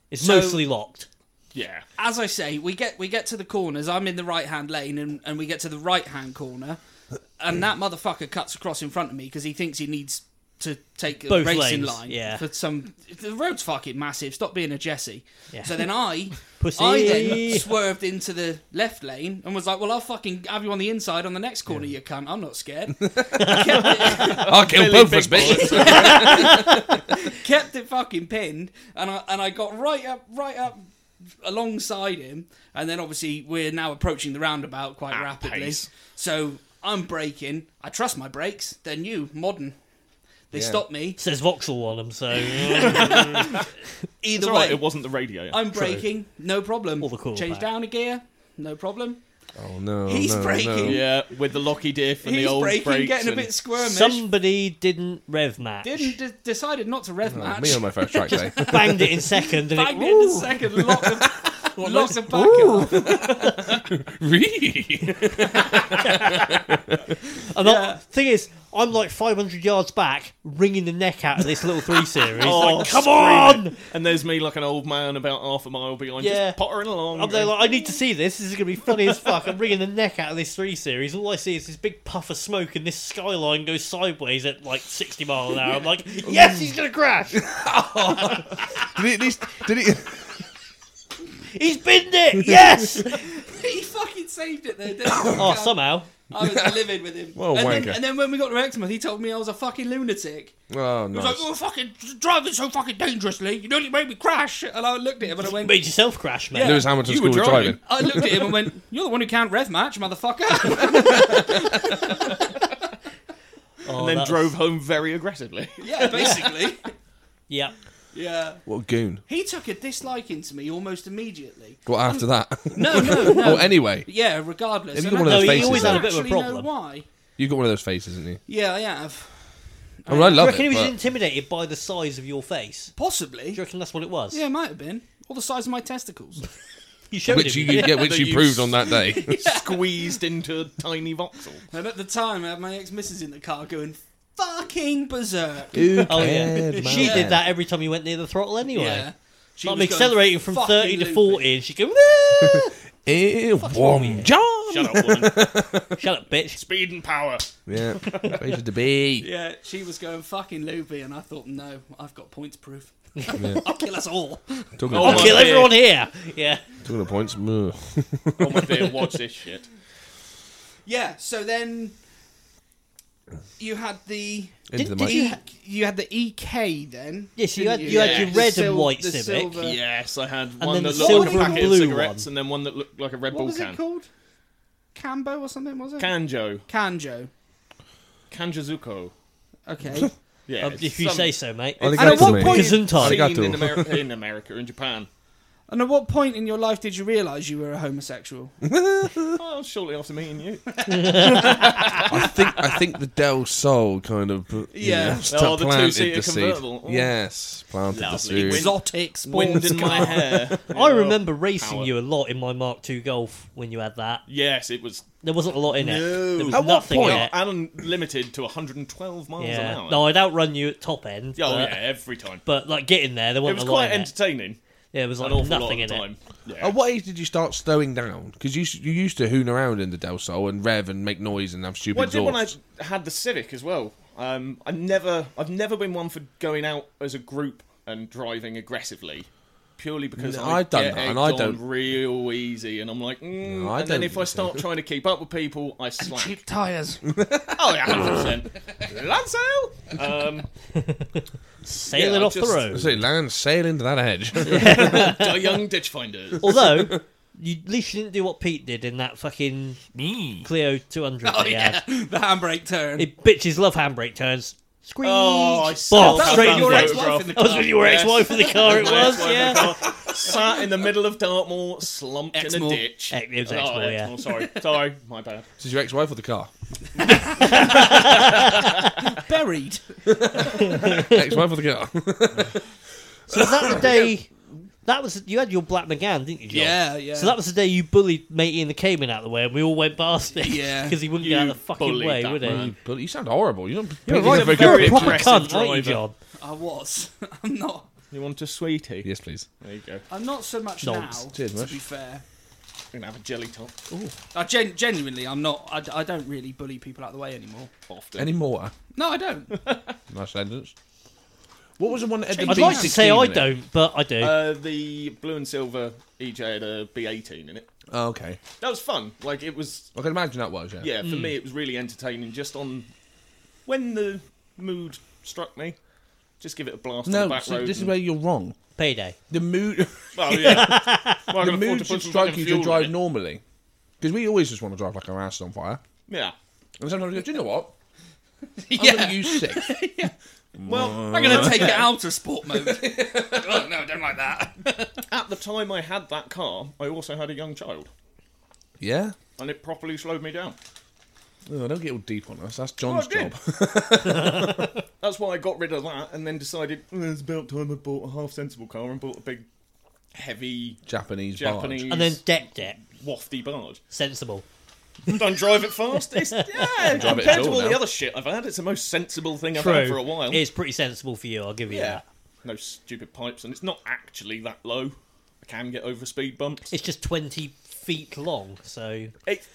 [SPEAKER 3] It's
[SPEAKER 2] So-
[SPEAKER 3] mostly locked.
[SPEAKER 4] Yeah.
[SPEAKER 2] As I say, we get we get to the corners. I'm in the right hand lane, and, and we get to the right hand corner, and that motherfucker cuts across in front of me because he thinks he needs to take a
[SPEAKER 3] Both
[SPEAKER 2] racing
[SPEAKER 3] lanes,
[SPEAKER 2] line
[SPEAKER 3] yeah.
[SPEAKER 2] for some. The road's fucking massive. Stop being a Jesse.
[SPEAKER 3] Yeah.
[SPEAKER 2] So then
[SPEAKER 3] (laughs)
[SPEAKER 2] I
[SPEAKER 3] Pussy.
[SPEAKER 2] I then swerved into the left lane and was like, "Well, I'll fucking have you on the inside on the next corner, you cunt. I'm not
[SPEAKER 3] (laughs)
[SPEAKER 2] scared." kept,
[SPEAKER 1] I'll kill both of us, bitch.
[SPEAKER 2] it, kept it fucking pinned, and I and I got right up, right up alongside him, and then obviously we're now approaching the roundabout quite
[SPEAKER 4] At
[SPEAKER 2] rapidly.
[SPEAKER 4] pace.
[SPEAKER 2] So I'm braking. I trust my brakes. They're new, modern. They
[SPEAKER 1] Yeah.
[SPEAKER 2] stopped me
[SPEAKER 3] Says Vauxhall on them, so
[SPEAKER 2] (laughs) either
[SPEAKER 4] It's
[SPEAKER 2] way.
[SPEAKER 4] alright, it wasn't the radio.
[SPEAKER 2] I'm braking, no problem.
[SPEAKER 3] All the cool
[SPEAKER 2] Change
[SPEAKER 3] back.
[SPEAKER 2] down a gear, no problem.
[SPEAKER 1] Oh no.
[SPEAKER 2] He's
[SPEAKER 1] no,
[SPEAKER 2] breaking.
[SPEAKER 1] No.
[SPEAKER 4] yeah, with the locky diff and the
[SPEAKER 2] He's
[SPEAKER 4] old
[SPEAKER 2] braking,
[SPEAKER 4] brakes
[SPEAKER 2] getting a
[SPEAKER 4] and- (laughs)
[SPEAKER 2] bit squirmish.
[SPEAKER 3] somebody didn't rev match.
[SPEAKER 2] didn't de- decided not to rev
[SPEAKER 1] Oh,
[SPEAKER 2] match.
[SPEAKER 1] me on my first track
[SPEAKER 2] (laughs)
[SPEAKER 1] day.
[SPEAKER 3] Banged it in second, and
[SPEAKER 2] Banged
[SPEAKER 3] it,
[SPEAKER 2] it in the
[SPEAKER 3] Ooh.
[SPEAKER 2] second, locked the,
[SPEAKER 4] (laughs)
[SPEAKER 2] locked the back up. (laughs)
[SPEAKER 1] Really?
[SPEAKER 3] And I, thing is, I'm like 500 yards back, wringing the neck out of this little three series.
[SPEAKER 4] Oh,
[SPEAKER 3] like, come
[SPEAKER 4] screaming.
[SPEAKER 3] on!
[SPEAKER 4] And there's me like an old man about half a mile behind,
[SPEAKER 3] Yeah.
[SPEAKER 4] just pottering along.
[SPEAKER 3] I'm there like, I need to see this. This is going to be funny as fuck. I'm wringing the neck out of this three series. All I see is this big puff of smoke, and this skyline goes sideways at like 60 miles an hour. I'm like, yes, he's going to crash.
[SPEAKER 1] did he at least? Did he? (laughs)
[SPEAKER 3] He's binned it. Yes.
[SPEAKER 2] He fucking saved it there. didn't he?
[SPEAKER 3] oh, somehow.
[SPEAKER 2] I was livid with him.
[SPEAKER 1] Well,
[SPEAKER 2] and,
[SPEAKER 1] wanker.
[SPEAKER 2] then, and then when we got to Exmouth, he told me I was a fucking lunatic.
[SPEAKER 1] Oh
[SPEAKER 2] He
[SPEAKER 1] no.
[SPEAKER 2] was like, "You're fucking driving so fucking dangerously. You nearly made me crash." And I looked at him and I went.
[SPEAKER 3] Made yourself crash, mate.
[SPEAKER 1] Lewis Hamilton
[SPEAKER 4] You
[SPEAKER 1] School
[SPEAKER 4] were
[SPEAKER 1] of
[SPEAKER 4] driving.
[SPEAKER 1] Driving.
[SPEAKER 2] I looked at him and went, "You're the one who can't rev
[SPEAKER 1] (laughs)
[SPEAKER 2] match, motherfucker."
[SPEAKER 3] Oh,
[SPEAKER 4] and then
[SPEAKER 3] that's-
[SPEAKER 4] drove home very (laughs) aggressively.
[SPEAKER 2] yeah, basically.
[SPEAKER 3] Yeah.
[SPEAKER 2] Yeah.
[SPEAKER 1] What a goon.
[SPEAKER 2] He took a disliking to me almost
[SPEAKER 1] (laughs)
[SPEAKER 2] immediately.
[SPEAKER 1] Well, after that.
[SPEAKER 2] No, no, no.
[SPEAKER 1] well, anyway,
[SPEAKER 2] Yeah, regardless.
[SPEAKER 1] Have you
[SPEAKER 2] And
[SPEAKER 1] got one
[SPEAKER 2] I
[SPEAKER 1] of those
[SPEAKER 2] don't
[SPEAKER 1] faces, though?
[SPEAKER 2] actually
[SPEAKER 3] He always had a bit of a
[SPEAKER 2] know
[SPEAKER 3] problem.
[SPEAKER 2] why?
[SPEAKER 1] you got one of those faces, didn't you?
[SPEAKER 2] Yeah, I have.
[SPEAKER 1] I mean, I
[SPEAKER 3] Do you
[SPEAKER 1] love
[SPEAKER 3] reckon
[SPEAKER 1] it.
[SPEAKER 3] he was
[SPEAKER 1] but-
[SPEAKER 3] intimidated by the size of your face?
[SPEAKER 2] Possibly.
[SPEAKER 3] Do you reckon that's what it was?
[SPEAKER 2] Yeah, it might have been. Or the size of
[SPEAKER 1] (laughs)
[SPEAKER 2] my testicles.
[SPEAKER 3] You showed
[SPEAKER 1] which you
[SPEAKER 3] him.
[SPEAKER 1] yeah, which
[SPEAKER 4] That
[SPEAKER 1] you
[SPEAKER 4] you
[SPEAKER 1] proved
[SPEAKER 4] s-
[SPEAKER 1] on that day.
[SPEAKER 4] Squeezed into a tiny voxel.
[SPEAKER 2] and at the time, I had my ex missus in the car going fucking berserk.
[SPEAKER 1] Who
[SPEAKER 3] Oh
[SPEAKER 1] cared,
[SPEAKER 3] yeah,
[SPEAKER 1] man?
[SPEAKER 3] she did that every time you went near the throttle anyway.
[SPEAKER 2] Yeah. She
[SPEAKER 3] I'm
[SPEAKER 2] was going
[SPEAKER 3] accelerating from
[SPEAKER 2] fucking
[SPEAKER 3] 30 to
[SPEAKER 2] loopy.
[SPEAKER 3] 40, and she go, "Ah!"
[SPEAKER 1] Ew, warm John.
[SPEAKER 4] (laughs) Shut up, woman.
[SPEAKER 3] "Shut up, bitch!"
[SPEAKER 4] Speed and power.
[SPEAKER 1] Yeah, (laughs) places to be.
[SPEAKER 2] Yeah, she was going fucking loopy, and I thought, no, I've got points proof. I'll kill us all.
[SPEAKER 1] Talking,
[SPEAKER 4] Oh,
[SPEAKER 1] of,
[SPEAKER 3] I'll
[SPEAKER 4] my
[SPEAKER 1] points,
[SPEAKER 3] kill
[SPEAKER 4] God.
[SPEAKER 3] everyone here. Yeah,
[SPEAKER 1] talking of points, ugh.
[SPEAKER 4] Oh my dear, watch this shit.
[SPEAKER 2] Yeah, so then you had the.
[SPEAKER 1] into the
[SPEAKER 3] Did- did
[SPEAKER 1] mic.
[SPEAKER 3] you-
[SPEAKER 2] E- you had the EK then.
[SPEAKER 3] Yes, you
[SPEAKER 2] didn't
[SPEAKER 3] had- you
[SPEAKER 4] had your
[SPEAKER 2] The
[SPEAKER 3] red and
[SPEAKER 2] sil-
[SPEAKER 3] white
[SPEAKER 2] the
[SPEAKER 3] Civic.
[SPEAKER 2] silver-
[SPEAKER 4] Yes, I had
[SPEAKER 3] then
[SPEAKER 4] one that
[SPEAKER 3] the
[SPEAKER 4] looked like a
[SPEAKER 2] silver and
[SPEAKER 4] packet of
[SPEAKER 3] blue
[SPEAKER 4] cigarettes
[SPEAKER 3] one.
[SPEAKER 4] and then one that looked like a Red
[SPEAKER 2] What
[SPEAKER 4] Bull
[SPEAKER 2] was
[SPEAKER 4] can.
[SPEAKER 2] it called? Cambo or something, was it?
[SPEAKER 4] Kanjo.
[SPEAKER 2] Canjo.
[SPEAKER 4] Kanjazuko.
[SPEAKER 3] (laughs)
[SPEAKER 2] Okay.
[SPEAKER 4] Yeah,
[SPEAKER 3] Um,
[SPEAKER 4] it's
[SPEAKER 3] if you
[SPEAKER 4] some-
[SPEAKER 3] say so, mate.
[SPEAKER 1] Well, it
[SPEAKER 2] And at
[SPEAKER 1] got to
[SPEAKER 2] what
[SPEAKER 1] me.
[SPEAKER 2] point-
[SPEAKER 3] Gesundheit.
[SPEAKER 1] Arigato.
[SPEAKER 4] seen in (laughs) America, in America and Japan.
[SPEAKER 2] And at what point in your life did you realise you were a homosexual?
[SPEAKER 4] Oh, shortly after
[SPEAKER 3] (laughs)
[SPEAKER 4] meeting you.
[SPEAKER 1] I think I think the Del Sol kind of you
[SPEAKER 2] Yeah.
[SPEAKER 1] know, (laughs)
[SPEAKER 4] Oh, the
[SPEAKER 1] planted
[SPEAKER 4] two-seater
[SPEAKER 1] the seed.
[SPEAKER 4] convertible. Oh.
[SPEAKER 1] Yes, planted the
[SPEAKER 4] Lovely.
[SPEAKER 1] seed.
[SPEAKER 4] Wind-
[SPEAKER 2] Exotic sports
[SPEAKER 4] Wind in my
[SPEAKER 2] car.
[SPEAKER 4] hair.
[SPEAKER 3] (laughs) I
[SPEAKER 4] Yeah.
[SPEAKER 3] remember racing
[SPEAKER 4] Power.
[SPEAKER 3] you a lot in my Mark II Golf when you had that.
[SPEAKER 4] Yes, it was.
[SPEAKER 3] There wasn't a lot in it.
[SPEAKER 4] No.
[SPEAKER 3] There was
[SPEAKER 4] At
[SPEAKER 1] what
[SPEAKER 3] nothing
[SPEAKER 1] point?
[SPEAKER 3] in it.
[SPEAKER 4] Alan limited to 112 miles an
[SPEAKER 3] Yeah.
[SPEAKER 4] hour.
[SPEAKER 3] No, I'd outrun you at top end.
[SPEAKER 4] oh,
[SPEAKER 3] but,
[SPEAKER 4] yeah, every time.
[SPEAKER 3] but like getting there, there
[SPEAKER 4] It
[SPEAKER 3] wasn't
[SPEAKER 4] was
[SPEAKER 3] a lot
[SPEAKER 4] quite
[SPEAKER 3] in it.
[SPEAKER 4] entertaining.
[SPEAKER 3] Yeah, there was
[SPEAKER 4] An
[SPEAKER 3] like
[SPEAKER 4] awful lot
[SPEAKER 3] nothing
[SPEAKER 4] of the
[SPEAKER 3] in
[SPEAKER 4] time. Oh,
[SPEAKER 3] it.
[SPEAKER 4] Yeah.
[SPEAKER 1] At what age did you start slowing down? Because you s- you used to hoon around in the Del Sol and rev and make noise and have stupid
[SPEAKER 4] Well, I did when I
[SPEAKER 1] exhausts.
[SPEAKER 4] had the Civic as well. Um, I never, I've never been one for going out as a group and driving aggressively, purely because
[SPEAKER 1] No,
[SPEAKER 4] I
[SPEAKER 1] I've done
[SPEAKER 4] get
[SPEAKER 1] that, and
[SPEAKER 4] egged
[SPEAKER 1] I
[SPEAKER 4] on
[SPEAKER 1] don't-
[SPEAKER 4] real easy, and I'm like, mm,
[SPEAKER 1] No, I
[SPEAKER 4] and then
[SPEAKER 1] don't
[SPEAKER 4] if I
[SPEAKER 1] think so.
[SPEAKER 4] start trying to keep up with people, I slack.
[SPEAKER 1] (laughs)
[SPEAKER 2] Cheap tyres.
[SPEAKER 4] Oh yeah, hundred percent. Lansdale. Um,
[SPEAKER 3] (laughs) Sailing
[SPEAKER 4] Yeah,
[SPEAKER 3] off
[SPEAKER 4] just-
[SPEAKER 3] the
[SPEAKER 1] I
[SPEAKER 4] (laughs)
[SPEAKER 3] road.
[SPEAKER 1] say land sail into that (laughs) edge.
[SPEAKER 4] die young ditch finders.
[SPEAKER 3] Although, you, at least you didn't do what Pete did in that fucking Clio 200
[SPEAKER 2] Oh
[SPEAKER 3] that
[SPEAKER 2] (laughs)
[SPEAKER 3] he
[SPEAKER 2] yeah,
[SPEAKER 3] had.
[SPEAKER 2] the handbrake turn.
[SPEAKER 3] It, bitches love handbrake turns. Squeeze.
[SPEAKER 4] Oh, I
[SPEAKER 3] Bob,
[SPEAKER 4] saw that
[SPEAKER 3] straight
[SPEAKER 4] was
[SPEAKER 3] in
[SPEAKER 4] your
[SPEAKER 3] the
[SPEAKER 4] ex-wife
[SPEAKER 3] photograph.
[SPEAKER 2] in the
[SPEAKER 3] That was
[SPEAKER 2] car.
[SPEAKER 3] with your
[SPEAKER 4] Yes.
[SPEAKER 3] ex-wife in the car. It
[SPEAKER 4] My
[SPEAKER 3] was,
[SPEAKER 4] (laughs) ex-wife
[SPEAKER 3] yeah.
[SPEAKER 4] Sat in the middle of Dartmoor, slumped in a
[SPEAKER 2] Exmoor.
[SPEAKER 4] ditch.
[SPEAKER 3] Ex- it was
[SPEAKER 4] Oh,
[SPEAKER 3] Exmoor, yeah. (laughs)
[SPEAKER 4] Exmoor, Sorry, sorry, my bad.
[SPEAKER 1] This is your ex-wife or the car?
[SPEAKER 2] Buried.
[SPEAKER 1] Ex-wife or the car?
[SPEAKER 3] So was that the
[SPEAKER 4] (laughs)
[SPEAKER 3] day? That was you had your black McGann, didn't you? John?
[SPEAKER 2] Yeah, yeah.
[SPEAKER 3] So that was the day you bullied matey in the Cayman out of the way, and we all went past it.
[SPEAKER 2] Yeah.
[SPEAKER 3] because he wouldn't get out of the
[SPEAKER 4] You
[SPEAKER 3] fucking
[SPEAKER 4] bullied
[SPEAKER 3] way,
[SPEAKER 4] that
[SPEAKER 3] would he?
[SPEAKER 4] man.
[SPEAKER 1] But you sound horrible. You don't.
[SPEAKER 3] You're,
[SPEAKER 1] Pete,
[SPEAKER 3] right,
[SPEAKER 1] you don't-
[SPEAKER 4] a very
[SPEAKER 3] you're a proper
[SPEAKER 4] aggressive
[SPEAKER 3] cunt, aren't you,
[SPEAKER 4] driver.
[SPEAKER 3] John?
[SPEAKER 2] I was. (laughs) I'm not.
[SPEAKER 4] You want a sweetie?
[SPEAKER 1] Yes, please.
[SPEAKER 4] There you go. You
[SPEAKER 2] I'm not so much
[SPEAKER 3] Nonce.
[SPEAKER 2] now.
[SPEAKER 1] Cheers,
[SPEAKER 2] to
[SPEAKER 1] Mush.
[SPEAKER 2] be fair,
[SPEAKER 4] can have a jelly top
[SPEAKER 2] I gen- genuinely, I'm not. I, I don't really bully people out of the way anymore.
[SPEAKER 4] often.
[SPEAKER 1] Any more? uh,
[SPEAKER 2] No, I (laughs) don't.
[SPEAKER 1] Nice sentence. What was the one that ended?
[SPEAKER 2] I'd
[SPEAKER 3] I'd
[SPEAKER 1] B16
[SPEAKER 3] like to say I
[SPEAKER 1] in it?
[SPEAKER 3] don't, but I do.
[SPEAKER 4] Uh, the blue and silver EJ had a B18 in it.
[SPEAKER 1] Oh, okay,
[SPEAKER 4] That was fun. Like it was.
[SPEAKER 1] I can imagine that was. Yeah.
[SPEAKER 4] Yeah,
[SPEAKER 3] Mm.
[SPEAKER 4] for me it was really entertaining. Just on when the mood struck me, just give it a blast on the
[SPEAKER 1] No,
[SPEAKER 4] back
[SPEAKER 1] so
[SPEAKER 4] road.
[SPEAKER 1] this is
[SPEAKER 4] and-
[SPEAKER 1] where
[SPEAKER 4] (laughs)
[SPEAKER 1] you're wrong.
[SPEAKER 3] Payday.
[SPEAKER 1] The mood. (laughs)
[SPEAKER 4] Well, yeah. Well, I
[SPEAKER 1] the
[SPEAKER 4] can afford to
[SPEAKER 1] mood
[SPEAKER 4] put
[SPEAKER 1] should
[SPEAKER 4] some
[SPEAKER 1] strike
[SPEAKER 4] fucking
[SPEAKER 1] you to
[SPEAKER 4] fuel
[SPEAKER 1] drive
[SPEAKER 4] in it.
[SPEAKER 1] normally. Because we always just want to drive like our ass on fire.
[SPEAKER 4] Yeah.
[SPEAKER 1] And sometimes we go, do you know
[SPEAKER 4] (laughs)
[SPEAKER 1] what? I'm going
[SPEAKER 2] yeah,
[SPEAKER 1] to use six.
[SPEAKER 4] Well,
[SPEAKER 2] I'm gonna (laughs) take it out of sport mode. oh no, don't like that.
[SPEAKER 4] at the time I had that car, I also had a young child,
[SPEAKER 1] yeah?
[SPEAKER 4] and it properly slowed me down.
[SPEAKER 1] Oh, don't get all deep on us. That's
[SPEAKER 4] Oh, I
[SPEAKER 1] John's
[SPEAKER 4] did.
[SPEAKER 1] job. (laughs)
[SPEAKER 4] That's why I got rid of that, and then decided "Mm, it's about time I bought a half sensible car and bought a big, heavy
[SPEAKER 1] Japanese barge.
[SPEAKER 4] Japanese
[SPEAKER 3] And then decked it.
[SPEAKER 4] wafty barge. (laughs)
[SPEAKER 3] Sensible.
[SPEAKER 4] Don't drive it
[SPEAKER 3] (laughs)
[SPEAKER 4] fast. It's, yeah,
[SPEAKER 1] drive it
[SPEAKER 4] compared
[SPEAKER 1] at
[SPEAKER 4] to
[SPEAKER 1] all
[SPEAKER 4] all the
[SPEAKER 1] now.
[SPEAKER 4] other shit I've had, it's the most sensible thing I've
[SPEAKER 3] True.
[SPEAKER 4] had for a while.
[SPEAKER 3] It's pretty sensible for you. I'll give you
[SPEAKER 4] yeah,
[SPEAKER 3] that.
[SPEAKER 4] no stupid pipes, and it's not actually that low. I can get over speed bumps.
[SPEAKER 3] It's just twenty feet long. So
[SPEAKER 4] It,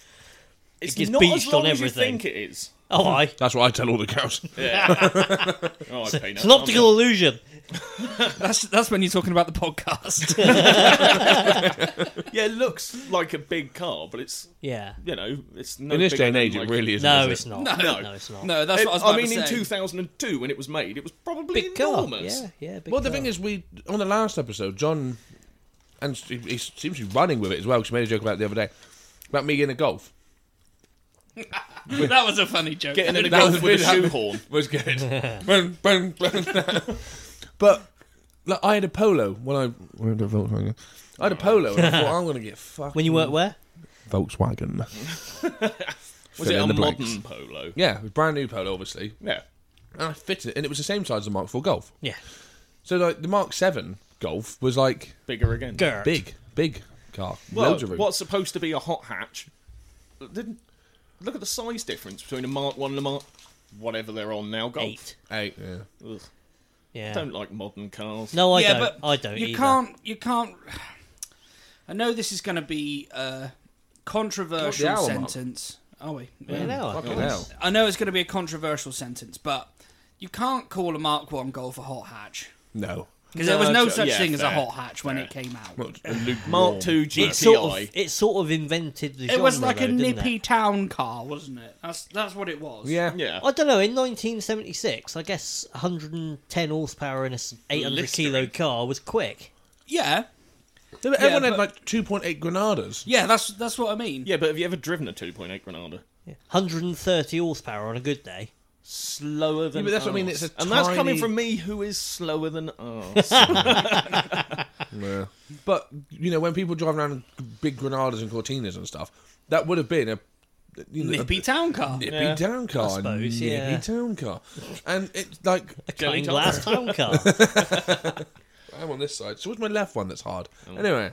[SPEAKER 4] it's
[SPEAKER 3] gets
[SPEAKER 4] not as
[SPEAKER 3] beached on
[SPEAKER 4] long as you
[SPEAKER 3] everything.
[SPEAKER 4] think it
[SPEAKER 3] (laughs)
[SPEAKER 4] is.
[SPEAKER 3] oh, I.
[SPEAKER 1] That's what I tell all the girls.
[SPEAKER 4] (laughs) Oh, I pay
[SPEAKER 3] It's an optical illusion.
[SPEAKER 2] That's that's when you're talking about the podcast.
[SPEAKER 4] Yeah, it looks like a big car, but it's
[SPEAKER 3] Yeah.
[SPEAKER 4] you know it's no
[SPEAKER 1] In this
[SPEAKER 4] bigger
[SPEAKER 1] day and
[SPEAKER 4] than,
[SPEAKER 1] age,
[SPEAKER 4] like-
[SPEAKER 1] it really isn't.
[SPEAKER 3] No,
[SPEAKER 1] is it?
[SPEAKER 3] it's not.
[SPEAKER 4] No.
[SPEAKER 3] it's not.
[SPEAKER 2] (laughs) no, that's
[SPEAKER 4] It-
[SPEAKER 2] what I was
[SPEAKER 4] I,
[SPEAKER 2] about
[SPEAKER 4] mean,
[SPEAKER 2] to
[SPEAKER 4] in
[SPEAKER 2] say.
[SPEAKER 4] 2002 when it was made, it was probably
[SPEAKER 3] Big car.
[SPEAKER 4] enormous.
[SPEAKER 3] Yeah, yeah. Big
[SPEAKER 1] Well, the
[SPEAKER 3] car.
[SPEAKER 1] thing is, we on the last episode, John, and he, he seems to be running with it as well, because he made a joke about it the other day, about me getting a golf.
[SPEAKER 2] that was a funny joke.
[SPEAKER 4] Getting in a
[SPEAKER 1] That
[SPEAKER 4] golf
[SPEAKER 1] was
[SPEAKER 4] with a
[SPEAKER 1] really happening.
[SPEAKER 4] shoehorn.
[SPEAKER 1] (laughs) was good. (laughs) Boom, boom, boom. (laughs) but like, I had a polo when I when I had a Volkswagen. I had a polo and I thought I'm gonna get fucked.
[SPEAKER 3] when you weren't where?
[SPEAKER 1] Volkswagen.
[SPEAKER 4] Was
[SPEAKER 1] Fill
[SPEAKER 4] it
[SPEAKER 1] in
[SPEAKER 4] a
[SPEAKER 1] the blanks.
[SPEAKER 4] modern polo?
[SPEAKER 1] Yeah, it was brand new polo, obviously,
[SPEAKER 4] Yeah.
[SPEAKER 1] and I fitted it, and it was the same size as the Mark Four Golf.
[SPEAKER 3] Yeah.
[SPEAKER 1] So like the Mark Seven Golf was like
[SPEAKER 4] Bigger again.
[SPEAKER 3] Gert.
[SPEAKER 1] big, big car,
[SPEAKER 4] Well,
[SPEAKER 1] loads of room.
[SPEAKER 4] what's supposed to be a hot hatch? Didn't, look at the size difference between a Mark One and a Mark whatever they're on now. Golf.
[SPEAKER 3] Eight.
[SPEAKER 1] Eight, yeah.
[SPEAKER 4] Ugh.
[SPEAKER 3] Yeah.
[SPEAKER 4] Don't like modern cars.
[SPEAKER 3] No, I
[SPEAKER 2] yeah,
[SPEAKER 3] don't.
[SPEAKER 2] but
[SPEAKER 3] I don't.
[SPEAKER 2] You
[SPEAKER 3] either.
[SPEAKER 2] can't. You can't. (sighs) I know this is going to be a controversial
[SPEAKER 1] hour mark.
[SPEAKER 2] sentence. Are we?
[SPEAKER 3] Yeah, no, I
[SPEAKER 1] Fucking
[SPEAKER 3] can't.
[SPEAKER 1] hell.
[SPEAKER 2] I know it's going to be a controversial sentence, but you can't call a Mark One Golf a hot hatch
[SPEAKER 1] No.
[SPEAKER 2] because there was no
[SPEAKER 4] No, so-
[SPEAKER 2] such
[SPEAKER 4] yeah,
[SPEAKER 2] thing as a
[SPEAKER 4] fair,
[SPEAKER 2] hot hatch when it came out.
[SPEAKER 1] Not a Luke
[SPEAKER 4] Mark Two GTI.
[SPEAKER 3] It sort of it sort of invented the
[SPEAKER 2] it was
[SPEAKER 3] genre,
[SPEAKER 2] like a
[SPEAKER 3] though, didn't
[SPEAKER 2] nippy
[SPEAKER 3] it?
[SPEAKER 2] town car, wasn't it? That's that's what it was.
[SPEAKER 1] Yeah.
[SPEAKER 4] yeah.
[SPEAKER 3] I don't know. In 1976, I guess 110 horsepower in a s- 800 kilo car was quick.
[SPEAKER 2] yeah,
[SPEAKER 1] No, but everyone
[SPEAKER 2] Yeah,
[SPEAKER 1] had
[SPEAKER 2] but-
[SPEAKER 1] like 2.8 Granadas.
[SPEAKER 2] yeah. That's that's what I mean.
[SPEAKER 4] yeah, but have you ever driven a 2.8 Granada?
[SPEAKER 3] Yeah. 130 horsepower on a good day.
[SPEAKER 4] slower than
[SPEAKER 1] but that's what I mean,
[SPEAKER 4] ours.
[SPEAKER 1] it's a
[SPEAKER 4] and that's coming
[SPEAKER 1] tiny-
[SPEAKER 4] from me, who is slower than
[SPEAKER 1] (laughs)
[SPEAKER 4] us.
[SPEAKER 1] But you know, when people drive around in big Granadas and Cortinas and stuff, that would have been a you know, a-
[SPEAKER 2] Nippy town car.
[SPEAKER 1] nippy
[SPEAKER 4] Yeah.
[SPEAKER 1] town car,
[SPEAKER 3] suppose,
[SPEAKER 1] nippy
[SPEAKER 3] yeah.
[SPEAKER 1] town car, and it's
[SPEAKER 3] (laughs)
[SPEAKER 1] like
[SPEAKER 3] Cutting
[SPEAKER 4] Jelly top.
[SPEAKER 3] glass town car.
[SPEAKER 1] I'm on this side. So it's my left one that's hard.
[SPEAKER 3] Oh.
[SPEAKER 1] Anyway,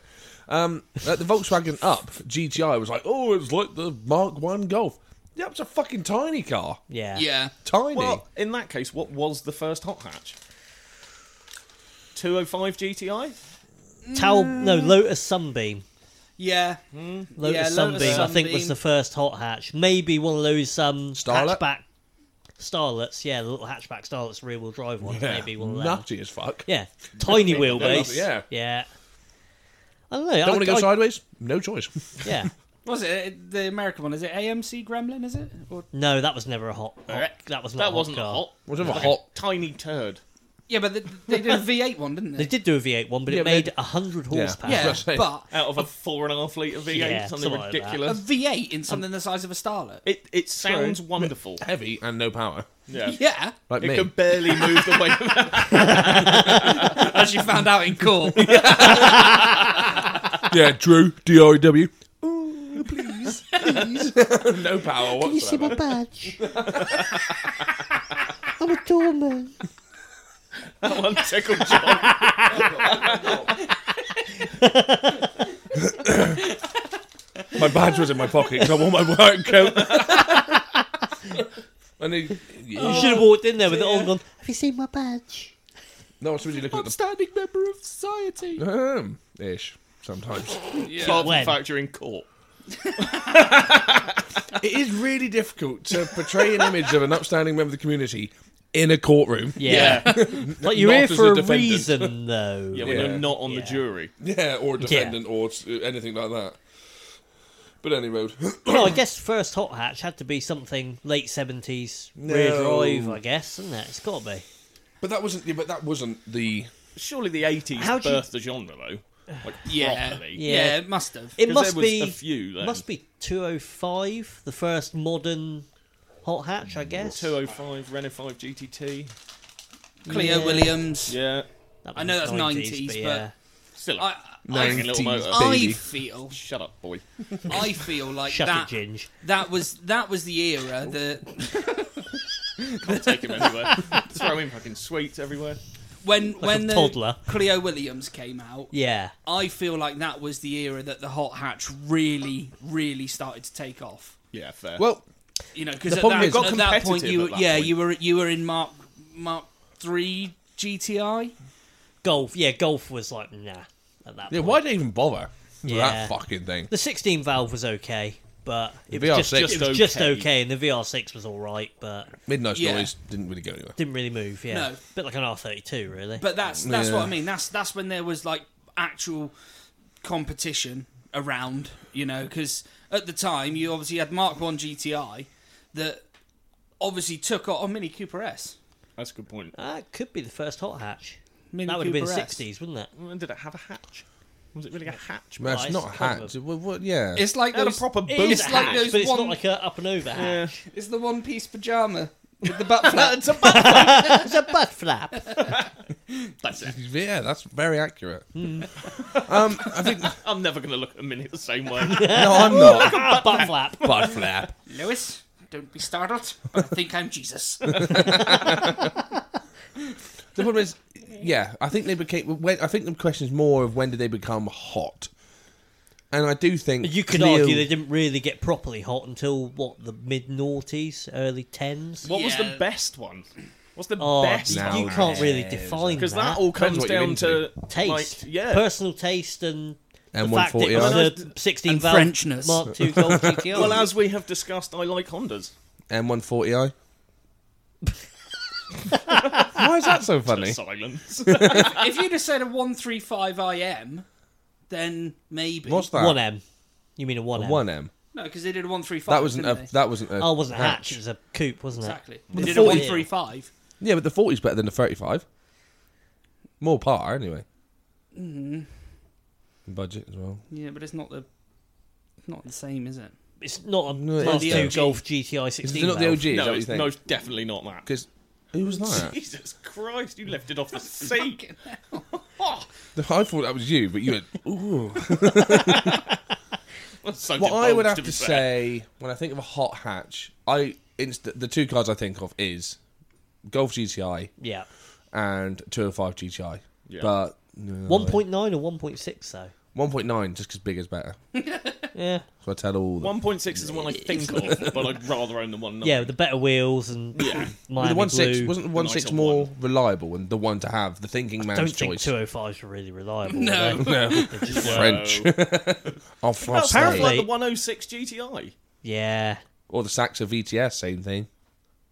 [SPEAKER 1] um, uh, the Volkswagen Up GTI was like, oh, it's like the Mark One Golf. Yeah, it's a fucking tiny car,
[SPEAKER 3] Yeah.
[SPEAKER 2] Yeah.
[SPEAKER 1] tiny.
[SPEAKER 4] well, in that case, what was the first hot hatch? 205 GTI?
[SPEAKER 3] Towel, no, Lotus Sunbeam.
[SPEAKER 2] Yeah.
[SPEAKER 3] Lotus
[SPEAKER 2] Yeah, Lotus
[SPEAKER 3] Sunbeam, I think, was
[SPEAKER 2] Sunbeam.
[SPEAKER 3] the first hot hatch. Maybe one of those um,
[SPEAKER 1] Starlet?
[SPEAKER 3] hatchback starlets. Yeah, the little hatchback starlets, rear wheel drive ones.
[SPEAKER 1] yeah,
[SPEAKER 3] Maybe one of them.
[SPEAKER 1] nutty as fuck.
[SPEAKER 3] Yeah, tiny
[SPEAKER 1] Lovely,
[SPEAKER 3] wheelbase.
[SPEAKER 1] yeah.
[SPEAKER 3] yeah. I don't know. I,
[SPEAKER 1] Don't want to go
[SPEAKER 3] I-
[SPEAKER 1] sideways? No choice. (laughs)
[SPEAKER 3] Yeah,
[SPEAKER 2] Was it the American one? Is it AMC Gremlin? Is it? Or...
[SPEAKER 3] no, that was never a hot. hot that was not.
[SPEAKER 4] That
[SPEAKER 3] a
[SPEAKER 4] wasn't
[SPEAKER 3] hot car.
[SPEAKER 4] hot.
[SPEAKER 1] Wasn't
[SPEAKER 4] Like
[SPEAKER 1] a hot-
[SPEAKER 4] Tiny turd.
[SPEAKER 2] Yeah, but they, they did a V8 one, didn't
[SPEAKER 3] They
[SPEAKER 2] they?
[SPEAKER 3] did do a V8 one, but
[SPEAKER 1] Yeah,
[SPEAKER 3] it
[SPEAKER 1] but
[SPEAKER 3] made
[SPEAKER 1] they-
[SPEAKER 3] hundred horsepower.
[SPEAKER 1] I
[SPEAKER 3] (laughs)
[SPEAKER 2] Yeah,
[SPEAKER 1] was gonna say.
[SPEAKER 2] but
[SPEAKER 4] Out of a four and a half litre V8,
[SPEAKER 3] Yeah,
[SPEAKER 4] something
[SPEAKER 3] something like that.
[SPEAKER 2] a
[SPEAKER 4] ridiculous.
[SPEAKER 2] V8 in something the size of a Starlet.
[SPEAKER 4] it, it sounds wonderful.
[SPEAKER 1] Heavy and no power.
[SPEAKER 4] Yeah.
[SPEAKER 3] (laughs)
[SPEAKER 2] Yeah,
[SPEAKER 1] Like me.
[SPEAKER 4] It could barely move the way. (laughs)
[SPEAKER 2] as you found out in court.
[SPEAKER 1] Yeah, Drew, D I W. Ooh, please, please. no power whatsoever.
[SPEAKER 3] badge? I'm a doorman.
[SPEAKER 4] that one
[SPEAKER 3] (laughs)
[SPEAKER 4] tickled John.
[SPEAKER 1] My badge was in my pocket because I wore my work coat. (laughs) and he,
[SPEAKER 3] You should have walked in there with it all gone. Have you seen my badge?
[SPEAKER 1] no, it's really looking at
[SPEAKER 2] Outstanding member of society.
[SPEAKER 1] the um, ish sometimes.
[SPEAKER 4] Apart from the
[SPEAKER 3] When?
[SPEAKER 4] fact you're in court.
[SPEAKER 1] it is really difficult to portray an image of an upstanding member of the community in a courtroom.
[SPEAKER 3] Yeah, (laughs) like you're
[SPEAKER 1] Not
[SPEAKER 3] here
[SPEAKER 1] as
[SPEAKER 3] for
[SPEAKER 1] a
[SPEAKER 3] a,
[SPEAKER 1] defendant.
[SPEAKER 3] reason, though.
[SPEAKER 4] Yeah, when
[SPEAKER 1] Yeah.
[SPEAKER 4] you're not on the
[SPEAKER 3] Yeah.
[SPEAKER 4] jury.
[SPEAKER 1] (laughs) Yeah, or a defendant or s- uh, anything like that. But anyway, (coughs)
[SPEAKER 3] Well, I guess first hot hatch had to be something late seventies rear
[SPEAKER 1] No.
[SPEAKER 3] drive. I guess, isn't it? It's got to be.
[SPEAKER 1] but that wasn't. Yeah, but that wasn't the.
[SPEAKER 4] Surely the 80s
[SPEAKER 3] How'd you-
[SPEAKER 4] birthed the genre, though.
[SPEAKER 3] (sighs)
[SPEAKER 4] Like,
[SPEAKER 2] Yeah.
[SPEAKER 4] properly.
[SPEAKER 3] Yeah.
[SPEAKER 2] Yeah, it must have.
[SPEAKER 3] It
[SPEAKER 4] 'Cause
[SPEAKER 3] must
[SPEAKER 4] there was
[SPEAKER 3] be
[SPEAKER 4] a few, then.
[SPEAKER 3] must be 205, the first modern hot hatch, I guess.
[SPEAKER 4] 205, Renault 5 GTT.
[SPEAKER 2] Cleo
[SPEAKER 3] Yeah.
[SPEAKER 2] Williams.
[SPEAKER 4] Yeah.
[SPEAKER 3] That
[SPEAKER 2] I know
[SPEAKER 3] was
[SPEAKER 2] that's 90s, but-
[SPEAKER 3] yeah.
[SPEAKER 4] Still a
[SPEAKER 2] I,
[SPEAKER 4] banging little
[SPEAKER 1] 90s.
[SPEAKER 4] motor.
[SPEAKER 1] Oh.
[SPEAKER 2] I
[SPEAKER 1] Baby.
[SPEAKER 2] feel,
[SPEAKER 4] Shut up, boy.
[SPEAKER 2] I feel like
[SPEAKER 3] Shut
[SPEAKER 2] that.
[SPEAKER 3] it, Ginge.
[SPEAKER 2] That was that was the era that
[SPEAKER 4] Take him anywhere. (laughs) Throw him fucking sweets everywhere.
[SPEAKER 2] when when the
[SPEAKER 3] toddler.
[SPEAKER 2] Cleo Williams came out,
[SPEAKER 3] Yeah.
[SPEAKER 2] I feel like that was the era that the hot hatch really really started to take off.
[SPEAKER 4] Yeah, fair.
[SPEAKER 1] Well,
[SPEAKER 2] You know, because
[SPEAKER 1] The
[SPEAKER 2] at,
[SPEAKER 1] problem
[SPEAKER 2] that,
[SPEAKER 1] is-
[SPEAKER 2] at
[SPEAKER 4] Got
[SPEAKER 2] that point
[SPEAKER 4] competitive
[SPEAKER 2] you
[SPEAKER 4] at that
[SPEAKER 2] yeah
[SPEAKER 4] point.
[SPEAKER 2] you were you were in Mark Mark three GTI.
[SPEAKER 3] Golf. Yeah, golf was like, nah. At that
[SPEAKER 1] yeah,
[SPEAKER 3] point.
[SPEAKER 1] why'd they even bother with
[SPEAKER 3] Yeah.
[SPEAKER 1] that fucking thing?
[SPEAKER 3] The 16 valve was okay, but it
[SPEAKER 1] The
[SPEAKER 3] was, just,
[SPEAKER 1] VR6
[SPEAKER 3] it was
[SPEAKER 4] was
[SPEAKER 3] just
[SPEAKER 4] okay.
[SPEAKER 3] okay, and the VR6 was alright, but
[SPEAKER 1] Midnight
[SPEAKER 2] Yeah.
[SPEAKER 1] Noise didn't really go anywhere.
[SPEAKER 3] didn't really move, yeah.
[SPEAKER 2] No.
[SPEAKER 3] bit like an R32, really.
[SPEAKER 2] But that's that's
[SPEAKER 1] Yeah.
[SPEAKER 2] what I mean. That's that's when there was like actual competition around, you know, because at the time you obviously had Mark One GTI that obviously took off oh, Mini Cooper S.
[SPEAKER 4] That's a good point.
[SPEAKER 3] that Ah, could be the first hot hatch.
[SPEAKER 2] Mini
[SPEAKER 3] that would have been
[SPEAKER 2] Cooper S.
[SPEAKER 3] 60s, wouldn't it?
[SPEAKER 4] When did it have a hatch? Was it really a hatch?
[SPEAKER 1] Man, it's
[SPEAKER 3] Right,
[SPEAKER 1] not a
[SPEAKER 3] it's
[SPEAKER 1] hat.
[SPEAKER 3] covered.
[SPEAKER 1] What, what, yeah,
[SPEAKER 2] It's like
[SPEAKER 4] They had a
[SPEAKER 2] those,
[SPEAKER 4] proper
[SPEAKER 3] It
[SPEAKER 4] boot
[SPEAKER 3] is a
[SPEAKER 2] It's like
[SPEAKER 3] hatch,
[SPEAKER 2] those
[SPEAKER 3] but it's
[SPEAKER 2] one-
[SPEAKER 3] not like a up and over
[SPEAKER 4] Yeah.
[SPEAKER 3] hatch.
[SPEAKER 2] it's the one piece pajama with the butt
[SPEAKER 4] (laughs)
[SPEAKER 2] flap.
[SPEAKER 3] It's a butt flap.
[SPEAKER 4] That's it.
[SPEAKER 1] yeah, that's very accurate.
[SPEAKER 3] Hmm.
[SPEAKER 1] Um,
[SPEAKER 3] (laughs)
[SPEAKER 4] I'm never going to look at a minute the same way.
[SPEAKER 1] No, I'm not.
[SPEAKER 3] butt flap.
[SPEAKER 1] Butt flap.
[SPEAKER 2] Lewis, don't be startled. But I think I'm Jesus. (laughs)
[SPEAKER 1] The problem is, yeah, I think they became. When, I think the question is more of when did they become hot, and I do think
[SPEAKER 3] You could
[SPEAKER 1] Cleo-
[SPEAKER 3] argue they didn't really get properly hot until what the mid noughties, early tens.
[SPEAKER 4] (laughs) What was
[SPEAKER 2] Yeah.
[SPEAKER 4] the best one? What's the
[SPEAKER 3] Oh,
[SPEAKER 4] best
[SPEAKER 1] now
[SPEAKER 3] you
[SPEAKER 1] it's-
[SPEAKER 3] can't really
[SPEAKER 1] Yeah,
[SPEAKER 3] define
[SPEAKER 4] Because
[SPEAKER 3] that.
[SPEAKER 4] that all
[SPEAKER 1] Depends
[SPEAKER 4] comes
[SPEAKER 1] what you're
[SPEAKER 4] down
[SPEAKER 1] into.
[SPEAKER 4] to
[SPEAKER 3] taste,
[SPEAKER 4] Like, yeah.
[SPEAKER 3] personal taste, and the
[SPEAKER 1] M140i.
[SPEAKER 3] fact it was a sixteen
[SPEAKER 2] And
[SPEAKER 3] valve
[SPEAKER 2] Frenchness.
[SPEAKER 1] (laughs)
[SPEAKER 3] Mark II Golf GTR.
[SPEAKER 4] well, as we have discussed, I like Hondas.
[SPEAKER 3] (laughs)
[SPEAKER 1] M140i. Why is that so funny? (laughs)
[SPEAKER 4] Silence. (laughs)
[SPEAKER 2] if you'd have said a one three five IM, then maybe
[SPEAKER 1] What's that?
[SPEAKER 3] one M, you mean a one M?
[SPEAKER 1] One M.
[SPEAKER 2] no, because they did a one three five.
[SPEAKER 1] That wasn't a. That wasn't a.
[SPEAKER 3] Oh, it wasn't a hatch. It was a coupe, wasn't it?
[SPEAKER 2] Exactly.
[SPEAKER 3] With
[SPEAKER 2] They did
[SPEAKER 3] the
[SPEAKER 2] a
[SPEAKER 3] 40.
[SPEAKER 2] one three five.
[SPEAKER 1] Yeah, but the 40's better than the 35. More par anyway. Budget as well.
[SPEAKER 2] Yeah, but it's not the not the same, is it?
[SPEAKER 3] It's not a
[SPEAKER 1] No,
[SPEAKER 3] Class
[SPEAKER 1] it's not.
[SPEAKER 3] Two Golf GTI 16.
[SPEAKER 1] They're not the
[SPEAKER 3] valve.
[SPEAKER 1] OG, is that
[SPEAKER 4] no,
[SPEAKER 1] what you
[SPEAKER 4] it's
[SPEAKER 1] think?
[SPEAKER 4] most definitely not that.
[SPEAKER 1] Because who was (laughs) that?
[SPEAKER 4] Jesus Christ, you left it off the (laughs) seat.
[SPEAKER 1] I thought that was you, but you went.
[SPEAKER 4] (laughs)
[SPEAKER 1] Ooh.
[SPEAKER 4] So did
[SPEAKER 1] What I would have
[SPEAKER 4] Bones, be
[SPEAKER 1] to
[SPEAKER 4] fair.
[SPEAKER 1] say when I think of a hot hatch, I inst- the two cars I think of is Golf GTI
[SPEAKER 3] Yeah.
[SPEAKER 1] and 205 GTI.
[SPEAKER 4] Yeah.
[SPEAKER 1] But no,
[SPEAKER 3] 1.9 or 1.6 though.
[SPEAKER 1] 1.9 just because bigger is better.
[SPEAKER 3] Yeah.
[SPEAKER 1] So I tell all. The-
[SPEAKER 4] 1.6 is the one I think of, but I'd rather own the one.
[SPEAKER 3] Yeah, with the better wheels and (clears throat)
[SPEAKER 4] Yeah.
[SPEAKER 1] the
[SPEAKER 3] Miami
[SPEAKER 1] one six
[SPEAKER 3] Blue.
[SPEAKER 1] wasn't the
[SPEAKER 4] The
[SPEAKER 1] one
[SPEAKER 4] nicer
[SPEAKER 1] six
[SPEAKER 4] one.
[SPEAKER 1] more reliable and the one to have the thinking man's
[SPEAKER 3] Don't think
[SPEAKER 1] choice.
[SPEAKER 3] 205s are really reliable.
[SPEAKER 2] No.
[SPEAKER 3] were they?
[SPEAKER 1] no, (laughs)
[SPEAKER 3] They're just-
[SPEAKER 1] French.
[SPEAKER 4] No.
[SPEAKER 1] I'll, I'll
[SPEAKER 4] Well, apparently,
[SPEAKER 1] say.
[SPEAKER 4] like the 106 GTI.
[SPEAKER 3] yeah.
[SPEAKER 1] Or the Saxa VTS, same thing.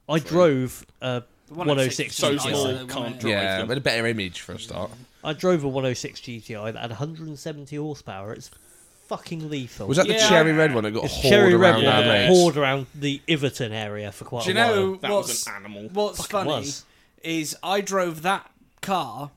[SPEAKER 3] I drove a
[SPEAKER 2] The
[SPEAKER 3] 106
[SPEAKER 4] So
[SPEAKER 2] is nicer
[SPEAKER 4] small,
[SPEAKER 3] GTI.
[SPEAKER 2] than the
[SPEAKER 4] can't
[SPEAKER 2] 108.
[SPEAKER 4] drive.
[SPEAKER 1] yeah,
[SPEAKER 4] them.
[SPEAKER 1] but a better image for a start.
[SPEAKER 3] I drove a 106 GTI that had 170 horsepower. It's fucking lethal.
[SPEAKER 1] Was that the
[SPEAKER 4] Yeah.
[SPEAKER 1] cherry red one that got
[SPEAKER 3] It's
[SPEAKER 1] hauled
[SPEAKER 3] cherry red
[SPEAKER 1] around
[SPEAKER 3] one
[SPEAKER 1] our
[SPEAKER 4] yeah.
[SPEAKER 3] that
[SPEAKER 1] mates?
[SPEAKER 3] poured around the Iverton area for quite
[SPEAKER 2] Do you
[SPEAKER 3] a while.
[SPEAKER 2] know
[SPEAKER 4] That
[SPEAKER 2] what's,
[SPEAKER 4] was an animal.
[SPEAKER 2] what's funny
[SPEAKER 3] Fucking was.
[SPEAKER 2] is I drove that car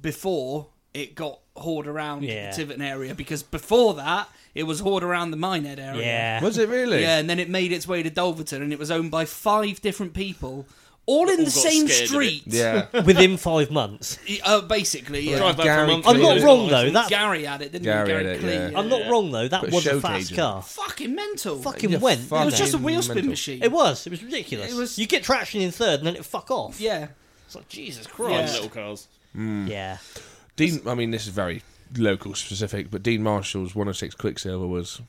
[SPEAKER 2] before it got hauled around
[SPEAKER 3] Yeah.
[SPEAKER 2] the Tiverton area because before that it was hauled around the Minehead area.
[SPEAKER 1] (laughs)
[SPEAKER 3] Yeah.
[SPEAKER 1] Was it really?
[SPEAKER 2] Yeah, and then it made its way to Dulverton and it was owned by five different people, all in the
[SPEAKER 4] got
[SPEAKER 2] same
[SPEAKER 4] scared of it.
[SPEAKER 2] street.
[SPEAKER 1] Yeah.
[SPEAKER 3] (laughs) Within five months.
[SPEAKER 2] Uh, basically, yeah.
[SPEAKER 4] Drive that for a
[SPEAKER 1] Gary
[SPEAKER 4] month,
[SPEAKER 3] I'm
[SPEAKER 1] Yeah.
[SPEAKER 3] not
[SPEAKER 4] lose
[SPEAKER 3] wrong
[SPEAKER 4] the
[SPEAKER 3] though.
[SPEAKER 4] license.
[SPEAKER 3] That
[SPEAKER 2] Gary had it, didn't
[SPEAKER 1] Gary
[SPEAKER 2] he? Gary
[SPEAKER 1] had it,
[SPEAKER 2] Clee,
[SPEAKER 1] yeah.
[SPEAKER 3] I'm not wrong though. That
[SPEAKER 1] Put a
[SPEAKER 3] was a
[SPEAKER 1] showcase
[SPEAKER 3] fast
[SPEAKER 1] in.
[SPEAKER 3] car.
[SPEAKER 2] Fucking mental.
[SPEAKER 3] Fucking
[SPEAKER 1] Yeah,
[SPEAKER 3] went.
[SPEAKER 1] fuck.
[SPEAKER 2] it was just a wheel spin
[SPEAKER 1] mental.
[SPEAKER 2] machine.
[SPEAKER 3] It was. It was ridiculous.
[SPEAKER 2] It was-
[SPEAKER 3] You get traction in third and then it fuck off.
[SPEAKER 2] Yeah.
[SPEAKER 3] It's like Jesus
[SPEAKER 4] Drive
[SPEAKER 2] Yeah.
[SPEAKER 3] Christ.
[SPEAKER 4] little cars.
[SPEAKER 3] Yeah.
[SPEAKER 1] Dean, I mean, this is very local specific, but Dean Marshall's 106 Quicksilver was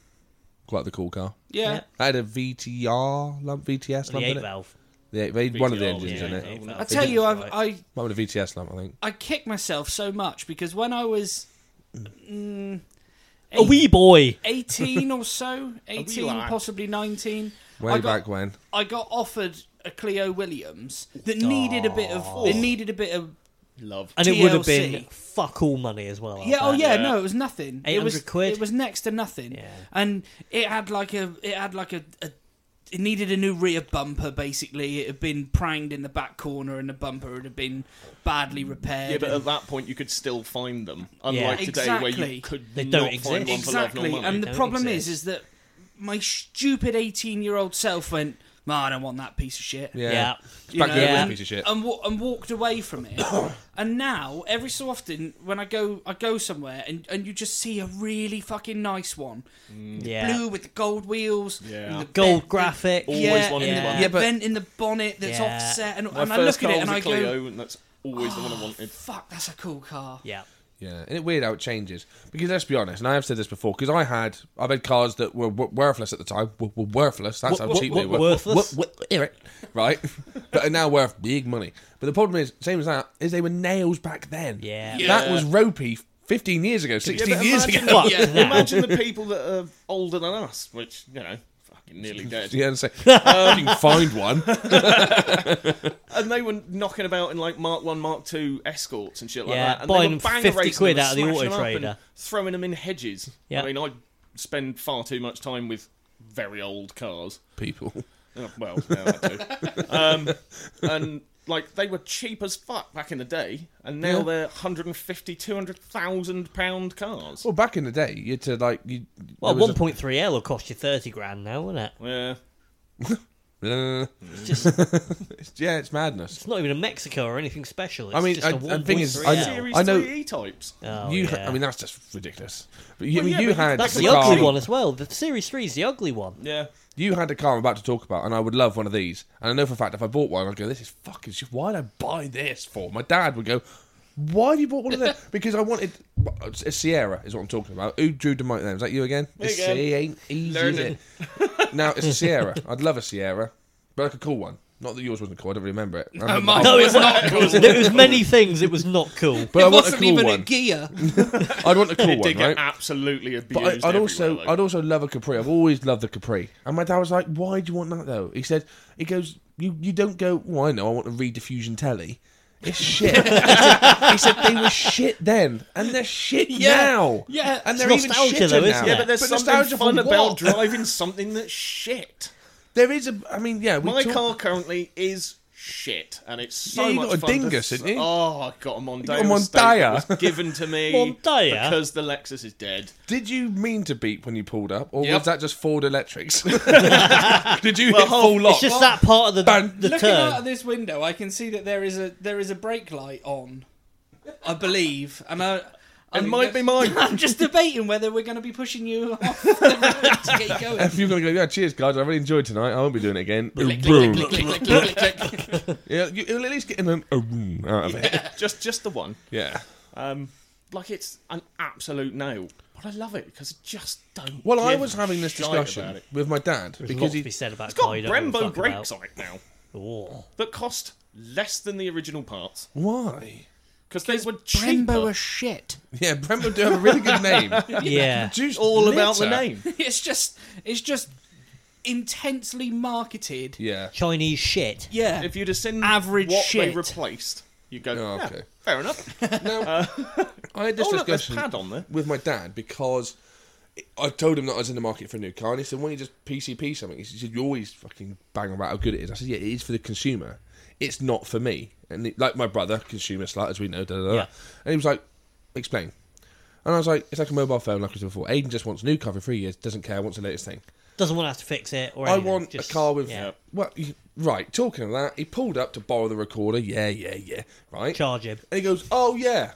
[SPEAKER 1] quite the cool car.
[SPEAKER 2] Yeah.
[SPEAKER 3] Yeah.
[SPEAKER 1] I had a VTR lump, VTS
[SPEAKER 3] The
[SPEAKER 1] lump in
[SPEAKER 3] eight
[SPEAKER 1] it.
[SPEAKER 3] valve.
[SPEAKER 1] The eight, they had one of the
[SPEAKER 4] VTR was
[SPEAKER 1] engines
[SPEAKER 4] the
[SPEAKER 1] in
[SPEAKER 4] eight
[SPEAKER 1] it.
[SPEAKER 4] valve.
[SPEAKER 2] I tell you, I've,
[SPEAKER 3] Right.
[SPEAKER 2] I
[SPEAKER 1] One with a VTS lump, I think.
[SPEAKER 2] I kick myself so much because when I was mm,
[SPEAKER 3] A wee boy.
[SPEAKER 2] 18 or so, 18,
[SPEAKER 4] lad.
[SPEAKER 2] possibly 19,
[SPEAKER 1] Way
[SPEAKER 2] I got,
[SPEAKER 1] back when.
[SPEAKER 2] I got offered a Clio Williams that needed a bit of it needed a bit of
[SPEAKER 4] Love.
[SPEAKER 3] And it would have
[SPEAKER 2] TLC.
[SPEAKER 3] been fuck all money as well. I
[SPEAKER 2] yeah, oh
[SPEAKER 3] bet.
[SPEAKER 2] yeah,
[SPEAKER 4] Yeah.
[SPEAKER 2] no, it was nothing. It was
[SPEAKER 3] 800 quid?
[SPEAKER 2] It was next to nothing.
[SPEAKER 3] Yeah.
[SPEAKER 2] And it had like a, it had like a, a, it needed a new rear bumper. Basically, it had been pranged in the back corner, and the bumper had been badly repaired.
[SPEAKER 4] Yeah, but
[SPEAKER 2] and-
[SPEAKER 4] at that point you could still find them, unlike
[SPEAKER 3] Yeah.
[SPEAKER 4] today where
[SPEAKER 2] Exactly.
[SPEAKER 4] you could
[SPEAKER 3] They
[SPEAKER 4] not
[SPEAKER 3] don't
[SPEAKER 4] find one
[SPEAKER 3] exist.
[SPEAKER 4] for love nor
[SPEAKER 2] Exactly.
[SPEAKER 4] money.
[SPEAKER 2] And the
[SPEAKER 3] Don't
[SPEAKER 2] problem
[SPEAKER 3] exist.
[SPEAKER 2] is, is that my stupid eighteen-year-old self went, "Nah, "I don't want that piece of shit."
[SPEAKER 1] Yeah.
[SPEAKER 3] Yeah.
[SPEAKER 1] It's
[SPEAKER 2] You
[SPEAKER 1] back
[SPEAKER 2] know,
[SPEAKER 1] then it was a
[SPEAKER 2] and-
[SPEAKER 1] piece of shit.
[SPEAKER 2] And, wa- and walked away from
[SPEAKER 4] (coughs)
[SPEAKER 2] it. and now, every so often, when I go, I go somewhere, and, and you just see a really fucking nice one,
[SPEAKER 1] Mm.
[SPEAKER 3] Yeah.
[SPEAKER 2] blue with the gold wheels,
[SPEAKER 4] Yeah.
[SPEAKER 2] and the
[SPEAKER 3] Gold
[SPEAKER 2] bent-
[SPEAKER 3] graphic.
[SPEAKER 2] the-
[SPEAKER 4] Always
[SPEAKER 2] yeah,
[SPEAKER 4] wanted
[SPEAKER 2] and
[SPEAKER 3] one.
[SPEAKER 2] the
[SPEAKER 1] Yeah, but-
[SPEAKER 2] vent in the bonnet that's
[SPEAKER 3] Yeah.
[SPEAKER 2] offset, and,
[SPEAKER 4] My
[SPEAKER 2] and I
[SPEAKER 4] first
[SPEAKER 2] look at
[SPEAKER 4] car
[SPEAKER 2] it
[SPEAKER 4] was
[SPEAKER 2] and
[SPEAKER 4] a
[SPEAKER 2] I go, "Oh,
[SPEAKER 4] Clio, and that's always the one I wanted.
[SPEAKER 2] "Fuck, that's a cool car."
[SPEAKER 3] Yeah.
[SPEAKER 1] Yeah, and it weird how it changes. Because let's be honest, and I have said this before, because I had I've had cars that were, were worthless at the time. Were, were worthless. That's
[SPEAKER 3] Were-
[SPEAKER 1] how
[SPEAKER 3] were-
[SPEAKER 1] cheap
[SPEAKER 3] were
[SPEAKER 1] they were.
[SPEAKER 3] worthless?
[SPEAKER 1] Were- were- hear it, right? (laughs) but are now worth big money. But the problem is, same as that, is they were nails back then.
[SPEAKER 3] Yeah.
[SPEAKER 1] that
[SPEAKER 4] Yeah.
[SPEAKER 1] was ropey. Fifteen years ago, sixteen
[SPEAKER 4] but
[SPEAKER 1] years
[SPEAKER 4] imagine-
[SPEAKER 1] ago.
[SPEAKER 3] Fuck.
[SPEAKER 4] Yeah,
[SPEAKER 3] now.
[SPEAKER 4] imagine the people that are older than us, which you know, fucking nearly
[SPEAKER 3] (laughs)
[SPEAKER 1] (laughs)
[SPEAKER 4] dead.
[SPEAKER 1] Yeah, and say, "I didn't find one.
[SPEAKER 4] And they were knocking about in like Mark One, Mark Two escorts and shit like
[SPEAKER 3] Yeah,
[SPEAKER 4] that. And
[SPEAKER 3] buying
[SPEAKER 4] they were bang
[SPEAKER 3] 50
[SPEAKER 4] racing
[SPEAKER 3] quid
[SPEAKER 4] them
[SPEAKER 3] out of
[SPEAKER 4] and
[SPEAKER 3] the
[SPEAKER 4] smashing
[SPEAKER 3] Auto
[SPEAKER 4] them up and
[SPEAKER 3] Trader.
[SPEAKER 4] throwing them in hedges.
[SPEAKER 3] Yeah.
[SPEAKER 4] I mean, I spend far too much time with very old cars.
[SPEAKER 1] People.
[SPEAKER 4] Uh, Well, (laughs) yeah, that too. um, and like they were cheap as fuck back in the day, and now
[SPEAKER 1] Yeah.
[SPEAKER 4] they're 150, 200,000 pound cars.
[SPEAKER 1] Well, back in the day, you had to like you.
[SPEAKER 3] Well,
[SPEAKER 1] there was a-
[SPEAKER 3] 1.3L will cost you 30 grand now, wouldn't it?
[SPEAKER 4] Yeah,
[SPEAKER 1] Uh,
[SPEAKER 3] It's just
[SPEAKER 1] yeah, (laughs) it's madness.
[SPEAKER 3] it's (laughs) not even a Mexico or anything special. It's
[SPEAKER 1] I mean,
[SPEAKER 3] just
[SPEAKER 1] I-
[SPEAKER 3] a
[SPEAKER 1] the thing is,
[SPEAKER 3] 1.3L.
[SPEAKER 1] I-
[SPEAKER 4] Series
[SPEAKER 1] I know-
[SPEAKER 4] 3 E types.
[SPEAKER 3] Oh,
[SPEAKER 1] you, ha-
[SPEAKER 3] yeah.
[SPEAKER 1] I mean, that's just ridiculous. But you,
[SPEAKER 4] Well, yeah,
[SPEAKER 1] you
[SPEAKER 4] but
[SPEAKER 1] had
[SPEAKER 3] that's
[SPEAKER 1] a
[SPEAKER 3] the ugly
[SPEAKER 1] car-
[SPEAKER 3] one as well. The Series 3 is the ugly one.
[SPEAKER 4] Yeah,
[SPEAKER 1] You had a car I'm about to talk about, and I would love one of these. And I know for a fact if I bought one, I'd go, "This is fucking shit. Why'd I buy this for?" My dad would go, "Why have you bought one of them?" (laughs) because I wanted a Sierra, is what I'm talking about. Who drew the mic then? Was that you again?
[SPEAKER 4] Me
[SPEAKER 1] This
[SPEAKER 4] again.
[SPEAKER 1] ain't easy. is
[SPEAKER 4] Learning.
[SPEAKER 1] it? now it's a Sierra. I'd love a Sierra, but like a cool one. Not that yours wasn't cool. I don't remember it. Um, I
[SPEAKER 4] (laughs)
[SPEAKER 1] remember-
[SPEAKER 2] mine
[SPEAKER 3] No,
[SPEAKER 2] It
[SPEAKER 3] it's
[SPEAKER 2] Um, was
[SPEAKER 3] not cool. there was (laughs) many things it was not (laughs) cool.
[SPEAKER 1] but I
[SPEAKER 2] it
[SPEAKER 1] want a
[SPEAKER 2] wasn't
[SPEAKER 1] cool
[SPEAKER 2] even a
[SPEAKER 1] one.
[SPEAKER 2] gear.
[SPEAKER 1] I'd want a
[SPEAKER 4] (laughs)
[SPEAKER 1] cool
[SPEAKER 4] it
[SPEAKER 1] one,
[SPEAKER 4] did
[SPEAKER 1] right?
[SPEAKER 4] get absolutely abused.
[SPEAKER 1] But I, I'd
[SPEAKER 4] everywhere,
[SPEAKER 1] also,
[SPEAKER 4] though.
[SPEAKER 1] I'd also love a Capri. I've always loved the Capri. And my dad was like, "Why do you want that though?" He said, "He goes, you, you don't go. Well, I know. I want a rediffusion telly. It's shit." (laughs) he, said, he said they were shit then, and they're shit now.
[SPEAKER 2] Yeah.
[SPEAKER 1] and they're
[SPEAKER 3] It's
[SPEAKER 1] even
[SPEAKER 3] nostalgia,
[SPEAKER 1] shitter
[SPEAKER 3] though,
[SPEAKER 1] now.
[SPEAKER 3] isn't
[SPEAKER 4] Yeah,
[SPEAKER 3] it?
[SPEAKER 4] but there's
[SPEAKER 1] nostalgia
[SPEAKER 4] something fun
[SPEAKER 1] for
[SPEAKER 4] about (laughs)
[SPEAKER 1] what?
[SPEAKER 4] driving something that's shit.
[SPEAKER 1] There is a. I mean, yeah. We
[SPEAKER 4] My
[SPEAKER 1] talk-
[SPEAKER 4] car currently is shit, and it's so
[SPEAKER 1] Yeah, you
[SPEAKER 4] much
[SPEAKER 1] got a
[SPEAKER 4] fun to
[SPEAKER 1] dingus,
[SPEAKER 4] th-
[SPEAKER 1] didn't you?
[SPEAKER 4] Oh, I got a Mondeo.
[SPEAKER 1] got a
[SPEAKER 4] estate that
[SPEAKER 1] Mondeo.
[SPEAKER 4] was given
[SPEAKER 1] (laughs)
[SPEAKER 4] to me
[SPEAKER 3] Mondeo?
[SPEAKER 4] because the Lexus is dead.
[SPEAKER 1] Did you mean to beep when you pulled up, or
[SPEAKER 4] Yep.
[SPEAKER 1] was that just Ford Electrics? Did you hit
[SPEAKER 4] hold-
[SPEAKER 1] full lock?
[SPEAKER 3] It's just that part of the,
[SPEAKER 1] Bang.
[SPEAKER 3] the
[SPEAKER 2] Looking
[SPEAKER 3] turn.
[SPEAKER 2] out of this window, I can see that there is a there is a brake light on. I believe, and I. I
[SPEAKER 4] It
[SPEAKER 2] think
[SPEAKER 4] might be
[SPEAKER 2] that's-
[SPEAKER 4] mine.
[SPEAKER 1] (laughs)
[SPEAKER 4] (laughs)
[SPEAKER 2] I'm just debating whether we're going to be pushing you (laughs) off the road to get you
[SPEAKER 1] (laughs)
[SPEAKER 2] going.
[SPEAKER 1] If you're gonna go, yeah, cheers, guys. I really enjoyed tonight. I won't be doing it again.
[SPEAKER 2] Click,
[SPEAKER 1] Vroom.
[SPEAKER 2] click, click, click, click, click, click, click.
[SPEAKER 1] Yeah, you, will at least get an a room out of
[SPEAKER 4] (laughs)
[SPEAKER 1] it.
[SPEAKER 4] just just the one.
[SPEAKER 1] Yeah.
[SPEAKER 4] Um, like it's an absolute nail. But I love it because I just don't.
[SPEAKER 1] Well, I
[SPEAKER 4] give
[SPEAKER 1] was
[SPEAKER 4] a
[SPEAKER 1] having this
[SPEAKER 4] shite about
[SPEAKER 1] discussion
[SPEAKER 4] it.
[SPEAKER 1] with my dad because
[SPEAKER 3] Lots to
[SPEAKER 1] he
[SPEAKER 3] be said about
[SPEAKER 4] It's got
[SPEAKER 3] Kaido and
[SPEAKER 4] Brembo
[SPEAKER 3] fuck
[SPEAKER 4] brakes
[SPEAKER 3] about-
[SPEAKER 4] on it now
[SPEAKER 3] Oh.
[SPEAKER 4] that cost less than the original parts
[SPEAKER 1] why?
[SPEAKER 4] because they were cheaper.
[SPEAKER 2] Brembo are shit.
[SPEAKER 1] Yeah, Brembo do have a really good
[SPEAKER 4] (laughs)
[SPEAKER 1] name.
[SPEAKER 3] Yeah.
[SPEAKER 1] Juice
[SPEAKER 4] all about the
[SPEAKER 1] litter.
[SPEAKER 4] name.
[SPEAKER 2] (laughs) It's just it's just intensely marketed.
[SPEAKER 1] Yeah.
[SPEAKER 3] Chinese shit.
[SPEAKER 2] Yeah.
[SPEAKER 4] If you'd have seen
[SPEAKER 2] Average
[SPEAKER 4] what they
[SPEAKER 2] shit.
[SPEAKER 4] replaced, you go.
[SPEAKER 1] Oh,
[SPEAKER 4] "Yeah,
[SPEAKER 1] okay.
[SPEAKER 4] fair enough.
[SPEAKER 1] Now, I had this
[SPEAKER 4] oh look, there's
[SPEAKER 1] discussion
[SPEAKER 4] pad on there.
[SPEAKER 1] with my dad because I told him that I was in the market for a new car, and he said, "Why don't you just PCP something?" He said, "You always fucking bang on about how good it is." I said, "Yeah, it is for the consumer. It's not for me." And he- like my brother, consumer slut, as we know, da, da, da.
[SPEAKER 3] Yeah.
[SPEAKER 1] and he was like, "Explain." And I was like, "It's like a mobile phone, like I said before. Aiden just wants a new car for three years, doesn't care, wants the latest thing.
[SPEAKER 3] Doesn't want to have to fix it or
[SPEAKER 1] I
[SPEAKER 3] anything.
[SPEAKER 1] want
[SPEAKER 3] Just-
[SPEAKER 1] a car with
[SPEAKER 3] yeah.
[SPEAKER 1] well, you- right." Talking of that, he pulled up to borrow the recorder. Yeah, yeah, yeah. Right.
[SPEAKER 3] Charge him.
[SPEAKER 1] And he goes, "Oh yeah,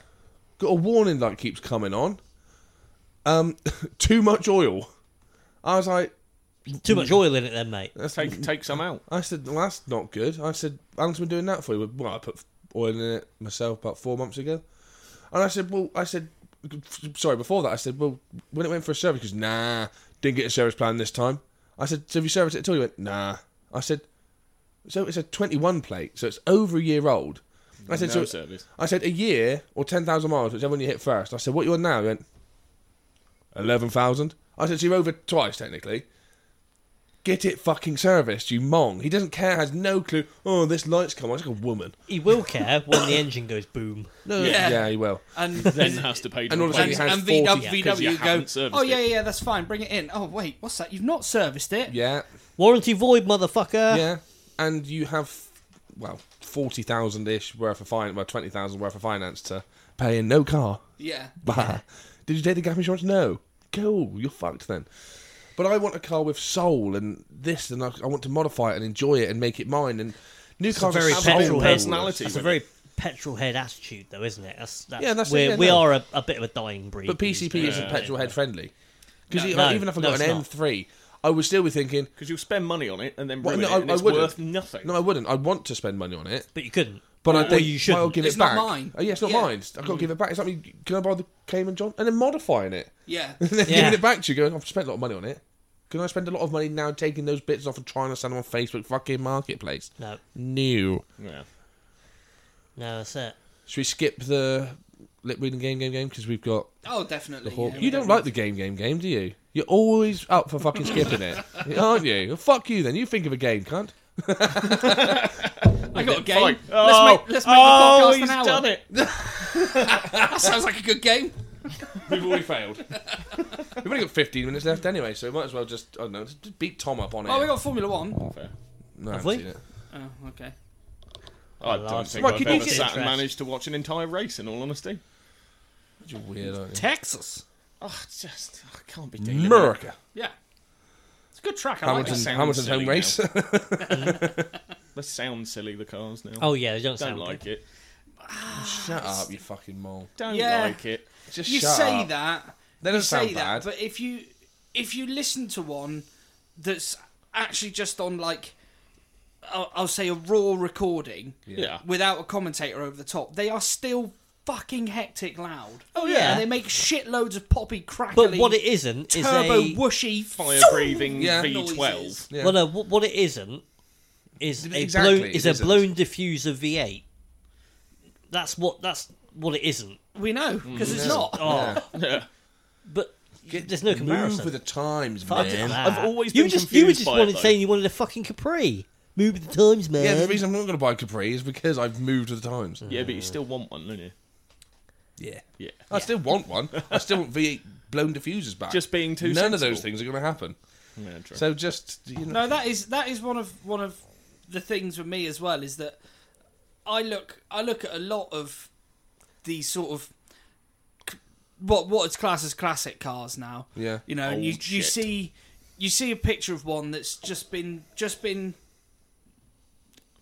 [SPEAKER 1] got a warning light keeps coming on. Um, (laughs) too much oil." I was like,
[SPEAKER 3] Too much oil in it then, mate.
[SPEAKER 1] "That's."
[SPEAKER 4] Take take some out.
[SPEAKER 1] I said, "Well, that's not good." I said, "How long's been doing that for you?" Well, I put oil in it myself about four months ago, and I said, "Well, I said, sorry." Before that, I said, "Well, when it went for a service, because nah, didn't get a service plan this time." I said, "So have you serviced it at all?" He went, "Nah." I said, "So it's a twenty-one plate, so it's over a year old." I said,
[SPEAKER 4] No
[SPEAKER 1] "So
[SPEAKER 4] service.
[SPEAKER 1] I said a year or ten thousand miles, whichever one you hit first. I said, what you on now? He went eleven thousand. I said, so you're over twice technically. Get it fucking serviced, you mong. He doesn't care, has no clue. Oh, this light's come on. It's like a woman.
[SPEAKER 3] He will care when the engine goes boom.
[SPEAKER 1] No, yeah,
[SPEAKER 2] Yeah.
[SPEAKER 1] he will. (laughs)
[SPEAKER 2] and
[SPEAKER 4] Then has to pay. to
[SPEAKER 1] And all of a
[SPEAKER 4] replace
[SPEAKER 1] sudden
[SPEAKER 2] and,
[SPEAKER 1] he
[SPEAKER 4] it.
[SPEAKER 1] has
[SPEAKER 2] and
[SPEAKER 1] 40,
[SPEAKER 2] VW,
[SPEAKER 1] yeah,
[SPEAKER 4] 'cause you haven't
[SPEAKER 2] go,
[SPEAKER 4] serviced
[SPEAKER 2] oh yeah,
[SPEAKER 4] it."
[SPEAKER 2] yeah, that's fine. Bring it in. Oh wait, what's that? You've not serviced it.
[SPEAKER 1] Yeah,
[SPEAKER 3] Warranty void, motherfucker.
[SPEAKER 1] yeah. And you have, well, forty thousand ish worth of finance, well, twenty thousand worth of finance to pay in no car.
[SPEAKER 2] Yeah.
[SPEAKER 1] Bah. Did you take the gap insurance? No. Cool. You're fucked then. But I want a car with soul and this, and I, I want to modify it and enjoy it and make it mine. And new cars
[SPEAKER 3] very
[SPEAKER 1] are soul
[SPEAKER 3] petrol head.
[SPEAKER 4] personality.
[SPEAKER 3] That's a very petrol head attitude, though, isn't it? That's, that's,
[SPEAKER 1] Yeah, that's it,
[SPEAKER 3] we're,
[SPEAKER 1] yeah,
[SPEAKER 3] we
[SPEAKER 1] no.
[SPEAKER 3] are a, a bit of a dying breed.
[SPEAKER 1] But
[SPEAKER 3] these
[SPEAKER 1] PCP
[SPEAKER 3] days,
[SPEAKER 1] isn't
[SPEAKER 3] isn't it?
[SPEAKER 1] petrol head friendly because
[SPEAKER 3] No,
[SPEAKER 1] even if I
[SPEAKER 3] no,
[SPEAKER 1] got
[SPEAKER 3] it's
[SPEAKER 1] an
[SPEAKER 3] not.
[SPEAKER 1] M3, I would still be thinking,
[SPEAKER 4] Because you'll spend money on it and then
[SPEAKER 1] Well,
[SPEAKER 4] ruin
[SPEAKER 1] no,
[SPEAKER 4] it,
[SPEAKER 1] I-
[SPEAKER 4] and
[SPEAKER 1] I
[SPEAKER 4] it's
[SPEAKER 1] wouldn't.
[SPEAKER 4] worth nothing.
[SPEAKER 1] no, I wouldn't. I want to spend money on it,
[SPEAKER 3] But you couldn't.
[SPEAKER 1] but I
[SPEAKER 3] Or
[SPEAKER 1] think
[SPEAKER 3] you
[SPEAKER 1] well, I'll
[SPEAKER 3] shouldn't.
[SPEAKER 1] give it
[SPEAKER 2] It's
[SPEAKER 1] back.
[SPEAKER 2] not mine.
[SPEAKER 1] Oh, yeah, it's not
[SPEAKER 2] Yeah.
[SPEAKER 1] mine. I can't give it back. It's something. Can I borrow the Cayman John and then modifying it? (laughs)
[SPEAKER 2] Yeah.
[SPEAKER 1] And then
[SPEAKER 3] Yeah.
[SPEAKER 1] giving it back to you, going, I've spent a lot of money on it. Can I spend a lot of money now taking those bits off and trying to sell them on Facebook fucking marketplace?
[SPEAKER 3] No,
[SPEAKER 1] New.
[SPEAKER 4] Yeah.
[SPEAKER 3] no, that's it.
[SPEAKER 1] Should we skip the lip reading game game game because we've got
[SPEAKER 2] Oh,
[SPEAKER 1] the
[SPEAKER 2] definitely.
[SPEAKER 1] whole...
[SPEAKER 2] yeah,
[SPEAKER 1] you don't like the game game game, do you? You're always up for fucking skipping it, (laughs) aren't you? Well, fuck you then. You think of a game, cunt.
[SPEAKER 2] I got a game.
[SPEAKER 4] Fine.
[SPEAKER 2] Let's
[SPEAKER 4] Oh,
[SPEAKER 2] make, let's make
[SPEAKER 4] oh,
[SPEAKER 2] the podcast
[SPEAKER 4] he's
[SPEAKER 2] an hour.
[SPEAKER 4] done it.
[SPEAKER 2] That (laughs) sounds like a good game.
[SPEAKER 1] We've already failed. we've only got 15 minutes left anyway, so we might as well just I don't know just beat Tom up on it.
[SPEAKER 2] Oh, we got Formula One.
[SPEAKER 4] Fair.
[SPEAKER 1] no, I
[SPEAKER 3] Have
[SPEAKER 1] haven't
[SPEAKER 3] we?
[SPEAKER 1] seen it.
[SPEAKER 2] Oh, okay.
[SPEAKER 4] I
[SPEAKER 3] Last-
[SPEAKER 4] don't think
[SPEAKER 1] Mike,
[SPEAKER 4] I've
[SPEAKER 1] you do
[SPEAKER 4] ever
[SPEAKER 1] get
[SPEAKER 4] sat and
[SPEAKER 3] interest.
[SPEAKER 4] managed to watch an entire race. In all honesty,
[SPEAKER 1] You're weird, aren't you?
[SPEAKER 2] Texas.
[SPEAKER 4] oh, it's just I can't be dealing. with it.
[SPEAKER 1] America,
[SPEAKER 2] Yeah. It's a good track. I like
[SPEAKER 1] Hamilton,
[SPEAKER 2] that.
[SPEAKER 4] sound
[SPEAKER 1] Hamilton's
[SPEAKER 4] silly
[SPEAKER 1] home
[SPEAKER 4] now.
[SPEAKER 1] (laughs) race.
[SPEAKER 4] They sound silly. The cars now.
[SPEAKER 3] Oh yeah, they don't,
[SPEAKER 4] don't
[SPEAKER 3] sound
[SPEAKER 4] like
[SPEAKER 3] good.
[SPEAKER 4] it.
[SPEAKER 1] Shut up, you fucking mole.
[SPEAKER 4] Don't
[SPEAKER 2] Yeah.
[SPEAKER 4] like it.
[SPEAKER 1] Just
[SPEAKER 2] You
[SPEAKER 1] shut
[SPEAKER 2] say
[SPEAKER 1] up.
[SPEAKER 2] that.
[SPEAKER 1] They
[SPEAKER 2] you
[SPEAKER 1] don't
[SPEAKER 2] say
[SPEAKER 1] sound
[SPEAKER 2] that,
[SPEAKER 1] bad.
[SPEAKER 2] but if you if you listen to one that's actually just on like I'll, I'll say a raw recording
[SPEAKER 4] Yeah.
[SPEAKER 2] without a commentator over the top, they are still fucking hectic loud.
[SPEAKER 3] Oh, yeah.
[SPEAKER 2] and they make shitloads of poppy crackly.
[SPEAKER 3] But what it isn't is
[SPEAKER 2] turbo
[SPEAKER 3] a
[SPEAKER 2] whooshy
[SPEAKER 4] Fire breathing
[SPEAKER 1] Yeah.
[SPEAKER 4] V12.
[SPEAKER 2] Noises.
[SPEAKER 1] Yeah.
[SPEAKER 3] well, no, what, what it isn't is a
[SPEAKER 1] Exactly,
[SPEAKER 3] blown
[SPEAKER 1] it
[SPEAKER 3] is a
[SPEAKER 1] isn't.
[SPEAKER 3] blown diffuser V8. That's what that's what it isn't.
[SPEAKER 2] We know because
[SPEAKER 1] Mm.
[SPEAKER 2] it's not.
[SPEAKER 3] Oh,
[SPEAKER 4] Yeah.
[SPEAKER 3] but there's no comparison.
[SPEAKER 1] Move with the times,
[SPEAKER 3] Fuck
[SPEAKER 1] man.
[SPEAKER 3] that.
[SPEAKER 4] I've always
[SPEAKER 3] you
[SPEAKER 4] been
[SPEAKER 3] just you
[SPEAKER 4] confused
[SPEAKER 3] were just
[SPEAKER 4] by it,
[SPEAKER 3] wanted
[SPEAKER 4] though.
[SPEAKER 3] saying you wanted a fucking Capri. Move with the times, man.
[SPEAKER 1] Yeah, the reason I'm not going to buy Capri is because I've moved with the times.
[SPEAKER 4] Yeah, but you still want one, don't you?
[SPEAKER 1] Uh, Yeah.
[SPEAKER 4] Yeah.
[SPEAKER 1] I still want one. I still (laughs) want V8 blown diffusers back.
[SPEAKER 4] Just being too
[SPEAKER 1] None of those
[SPEAKER 4] sensible.
[SPEAKER 1] things are going to happen.
[SPEAKER 4] Yeah, true.
[SPEAKER 1] So just you know,
[SPEAKER 2] No, that is that is one of one of the things with me as well is that I look I look at a lot of these sort of c- what what is classed as classic cars now.
[SPEAKER 1] Yeah.
[SPEAKER 2] you know, and you
[SPEAKER 4] Old
[SPEAKER 2] you
[SPEAKER 4] shit.
[SPEAKER 2] see you see a picture of one that's just been just been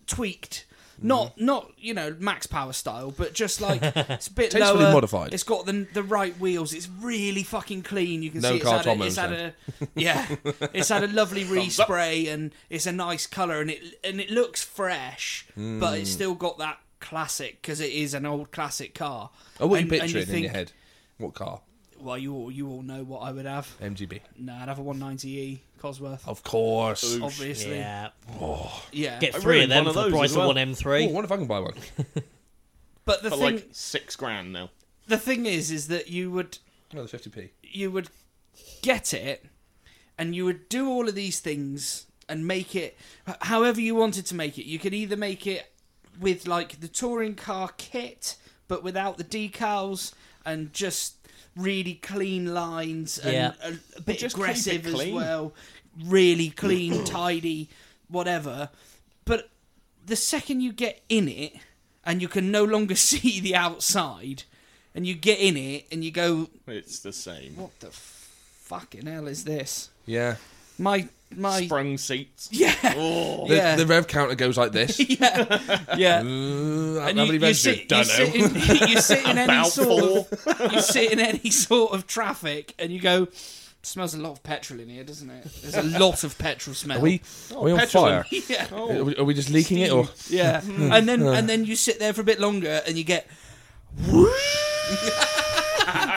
[SPEAKER 2] tweaked.
[SPEAKER 1] Mm.
[SPEAKER 2] Not not you know max power style, but just
[SPEAKER 1] (laughs)
[SPEAKER 2] like it's a bit
[SPEAKER 1] Tastefully
[SPEAKER 2] lower.
[SPEAKER 1] modified.
[SPEAKER 2] It's got the the right wheels. It's really fucking clean. You can
[SPEAKER 1] No
[SPEAKER 2] see it's
[SPEAKER 1] Carl
[SPEAKER 2] had, a,
[SPEAKER 1] Tomlin
[SPEAKER 2] it's had a yeah, it's had a lovely
[SPEAKER 4] up.
[SPEAKER 2] respray and it's a nice color and it and it looks fresh, but
[SPEAKER 1] Hmm.
[SPEAKER 2] it's still got that classic because it is an old classic car.
[SPEAKER 1] Oh, what
[SPEAKER 2] and,
[SPEAKER 1] are you
[SPEAKER 2] and
[SPEAKER 1] picturing in
[SPEAKER 2] think,
[SPEAKER 1] your head? What car?
[SPEAKER 2] Well, you all you all know what I would have.
[SPEAKER 1] MGB.
[SPEAKER 2] Nah, I'd have a 190e Cosworth,
[SPEAKER 1] Of course.
[SPEAKER 2] obviously. Yeah,
[SPEAKER 3] Yeah.
[SPEAKER 4] I
[SPEAKER 3] Get three
[SPEAKER 4] really
[SPEAKER 3] of them for
[SPEAKER 4] want one
[SPEAKER 3] the
[SPEAKER 4] of those
[SPEAKER 3] price
[SPEAKER 4] as
[SPEAKER 3] of
[SPEAKER 4] well.
[SPEAKER 3] one
[SPEAKER 1] Oh, I
[SPEAKER 3] M3.
[SPEAKER 1] wonder if I can buy one.
[SPEAKER 2] but the
[SPEAKER 4] for
[SPEAKER 2] thing
[SPEAKER 4] like six grand now.
[SPEAKER 2] the thing is, is that you would
[SPEAKER 1] Another 50p.
[SPEAKER 2] you would get it and you would do all of these things and make it h- however you wanted to make it you could either make it with like the touring car kit but without the decals and just really clean lines and
[SPEAKER 3] Yeah.
[SPEAKER 2] a, a bit
[SPEAKER 4] Just keep it
[SPEAKER 2] aggressive as
[SPEAKER 4] clean.
[SPEAKER 2] well
[SPEAKER 4] (clears throat)
[SPEAKER 2] really clean tidy whatever but the second you get in it and you can no longer (laughs) see the outside and you get in it and you go
[SPEAKER 4] It's the same.
[SPEAKER 2] what the fucking hell is this?
[SPEAKER 1] Yeah.
[SPEAKER 2] My my
[SPEAKER 4] Sprung seats.
[SPEAKER 2] yeah
[SPEAKER 4] Oh,
[SPEAKER 1] The,
[SPEAKER 2] yeah
[SPEAKER 1] the rev counter goes like (laughs) this.
[SPEAKER 2] yeah.
[SPEAKER 1] Ooh, Uh, how
[SPEAKER 2] And
[SPEAKER 1] many
[SPEAKER 2] you, you,
[SPEAKER 1] revs do?
[SPEAKER 2] sit, you,
[SPEAKER 1] Dunno.
[SPEAKER 2] sit in, (laughs) you sit in any
[SPEAKER 4] About
[SPEAKER 2] sort of you sit in any sort of traffic and you go smells a lot of petrol in here, doesn't it? There's a lot of petrol smell.
[SPEAKER 1] Are we,
[SPEAKER 2] Oh,
[SPEAKER 1] are we on
[SPEAKER 4] petrol
[SPEAKER 1] fire?
[SPEAKER 2] (laughs) yeah.
[SPEAKER 4] Oh.
[SPEAKER 1] Are we, are we just leaking it or?
[SPEAKER 2] Yeah.
[SPEAKER 1] Hmm.
[SPEAKER 2] And then
[SPEAKER 1] Uh.
[SPEAKER 2] and then you sit there for a bit longer and you get (laughs)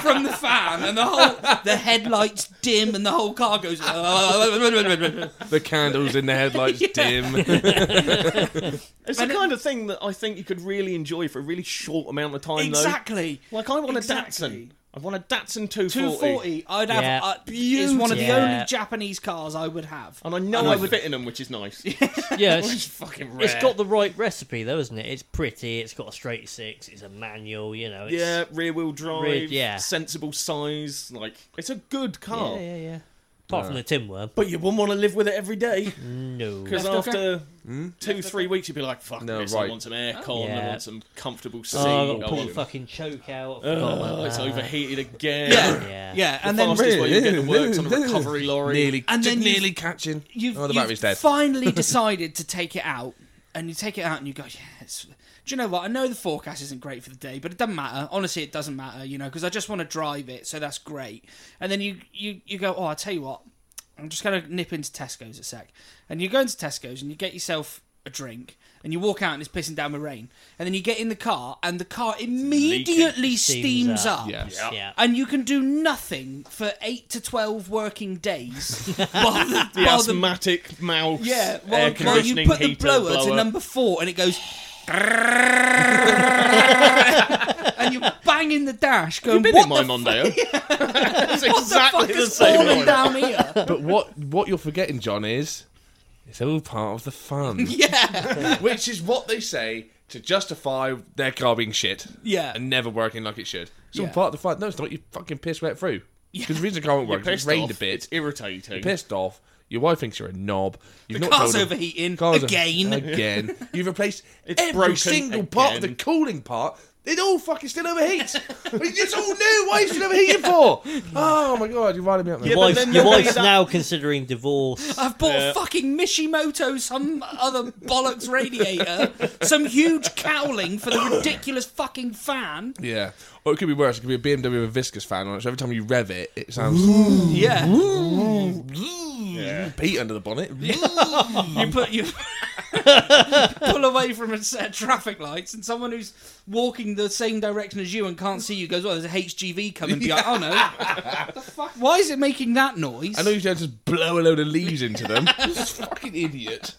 [SPEAKER 2] from the fan and the whole the headlights dim and the whole car
[SPEAKER 4] (laughs)
[SPEAKER 2] goes (laughs)
[SPEAKER 1] The candles in the
[SPEAKER 2] (laughs)
[SPEAKER 1] headlights dim.
[SPEAKER 4] It's the kind of thing that I think you could really enjoy for a really short amount of time,
[SPEAKER 2] Exactly.
[SPEAKER 4] though. Like I want a
[SPEAKER 2] Exactly.
[SPEAKER 4] Datsun. I want a Datsun 240.
[SPEAKER 2] 240. I'd have.
[SPEAKER 3] Yeah.
[SPEAKER 2] Uh, is one of the
[SPEAKER 3] Beautiful.
[SPEAKER 2] only
[SPEAKER 3] Yeah.
[SPEAKER 2] Japanese cars I would have.
[SPEAKER 4] And I know
[SPEAKER 2] And I
[SPEAKER 4] I
[SPEAKER 2] would-
[SPEAKER 4] fit in them, which is nice. (laughs)
[SPEAKER 3] Yeah,
[SPEAKER 4] It's
[SPEAKER 3] it's,
[SPEAKER 4] fucking rare.
[SPEAKER 3] it's got the right recipe though, isn't it? It's pretty. It's got a straight six. It's a manual. You know. It's,
[SPEAKER 4] yeah, rear wheel drive,
[SPEAKER 3] Rear- yeah.
[SPEAKER 4] sensible size. Like it's a good car,
[SPEAKER 3] Yeah, yeah, yeah. Apart from the tin worm.
[SPEAKER 4] but you wouldn't want to live with it every day
[SPEAKER 3] No.
[SPEAKER 4] because
[SPEAKER 2] Left
[SPEAKER 4] after two, three weeks, you'd be like, "Fuck
[SPEAKER 1] Hmm? No,
[SPEAKER 4] this! I
[SPEAKER 1] right.
[SPEAKER 4] want some
[SPEAKER 2] Oh.
[SPEAKER 4] aircon. I
[SPEAKER 3] Yeah.
[SPEAKER 4] want some comfortable seat.
[SPEAKER 3] Oh, I've got
[SPEAKER 4] I
[SPEAKER 3] to pull
[SPEAKER 4] want-
[SPEAKER 3] the fucking choke out. I forgot
[SPEAKER 4] Oh,
[SPEAKER 3] about
[SPEAKER 4] it's
[SPEAKER 3] that.
[SPEAKER 4] overheated again.
[SPEAKER 2] Yeah.
[SPEAKER 3] Yeah.
[SPEAKER 2] Yeah, and
[SPEAKER 4] the
[SPEAKER 2] then
[SPEAKER 4] fastest way you get to work's on a recovery lorry.
[SPEAKER 1] Nearly,
[SPEAKER 2] And
[SPEAKER 1] and
[SPEAKER 2] then
[SPEAKER 1] then
[SPEAKER 2] you've-
[SPEAKER 1] nearly catching.
[SPEAKER 2] you've,
[SPEAKER 1] oh, the
[SPEAKER 2] you've
[SPEAKER 1] battery's dead. (laughs)
[SPEAKER 2] finally decided to take it out, and you take it out and you go, yes. Do you know what? I know the forecast isn't great for the day, but it doesn't matter. Honestly, it doesn't matter, you know, because I just want to drive it, so that's great. And then you you you go, oh, I tell you what, I'm just gonna nip into Tesco's a sec, and you go into Tesco's and you get yourself a drink. And you walk out and it's pissing down with rain. And then you get in the car and the car immediately steams,
[SPEAKER 3] Steams up.
[SPEAKER 1] (laughs)
[SPEAKER 2] up. (laughs)
[SPEAKER 1] Yes.
[SPEAKER 4] Yeah.
[SPEAKER 3] Yeah.
[SPEAKER 2] And you can do nothing for eight to twelve working days while the,
[SPEAKER 4] The
[SPEAKER 2] while the
[SPEAKER 4] asthmatic mouse.
[SPEAKER 2] yeah,
[SPEAKER 4] air
[SPEAKER 2] well, well you
[SPEAKER 4] conditioning
[SPEAKER 2] put the
[SPEAKER 4] heater,
[SPEAKER 2] blower,
[SPEAKER 4] blower.
[SPEAKER 2] to number four and it goes. and
[SPEAKER 4] (laughs)
[SPEAKER 2] you're banging the dash going,
[SPEAKER 4] You've been
[SPEAKER 2] what
[SPEAKER 4] in my
[SPEAKER 2] the
[SPEAKER 4] Mondeo. It's
[SPEAKER 2] What the
[SPEAKER 4] exactly
[SPEAKER 2] fuck
[SPEAKER 4] the
[SPEAKER 2] is
[SPEAKER 4] same.
[SPEAKER 2] falling
[SPEAKER 4] one.
[SPEAKER 2] down
[SPEAKER 4] (laughs)
[SPEAKER 2] here?
[SPEAKER 1] But what what you're forgetting, John, is it's all part of the fun,
[SPEAKER 2] (laughs) Yeah,
[SPEAKER 1] (laughs) which is what they say to justify their car being shit
[SPEAKER 2] yeah,
[SPEAKER 1] and never working like it should. It's all
[SPEAKER 2] Yeah.
[SPEAKER 1] part of the fun. No, it's not. You fucking piss wet through. Because the reason the
[SPEAKER 2] (laughs)
[SPEAKER 1] car won't work
[SPEAKER 4] You're
[SPEAKER 1] is it's
[SPEAKER 4] pissed
[SPEAKER 1] rained
[SPEAKER 4] off.
[SPEAKER 1] a bit.
[SPEAKER 4] It's irritating.
[SPEAKER 1] pissed off. Your wife thinks you're a knob. You've
[SPEAKER 2] The
[SPEAKER 1] not
[SPEAKER 2] car's
[SPEAKER 1] told her-
[SPEAKER 2] overheating
[SPEAKER 1] Car's o-
[SPEAKER 2] again.
[SPEAKER 1] Again. You've replaced
[SPEAKER 4] It's
[SPEAKER 1] every
[SPEAKER 4] broken
[SPEAKER 1] single part of the
[SPEAKER 4] again.
[SPEAKER 1] cooling part. It all fucking still overheats. it's all new. Why is it overheating for? Oh my god, you're riling me up. man.
[SPEAKER 4] Yeah,
[SPEAKER 3] Your
[SPEAKER 4] but
[SPEAKER 3] wife-
[SPEAKER 4] then
[SPEAKER 3] your
[SPEAKER 4] you'll be
[SPEAKER 3] wife's
[SPEAKER 4] that-
[SPEAKER 3] now considering divorce.
[SPEAKER 2] I've bought
[SPEAKER 4] Yeah.
[SPEAKER 2] a fucking Mishimoto, some other bollocks radiator, some huge cowling for the ridiculous fucking
[SPEAKER 4] (laughs)
[SPEAKER 2] fan.
[SPEAKER 1] Yeah. Or it could be worse. It could be a BMW with a viscous fan on it. So every time you rev it, it sounds
[SPEAKER 2] Yeah,
[SPEAKER 4] Yeah.
[SPEAKER 1] Pete under the bonnet.
[SPEAKER 2] you put you (laughs) pull away from a set of traffic lights, and someone who's walking the same direction as you and can't see you goes, "Well, there's a HGV coming." behind." Oh no! the fuck? Why is it making that noise?
[SPEAKER 1] I know you don't just blow a load of leaves into them. this fucking idiot.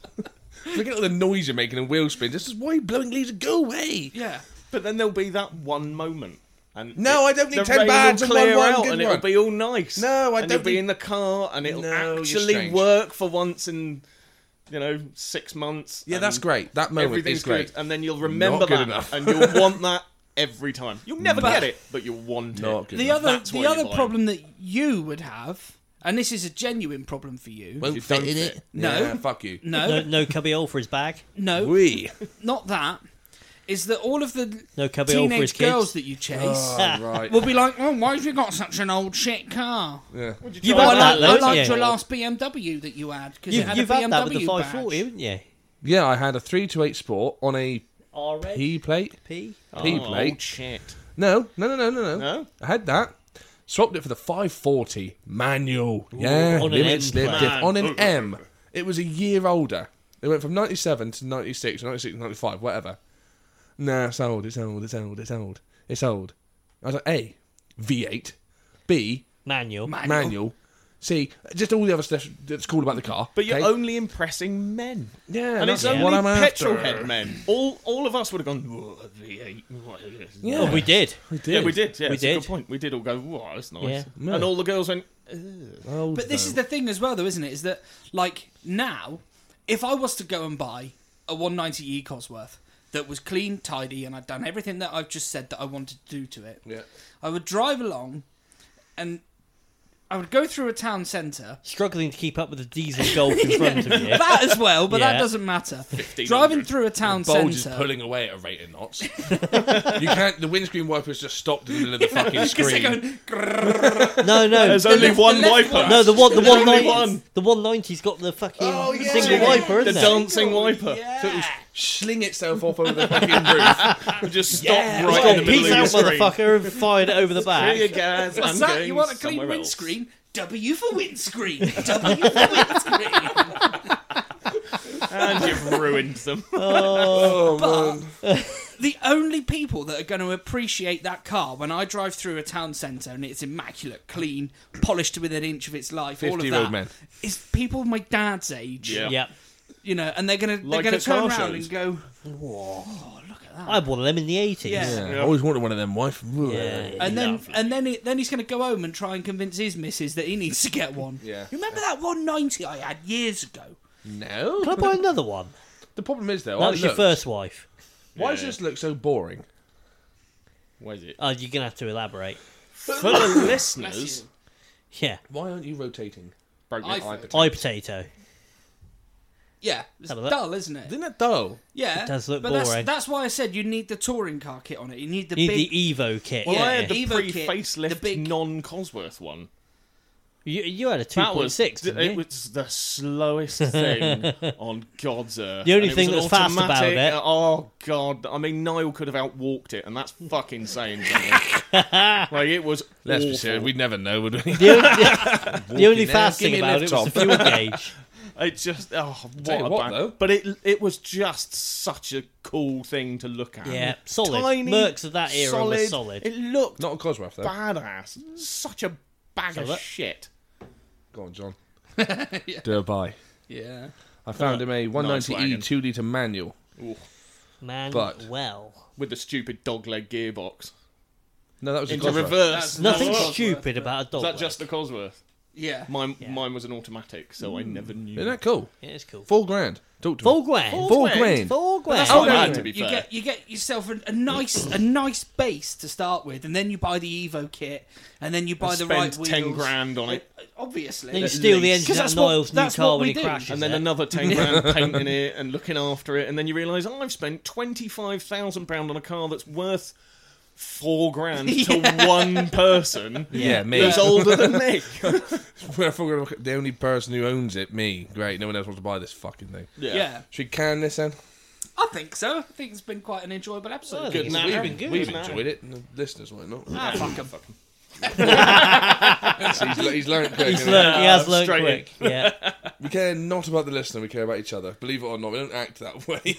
[SPEAKER 1] Look at all the noise you're making and wheel spins. This is why you're blowing leaves. Go away.
[SPEAKER 2] Yeah.
[SPEAKER 4] But then there'll be that one moment. And
[SPEAKER 1] No,
[SPEAKER 4] it-
[SPEAKER 1] I don't need
[SPEAKER 4] the
[SPEAKER 1] 10
[SPEAKER 4] rain will
[SPEAKER 1] bags and one-
[SPEAKER 4] clear
[SPEAKER 1] one
[SPEAKER 4] out
[SPEAKER 1] good
[SPEAKER 4] and
[SPEAKER 1] one.
[SPEAKER 4] it'll be all nice.
[SPEAKER 1] No, I
[SPEAKER 4] and
[SPEAKER 1] don't
[SPEAKER 4] You'll be
[SPEAKER 1] need-
[SPEAKER 4] in the car and it'll
[SPEAKER 1] No, you're
[SPEAKER 4] actually
[SPEAKER 1] strange.
[SPEAKER 4] work for once in, you know, six months.
[SPEAKER 1] Yeah,
[SPEAKER 4] and
[SPEAKER 1] that's great. That moment
[SPEAKER 4] Um, Everything's
[SPEAKER 1] is great.
[SPEAKER 4] good. And then you'll remember
[SPEAKER 1] Not good
[SPEAKER 4] that.
[SPEAKER 1] enough.
[SPEAKER 4] And
[SPEAKER 1] (laughs)
[SPEAKER 4] you'll want that every time. You'll never
[SPEAKER 2] But-
[SPEAKER 4] get it, but you'll want
[SPEAKER 1] Not
[SPEAKER 4] it.
[SPEAKER 1] good.
[SPEAKER 2] The
[SPEAKER 1] enough.
[SPEAKER 2] other
[SPEAKER 4] That's why
[SPEAKER 2] the
[SPEAKER 4] you
[SPEAKER 2] other
[SPEAKER 4] buy 'em.
[SPEAKER 2] problem that you would have And this is a genuine problem for you.
[SPEAKER 1] Won't
[SPEAKER 4] You
[SPEAKER 1] fit
[SPEAKER 4] don't
[SPEAKER 1] in
[SPEAKER 4] fit.
[SPEAKER 1] it.
[SPEAKER 2] No.
[SPEAKER 1] Yeah, fuck you. (laughs)
[SPEAKER 3] No,
[SPEAKER 2] no,
[SPEAKER 3] no cubbyhole for his bag.
[SPEAKER 2] no,
[SPEAKER 1] We.
[SPEAKER 2] not that. Is that all of the
[SPEAKER 3] No cubbyhole for his
[SPEAKER 2] teenage
[SPEAKER 3] kids.
[SPEAKER 2] girls that you chase
[SPEAKER 1] Oh, right.
[SPEAKER 2] will be like, "Oh, why have you got such an old shit car?"
[SPEAKER 1] yeah.
[SPEAKER 3] You've
[SPEAKER 2] Oh, I,
[SPEAKER 3] had that,
[SPEAKER 2] like, I
[SPEAKER 3] loads,
[SPEAKER 2] liked
[SPEAKER 3] yeah.
[SPEAKER 2] your last BMW that you had because
[SPEAKER 3] You,
[SPEAKER 2] it had
[SPEAKER 3] you've
[SPEAKER 2] a BMW
[SPEAKER 3] had that with the
[SPEAKER 2] badge.
[SPEAKER 3] 540, haven't you?
[SPEAKER 1] yeah, I had a 3 to 8 Sport on a
[SPEAKER 3] RP.
[SPEAKER 1] P plate.
[SPEAKER 3] P.
[SPEAKER 1] P
[SPEAKER 4] Oh,
[SPEAKER 1] plate.
[SPEAKER 4] shit.
[SPEAKER 1] No, no, no, no, no, no.
[SPEAKER 4] No?
[SPEAKER 1] I had that. Swapped it for the 540 manual. yeah,
[SPEAKER 3] on an
[SPEAKER 1] limited
[SPEAKER 3] M
[SPEAKER 1] slip
[SPEAKER 3] plan.
[SPEAKER 1] diff- on an
[SPEAKER 4] Man.
[SPEAKER 1] M. It was a year older. It went from 97 to 96, 96 to 95, whatever. Nah, it's old, it's old, it's old, it's old. It's old. I was like, A, V8, B,
[SPEAKER 3] Manual.
[SPEAKER 2] Man.
[SPEAKER 1] manual, C, just all the other stuff that's cool about the car.
[SPEAKER 4] But you're
[SPEAKER 1] okay?
[SPEAKER 4] only impressing men.
[SPEAKER 1] Yeah,
[SPEAKER 4] And
[SPEAKER 1] that's
[SPEAKER 4] it's only
[SPEAKER 1] what I'm
[SPEAKER 4] petrol
[SPEAKER 1] after.
[SPEAKER 4] head men. All all of us would have gone, "Whoa, a V8. what is this?"
[SPEAKER 1] Yeah.
[SPEAKER 3] Oh, we did.
[SPEAKER 1] We did.
[SPEAKER 4] Yeah, we did. Yeah,
[SPEAKER 3] We
[SPEAKER 4] it's
[SPEAKER 3] did.
[SPEAKER 4] a good point. We did all go, wow, that's nice.
[SPEAKER 3] Yeah.
[SPEAKER 1] Yeah.
[SPEAKER 4] And all the girls went,
[SPEAKER 1] Old
[SPEAKER 2] But this
[SPEAKER 1] though.
[SPEAKER 2] is the thing as well, though, isn't it? Is that like now, if I was to go and buy a 190e Cosworth that was clean, tidy, and I'd done everything that I've just said that I wanted to do to it,
[SPEAKER 1] Yeah.
[SPEAKER 2] I would drive along, and I would go through a town centre.
[SPEAKER 3] Struggling to keep up with the diesel golf in front of you.
[SPEAKER 2] That as well, but that
[SPEAKER 3] Yeah.
[SPEAKER 2] doesn't matter. Driving through a town
[SPEAKER 1] bulge is
[SPEAKER 2] centre.
[SPEAKER 1] pulling away at a rate of knots. you can't. The windscreen wipers just stopped in the middle of the fucking
[SPEAKER 2] 'Cause they're
[SPEAKER 1] screen.
[SPEAKER 2] going,
[SPEAKER 3] No, no.
[SPEAKER 4] There's only
[SPEAKER 2] left- the
[SPEAKER 4] one
[SPEAKER 2] left
[SPEAKER 4] wiper.
[SPEAKER 2] one.
[SPEAKER 3] no, the one, the
[SPEAKER 4] There's
[SPEAKER 3] one,
[SPEAKER 4] only
[SPEAKER 3] ninety,
[SPEAKER 4] one.
[SPEAKER 3] the one ninety's got the fucking
[SPEAKER 1] Oh, yeah.
[SPEAKER 3] single wiper,
[SPEAKER 4] the
[SPEAKER 3] isn't it?
[SPEAKER 4] dancing wiper.
[SPEAKER 1] So it was sling itself off over (laughs) the fucking roof.
[SPEAKER 4] It Just stopped
[SPEAKER 1] Yeah,
[SPEAKER 3] It's
[SPEAKER 4] right
[SPEAKER 3] got
[SPEAKER 4] in the
[SPEAKER 3] peace
[SPEAKER 4] middle
[SPEAKER 3] out,
[SPEAKER 4] of the screen.
[SPEAKER 3] motherfucker, and fired it over the
[SPEAKER 4] Here you
[SPEAKER 3] back.
[SPEAKER 4] guys,
[SPEAKER 2] What's
[SPEAKER 4] I'm
[SPEAKER 2] that?
[SPEAKER 4] going
[SPEAKER 2] You want a clean
[SPEAKER 4] somewhere else."
[SPEAKER 2] windscreen? W for windscreen. W for
[SPEAKER 3] (laughs)
[SPEAKER 2] windscreen.
[SPEAKER 4] And you've ruined them.
[SPEAKER 1] Oh,
[SPEAKER 2] But the only people that are going to appreciate that car when I drive through a town centre and it's immaculate, clean, polished within an inch of its life, all of
[SPEAKER 1] 50-year-old
[SPEAKER 2] that,
[SPEAKER 1] men.
[SPEAKER 2] is people my dad's age.
[SPEAKER 4] Yeah.
[SPEAKER 3] Yeah.
[SPEAKER 2] You know, and they're going to
[SPEAKER 4] Like
[SPEAKER 2] they're going
[SPEAKER 4] at
[SPEAKER 2] to turn
[SPEAKER 4] car
[SPEAKER 2] around
[SPEAKER 4] shows.
[SPEAKER 2] and go,
[SPEAKER 3] I bought them in the 80s.
[SPEAKER 2] Yeah.
[SPEAKER 1] I always wanted one of them. Wife.
[SPEAKER 3] Yeah.
[SPEAKER 2] and then
[SPEAKER 3] Lovely.
[SPEAKER 2] and then he, then he's going to go home and try and convince his missus that he needs to get one.
[SPEAKER 1] Yeah.
[SPEAKER 2] You remember that 190 I had years ago?
[SPEAKER 1] No.
[SPEAKER 3] Can I buy another one?
[SPEAKER 1] The problem is though.
[SPEAKER 3] That
[SPEAKER 1] I
[SPEAKER 3] was your
[SPEAKER 1] looked.
[SPEAKER 3] first wife.
[SPEAKER 1] Why does this look so boring?
[SPEAKER 4] Where's it?
[SPEAKER 3] Oh, you're going to have to elaborate.
[SPEAKER 4] For the listeners,
[SPEAKER 3] Yeah.
[SPEAKER 1] Why aren't you rotating?
[SPEAKER 4] broke my
[SPEAKER 2] I-
[SPEAKER 4] eye potato.
[SPEAKER 3] Eye potato.
[SPEAKER 2] Yeah, it's
[SPEAKER 3] Have a look.
[SPEAKER 2] dull, isn't it?
[SPEAKER 1] Isn't that dull?
[SPEAKER 2] Yeah,
[SPEAKER 3] It does look
[SPEAKER 2] but
[SPEAKER 3] boring.
[SPEAKER 2] That's, that's why I said you need the touring car kit on it. You need the
[SPEAKER 3] You
[SPEAKER 2] big.
[SPEAKER 3] need the e Evo kit.
[SPEAKER 4] Well, I
[SPEAKER 3] yeah.
[SPEAKER 4] had the
[SPEAKER 2] Evo kit, the
[SPEAKER 4] pre-facelift,
[SPEAKER 2] big-
[SPEAKER 4] non-Cosworth one.
[SPEAKER 3] you, you had a 2.6,
[SPEAKER 4] That was
[SPEAKER 3] didn't
[SPEAKER 4] It
[SPEAKER 3] you?
[SPEAKER 4] was the slowest thing
[SPEAKER 3] (laughs)
[SPEAKER 4] on God's earth.
[SPEAKER 3] The only
[SPEAKER 4] And it
[SPEAKER 3] thing
[SPEAKER 4] was an
[SPEAKER 3] that's fast about
[SPEAKER 4] automatic-
[SPEAKER 3] it-
[SPEAKER 4] Oh God! I mean, Niall could have outwalked it, and that's fucking saying something.
[SPEAKER 3] (laughs)
[SPEAKER 4] like it was.
[SPEAKER 1] Let's be
[SPEAKER 4] awful.
[SPEAKER 1] serious. We'd never know, would we?
[SPEAKER 3] (laughs)
[SPEAKER 4] (laughs)
[SPEAKER 3] The only, the only
[SPEAKER 1] there.
[SPEAKER 3] fast
[SPEAKER 1] Give
[SPEAKER 3] thing
[SPEAKER 1] me a
[SPEAKER 3] about it
[SPEAKER 1] lift,
[SPEAKER 3] was the
[SPEAKER 1] Tom.
[SPEAKER 3] fuel gauge.
[SPEAKER 4] It just oh
[SPEAKER 1] Tell
[SPEAKER 4] what,
[SPEAKER 1] you
[SPEAKER 4] a
[SPEAKER 1] what,
[SPEAKER 4] bang.
[SPEAKER 1] though.
[SPEAKER 4] But it it was just such a cool thing to look at.
[SPEAKER 3] Yeah, solid.
[SPEAKER 4] Tiny,
[SPEAKER 3] Mercs of that era were solid.
[SPEAKER 4] It looked
[SPEAKER 1] Not a Cosworth though.
[SPEAKER 4] badass. Such a bag
[SPEAKER 3] Have a
[SPEAKER 4] of
[SPEAKER 3] look.
[SPEAKER 4] shit.
[SPEAKER 1] Go on, John. Dubai.
[SPEAKER 2] yeah.
[SPEAKER 1] I found him a 190e
[SPEAKER 4] wagon.
[SPEAKER 1] 2 litre manual.
[SPEAKER 3] Man,
[SPEAKER 1] But-
[SPEAKER 3] well.
[SPEAKER 4] With the stupid dog leg gearbox.
[SPEAKER 1] No, that was a
[SPEAKER 4] Into
[SPEAKER 1] Cosworth.
[SPEAKER 4] reverse.
[SPEAKER 3] Nothing
[SPEAKER 4] Is
[SPEAKER 2] Cosworth,
[SPEAKER 3] stupid
[SPEAKER 2] but-
[SPEAKER 3] about a dog.
[SPEAKER 4] that
[SPEAKER 3] leg.
[SPEAKER 4] just the Cosworth?
[SPEAKER 2] Yeah.
[SPEAKER 4] Mine,
[SPEAKER 3] Yeah.
[SPEAKER 4] mine was an automatic, so
[SPEAKER 1] Hmm.
[SPEAKER 4] I never knew.
[SPEAKER 1] Isn't that cool?
[SPEAKER 3] Yeah, it's cool.
[SPEAKER 1] Four grand. Talk to
[SPEAKER 3] Four
[SPEAKER 1] me.
[SPEAKER 3] grand.
[SPEAKER 1] Four grand.
[SPEAKER 3] Four grand.
[SPEAKER 2] That's
[SPEAKER 1] Oh,
[SPEAKER 2] what I
[SPEAKER 1] no,
[SPEAKER 2] mean.
[SPEAKER 4] to be
[SPEAKER 2] you
[SPEAKER 4] fair.
[SPEAKER 2] get you get yourself a, a nice a nice base to start with, and then you buy the Evo kit, and then you buy the
[SPEAKER 4] Spend
[SPEAKER 2] right wheels.
[SPEAKER 4] ten grand on it,
[SPEAKER 3] Then
[SPEAKER 2] Obviously,
[SPEAKER 3] you steal the
[SPEAKER 4] least.
[SPEAKER 3] engine
[SPEAKER 2] 'Cause
[SPEAKER 3] out
[SPEAKER 2] that's
[SPEAKER 3] of
[SPEAKER 2] what-
[SPEAKER 3] Niall's new
[SPEAKER 2] that's
[SPEAKER 3] car
[SPEAKER 2] what
[SPEAKER 3] when
[SPEAKER 2] we
[SPEAKER 3] he
[SPEAKER 2] do.
[SPEAKER 3] crashes.
[SPEAKER 4] and then
[SPEAKER 3] it.
[SPEAKER 2] (laughs)
[SPEAKER 4] another ten grand painting it and looking after it, and then you realise oh, I've spent twenty five thousand pound on a car that's worth
[SPEAKER 2] (laughs)
[SPEAKER 4] four grand to one person
[SPEAKER 1] Yeah, me.
[SPEAKER 4] who's older than me.
[SPEAKER 1] (laughs) We're fucking look at the only person who owns it, me. Great, no one else wants to buy this fucking thing.
[SPEAKER 2] yeah.
[SPEAKER 1] Should we can this then?
[SPEAKER 2] I think so. I think it's been quite an enjoyable episode.
[SPEAKER 3] I think
[SPEAKER 4] Good
[SPEAKER 3] it's
[SPEAKER 4] man.
[SPEAKER 3] really
[SPEAKER 4] We've
[SPEAKER 3] been good.
[SPEAKER 1] We've
[SPEAKER 4] isn't it?
[SPEAKER 1] enjoyed it, and the listeners might not.
[SPEAKER 2] Ah, fuck 'em.
[SPEAKER 1] So he's, le- he's learned quick.
[SPEAKER 3] (laughs) He's
[SPEAKER 1] hasn't he?
[SPEAKER 3] learned, he has
[SPEAKER 4] Yeah,
[SPEAKER 3] learned
[SPEAKER 4] straight
[SPEAKER 3] quick. Yeah.
[SPEAKER 1] We care not about the listener, we care about each other. Believe it or not, we don't act that way.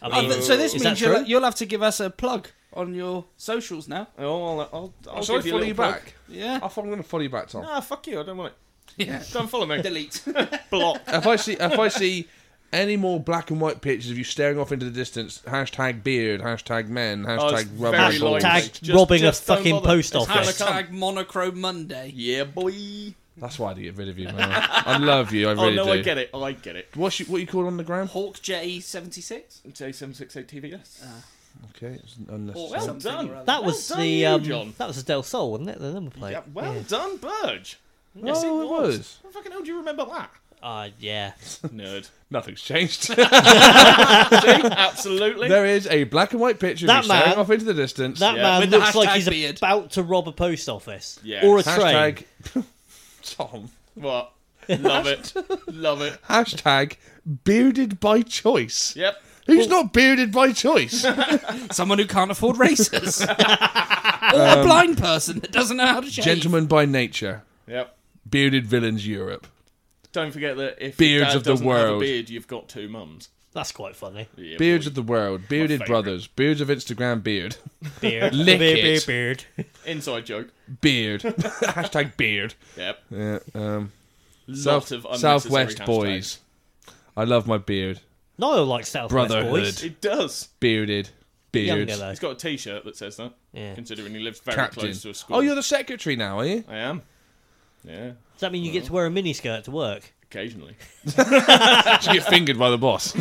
[SPEAKER 3] I
[SPEAKER 2] Oh,
[SPEAKER 3] mean,
[SPEAKER 2] but- so this
[SPEAKER 3] is
[SPEAKER 2] means
[SPEAKER 3] that
[SPEAKER 2] you'll,
[SPEAKER 3] true?
[SPEAKER 2] you'll have to give us a plug on your socials now.
[SPEAKER 4] Oh, I'll, I'll, (laughs) I'll
[SPEAKER 1] Shall I
[SPEAKER 4] give you a
[SPEAKER 1] follow you
[SPEAKER 4] little plug.
[SPEAKER 1] back?
[SPEAKER 2] Yeah.
[SPEAKER 1] I thought I'm going to follow you back, Tom.
[SPEAKER 4] Ah, fuck you! I don't want it.
[SPEAKER 2] (laughs) Yeah.
[SPEAKER 4] Don't follow me.
[SPEAKER 2] Delete. (laughs)
[SPEAKER 4] Block.
[SPEAKER 1] If I see, if I see any more black and white pictures of you staring off into the distance, hashtag beard, hashtag men,
[SPEAKER 4] Oh, it's
[SPEAKER 1] hashtag rubber
[SPEAKER 4] very
[SPEAKER 1] and balls.
[SPEAKER 4] likely.
[SPEAKER 3] Tag
[SPEAKER 4] Just-
[SPEAKER 3] robbing
[SPEAKER 4] just
[SPEAKER 3] a
[SPEAKER 4] don't
[SPEAKER 3] fucking
[SPEAKER 4] bother.
[SPEAKER 3] post
[SPEAKER 4] It's
[SPEAKER 3] office.
[SPEAKER 4] Hannah
[SPEAKER 2] Hashtag monochrome Monday.
[SPEAKER 4] Yeah, boy.
[SPEAKER 1] That's why I had to get rid of you, man. I love you, I
[SPEAKER 4] (laughs) Oh
[SPEAKER 1] really
[SPEAKER 4] no,
[SPEAKER 1] do.
[SPEAKER 4] I get it. I get it.
[SPEAKER 1] What's you, what you call on the ground?
[SPEAKER 2] Hawk J seventy six.
[SPEAKER 4] J seven six eight TVS.
[SPEAKER 1] Okay, it's
[SPEAKER 2] Or
[SPEAKER 1] unnecessary.
[SPEAKER 2] Uh,
[SPEAKER 4] Well
[SPEAKER 2] something
[SPEAKER 4] done.
[SPEAKER 2] Or other.
[SPEAKER 3] That was
[SPEAKER 4] done
[SPEAKER 3] the
[SPEAKER 4] you,
[SPEAKER 3] um,
[SPEAKER 4] John.
[SPEAKER 3] that was the Del Sol, wasn't it? The number plate.
[SPEAKER 4] Yeah, well done, Burge. Yes,
[SPEAKER 1] Oh,
[SPEAKER 4] it
[SPEAKER 1] it
[SPEAKER 4] was.
[SPEAKER 1] was.
[SPEAKER 4] How the fucking hell do you remember
[SPEAKER 1] (laughs)
[SPEAKER 4] that?
[SPEAKER 3] Uh, yeah.
[SPEAKER 4] Nerd.
[SPEAKER 1] Nothing's (laughs) changed.
[SPEAKER 4] Absolutely.
[SPEAKER 1] there is a black and white picture of
[SPEAKER 3] That
[SPEAKER 1] me staring
[SPEAKER 3] man-
[SPEAKER 1] off into the distance.
[SPEAKER 3] That
[SPEAKER 4] Yeah.
[SPEAKER 3] man
[SPEAKER 2] With the
[SPEAKER 3] looks like
[SPEAKER 2] hashtag
[SPEAKER 3] he's
[SPEAKER 2] beard.
[SPEAKER 3] about to rob a post office
[SPEAKER 4] Yeah.
[SPEAKER 3] or a train.
[SPEAKER 1] Hashtag (laughs) Tom.
[SPEAKER 4] What? Love it. Love it.
[SPEAKER 1] Hashtag bearded by choice.
[SPEAKER 4] Yep.
[SPEAKER 1] Who's not bearded by
[SPEAKER 4] (laughs)
[SPEAKER 1] choice?
[SPEAKER 2] Someone who can't afford racers. or a blind person that doesn't know how to shave.
[SPEAKER 1] Gentlemen by nature.
[SPEAKER 4] Yep.
[SPEAKER 1] Bearded villains Europe.
[SPEAKER 4] Don't forget that if
[SPEAKER 1] Beards
[SPEAKER 4] your dad
[SPEAKER 1] of the
[SPEAKER 4] doesn't have a
[SPEAKER 1] world.
[SPEAKER 4] beard, you've got two mums.
[SPEAKER 3] That's quite funny.
[SPEAKER 4] Yeah,
[SPEAKER 1] Beards
[SPEAKER 4] boy.
[SPEAKER 1] of the world. Bearded
[SPEAKER 4] favourite.
[SPEAKER 1] brothers. Beards of Instagram beard. (laughs)
[SPEAKER 3] Beard.
[SPEAKER 1] Lick
[SPEAKER 3] beard,
[SPEAKER 1] it.
[SPEAKER 3] beard, beard. (laughs)
[SPEAKER 4] inside joke. (laughs)
[SPEAKER 1] Beard. Hashtag beard.
[SPEAKER 4] Yep.
[SPEAKER 1] Yeah, um,
[SPEAKER 4] Lot of unnecessary
[SPEAKER 1] Southwest
[SPEAKER 4] hashtags.
[SPEAKER 1] boys. I love my beard.
[SPEAKER 3] Niall likes South
[SPEAKER 1] Brotherhood.
[SPEAKER 3] Boys.
[SPEAKER 4] It does.
[SPEAKER 1] Bearded. Beard.
[SPEAKER 3] Younger
[SPEAKER 1] Uh,
[SPEAKER 3] though.
[SPEAKER 4] He's got a T-shirt that says that.
[SPEAKER 3] Yeah.
[SPEAKER 4] Considering he lives very
[SPEAKER 1] Captain.
[SPEAKER 4] close to a school.
[SPEAKER 1] Oh, you're the secretary now, are
[SPEAKER 4] (laughs)
[SPEAKER 1] you?
[SPEAKER 4] I am. Yeah.
[SPEAKER 3] Does that mean you get to wear a miniskirt to work?
[SPEAKER 4] Occasionally.
[SPEAKER 1] Did you get fingered by the boss?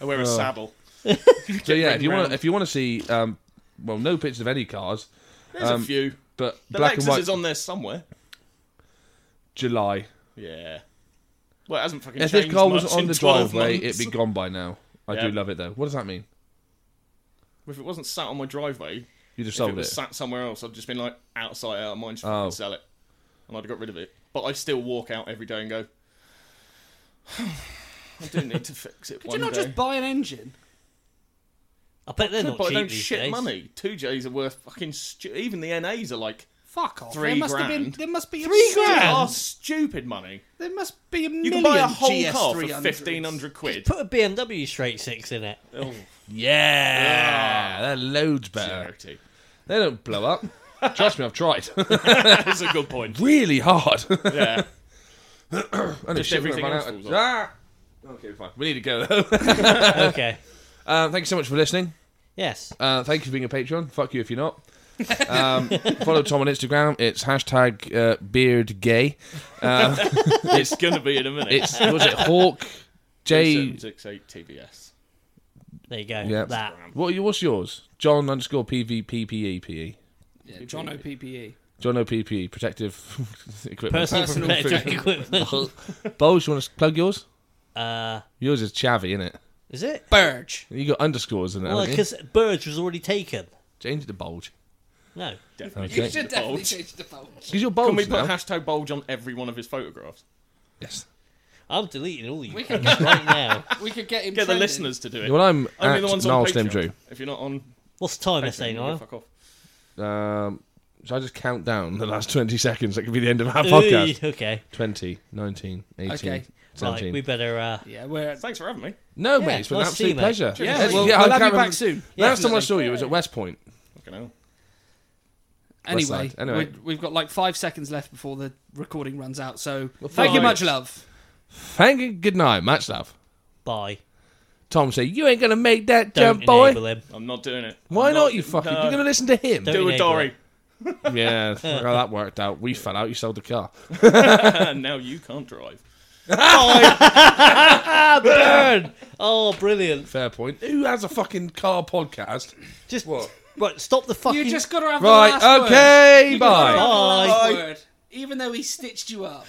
[SPEAKER 4] I wear a
[SPEAKER 1] Oh.
[SPEAKER 4] saddle.
[SPEAKER 1] (laughs) So yeah,
[SPEAKER 4] ring
[SPEAKER 1] if you want,
[SPEAKER 4] round.
[SPEAKER 1] if you want to see, um, well, no pictures of any cars,
[SPEAKER 4] There's
[SPEAKER 1] Um,
[SPEAKER 4] a few.
[SPEAKER 1] but
[SPEAKER 4] The
[SPEAKER 1] black
[SPEAKER 4] Lexus
[SPEAKER 1] and white
[SPEAKER 4] is on there somewhere.
[SPEAKER 1] July.
[SPEAKER 4] Yeah. Well, it hasn't fucking
[SPEAKER 1] If this
[SPEAKER 4] changed
[SPEAKER 1] car
[SPEAKER 4] much
[SPEAKER 1] was on
[SPEAKER 4] in
[SPEAKER 1] the
[SPEAKER 4] 12
[SPEAKER 1] driveway,
[SPEAKER 4] months.
[SPEAKER 1] it'd be gone by now. I
[SPEAKER 4] Yeah.
[SPEAKER 1] do love it though. What does that mean?
[SPEAKER 4] If it wasn't sat on my driveway,
[SPEAKER 1] You just
[SPEAKER 4] if it
[SPEAKER 1] sold it.
[SPEAKER 4] was sat somewhere else, I'd just been like outside out of mind, just
[SPEAKER 1] Oh.
[SPEAKER 4] fucking sell it, and I'd have got rid of it. But I still walk out every day and go, (sighs) I do need to fix (laughs) it.
[SPEAKER 2] Could
[SPEAKER 4] one
[SPEAKER 2] you not
[SPEAKER 4] day.
[SPEAKER 2] just buy an engine?
[SPEAKER 3] I bet they're
[SPEAKER 4] Could,
[SPEAKER 3] not
[SPEAKER 4] but I
[SPEAKER 3] cheap
[SPEAKER 4] don't
[SPEAKER 3] these
[SPEAKER 4] shit
[SPEAKER 3] days.
[SPEAKER 4] money. Two J's are worth fucking. Stu- Even the NAs are like
[SPEAKER 2] Fuck off.
[SPEAKER 4] Three
[SPEAKER 2] there must have been.
[SPEAKER 4] grand.
[SPEAKER 2] There must be
[SPEAKER 3] Three
[SPEAKER 2] absurd-
[SPEAKER 3] grand?
[SPEAKER 4] are stupid money.
[SPEAKER 2] There must be a million.
[SPEAKER 4] You can buy a whole
[SPEAKER 2] GS
[SPEAKER 4] car for
[SPEAKER 2] 300s.
[SPEAKER 4] fifteen hundred quid.
[SPEAKER 3] Put a BMW straight six in it.
[SPEAKER 4] Oh,
[SPEAKER 1] yeah, they're loads better.
[SPEAKER 4] charity.
[SPEAKER 1] They don't blow up.
[SPEAKER 4] (laughs)
[SPEAKER 1] Trust me, I've tried (laughs)
[SPEAKER 4] That's a good point.
[SPEAKER 1] really hard. (laughs)
[SPEAKER 4] Yeah.
[SPEAKER 1] and
[SPEAKER 4] Just everything else falls off.
[SPEAKER 1] Ah! Okay, fine. We need to go though.
[SPEAKER 3] okay.
[SPEAKER 1] Uh, thank you so much for listening.
[SPEAKER 3] Yes.
[SPEAKER 1] Uh, thank you for being a patron. Fuck you if you're not.
[SPEAKER 4] (laughs)
[SPEAKER 1] Um, follow Tom on Instagram. It's hashtag uh, beard gay.
[SPEAKER 4] it's gonna be in a minute.
[SPEAKER 1] It's was it Hawk J?
[SPEAKER 4] 768 TBS.
[SPEAKER 3] There you go.
[SPEAKER 1] Yeah.
[SPEAKER 3] That.
[SPEAKER 1] What are you, what's yours? John underscore PVPPEPE.
[SPEAKER 2] Yeah, John
[SPEAKER 4] E.
[SPEAKER 2] OPPE.
[SPEAKER 1] E John OPPE E, protective (laughs) equipment.
[SPEAKER 3] Personal,
[SPEAKER 2] Personal
[SPEAKER 3] protective
[SPEAKER 1] (laughs)
[SPEAKER 2] food.
[SPEAKER 3] equipment.
[SPEAKER 1] Bowles, you want to plug yours?
[SPEAKER 3] uh,
[SPEAKER 1] Yours is Chavy, isn't it?
[SPEAKER 3] is it?
[SPEAKER 2] Burge.
[SPEAKER 1] You got underscores in it,
[SPEAKER 3] Well,
[SPEAKER 1] haven't you?
[SPEAKER 3] because Burge was already taken.
[SPEAKER 1] Change it to
[SPEAKER 4] (laughs)
[SPEAKER 1] bulge.
[SPEAKER 3] No.
[SPEAKER 4] Definitely.
[SPEAKER 1] Okay.
[SPEAKER 2] You should definitely
[SPEAKER 4] Bulge.
[SPEAKER 2] change the bulge.
[SPEAKER 1] Because you're bulge
[SPEAKER 4] Can we
[SPEAKER 1] now.
[SPEAKER 4] put hashtag bulge on every one of his photographs?
[SPEAKER 1] yes.
[SPEAKER 3] I'm deleting all you
[SPEAKER 2] We can
[SPEAKER 3] cunts right now.
[SPEAKER 2] We could get him.
[SPEAKER 4] Get the
[SPEAKER 2] trending.
[SPEAKER 4] listeners to do it.
[SPEAKER 1] Well, I'm
[SPEAKER 4] Only
[SPEAKER 1] at
[SPEAKER 4] the ones
[SPEAKER 1] Niall
[SPEAKER 4] on
[SPEAKER 1] Slim Drew.
[SPEAKER 4] Patreon. If you're not on
[SPEAKER 3] What's the
[SPEAKER 4] (laughs)
[SPEAKER 3] time, I
[SPEAKER 4] Patreon,
[SPEAKER 3] say,
[SPEAKER 4] you
[SPEAKER 3] Niall?
[SPEAKER 4] can fuck off.
[SPEAKER 1] Um, so I just count down the last 20 seconds. That could be the end of our
[SPEAKER 3] Ooh,
[SPEAKER 1] podcast.
[SPEAKER 3] Okay.
[SPEAKER 1] 20, 19, 18,
[SPEAKER 2] Okay.
[SPEAKER 1] 17.
[SPEAKER 3] Right, we better. Uh,
[SPEAKER 2] Yeah, we're.
[SPEAKER 4] Thanks for having me.
[SPEAKER 1] No,
[SPEAKER 3] Yeah,
[SPEAKER 1] mate, it's been
[SPEAKER 3] nice
[SPEAKER 1] an
[SPEAKER 3] to see
[SPEAKER 1] absolute
[SPEAKER 3] you, mate.
[SPEAKER 1] pleasure.
[SPEAKER 4] Cheers,
[SPEAKER 2] Yeah,
[SPEAKER 4] mate.
[SPEAKER 2] we'll,
[SPEAKER 1] I
[SPEAKER 2] we'll
[SPEAKER 1] can't
[SPEAKER 2] have you
[SPEAKER 1] remember-
[SPEAKER 2] back soon.
[SPEAKER 1] Last time I
[SPEAKER 2] Definitely.
[SPEAKER 1] saw you was at West Point.
[SPEAKER 4] Fucking hell.
[SPEAKER 1] West
[SPEAKER 2] Anyway,
[SPEAKER 1] side. Anyway.
[SPEAKER 2] we- we've got like five seconds left before the recording runs out. So
[SPEAKER 1] five.
[SPEAKER 2] thank you much, love.
[SPEAKER 1] Thank you. Good night. Much love.
[SPEAKER 3] bye.
[SPEAKER 1] Tom said, You ain't going to make that
[SPEAKER 3] Don't
[SPEAKER 1] jump, boy.
[SPEAKER 3] enable him.
[SPEAKER 4] I'm not doing it.
[SPEAKER 1] Why
[SPEAKER 4] I'm
[SPEAKER 1] not, you fucking?
[SPEAKER 4] no.
[SPEAKER 1] You're going to listen to him.
[SPEAKER 3] Don't-
[SPEAKER 4] do a
[SPEAKER 3] enable
[SPEAKER 4] Dory.
[SPEAKER 1] (laughs) Yeah, well, that worked out. We fell out. You sold the car.
[SPEAKER 3] (laughs)
[SPEAKER 4] and (laughs) now you can't drive.
[SPEAKER 3] Burn! Oh, brilliant.
[SPEAKER 1] Fair point. Who has a fucking car podcast?
[SPEAKER 3] Just
[SPEAKER 1] What?
[SPEAKER 3] right. Stop the fucking.
[SPEAKER 2] You just got to have the
[SPEAKER 1] Right.
[SPEAKER 2] last word.
[SPEAKER 1] Okay.
[SPEAKER 2] You gotta
[SPEAKER 1] Bye.
[SPEAKER 2] have the last
[SPEAKER 3] Bye.
[SPEAKER 2] word, even though he stitched you up.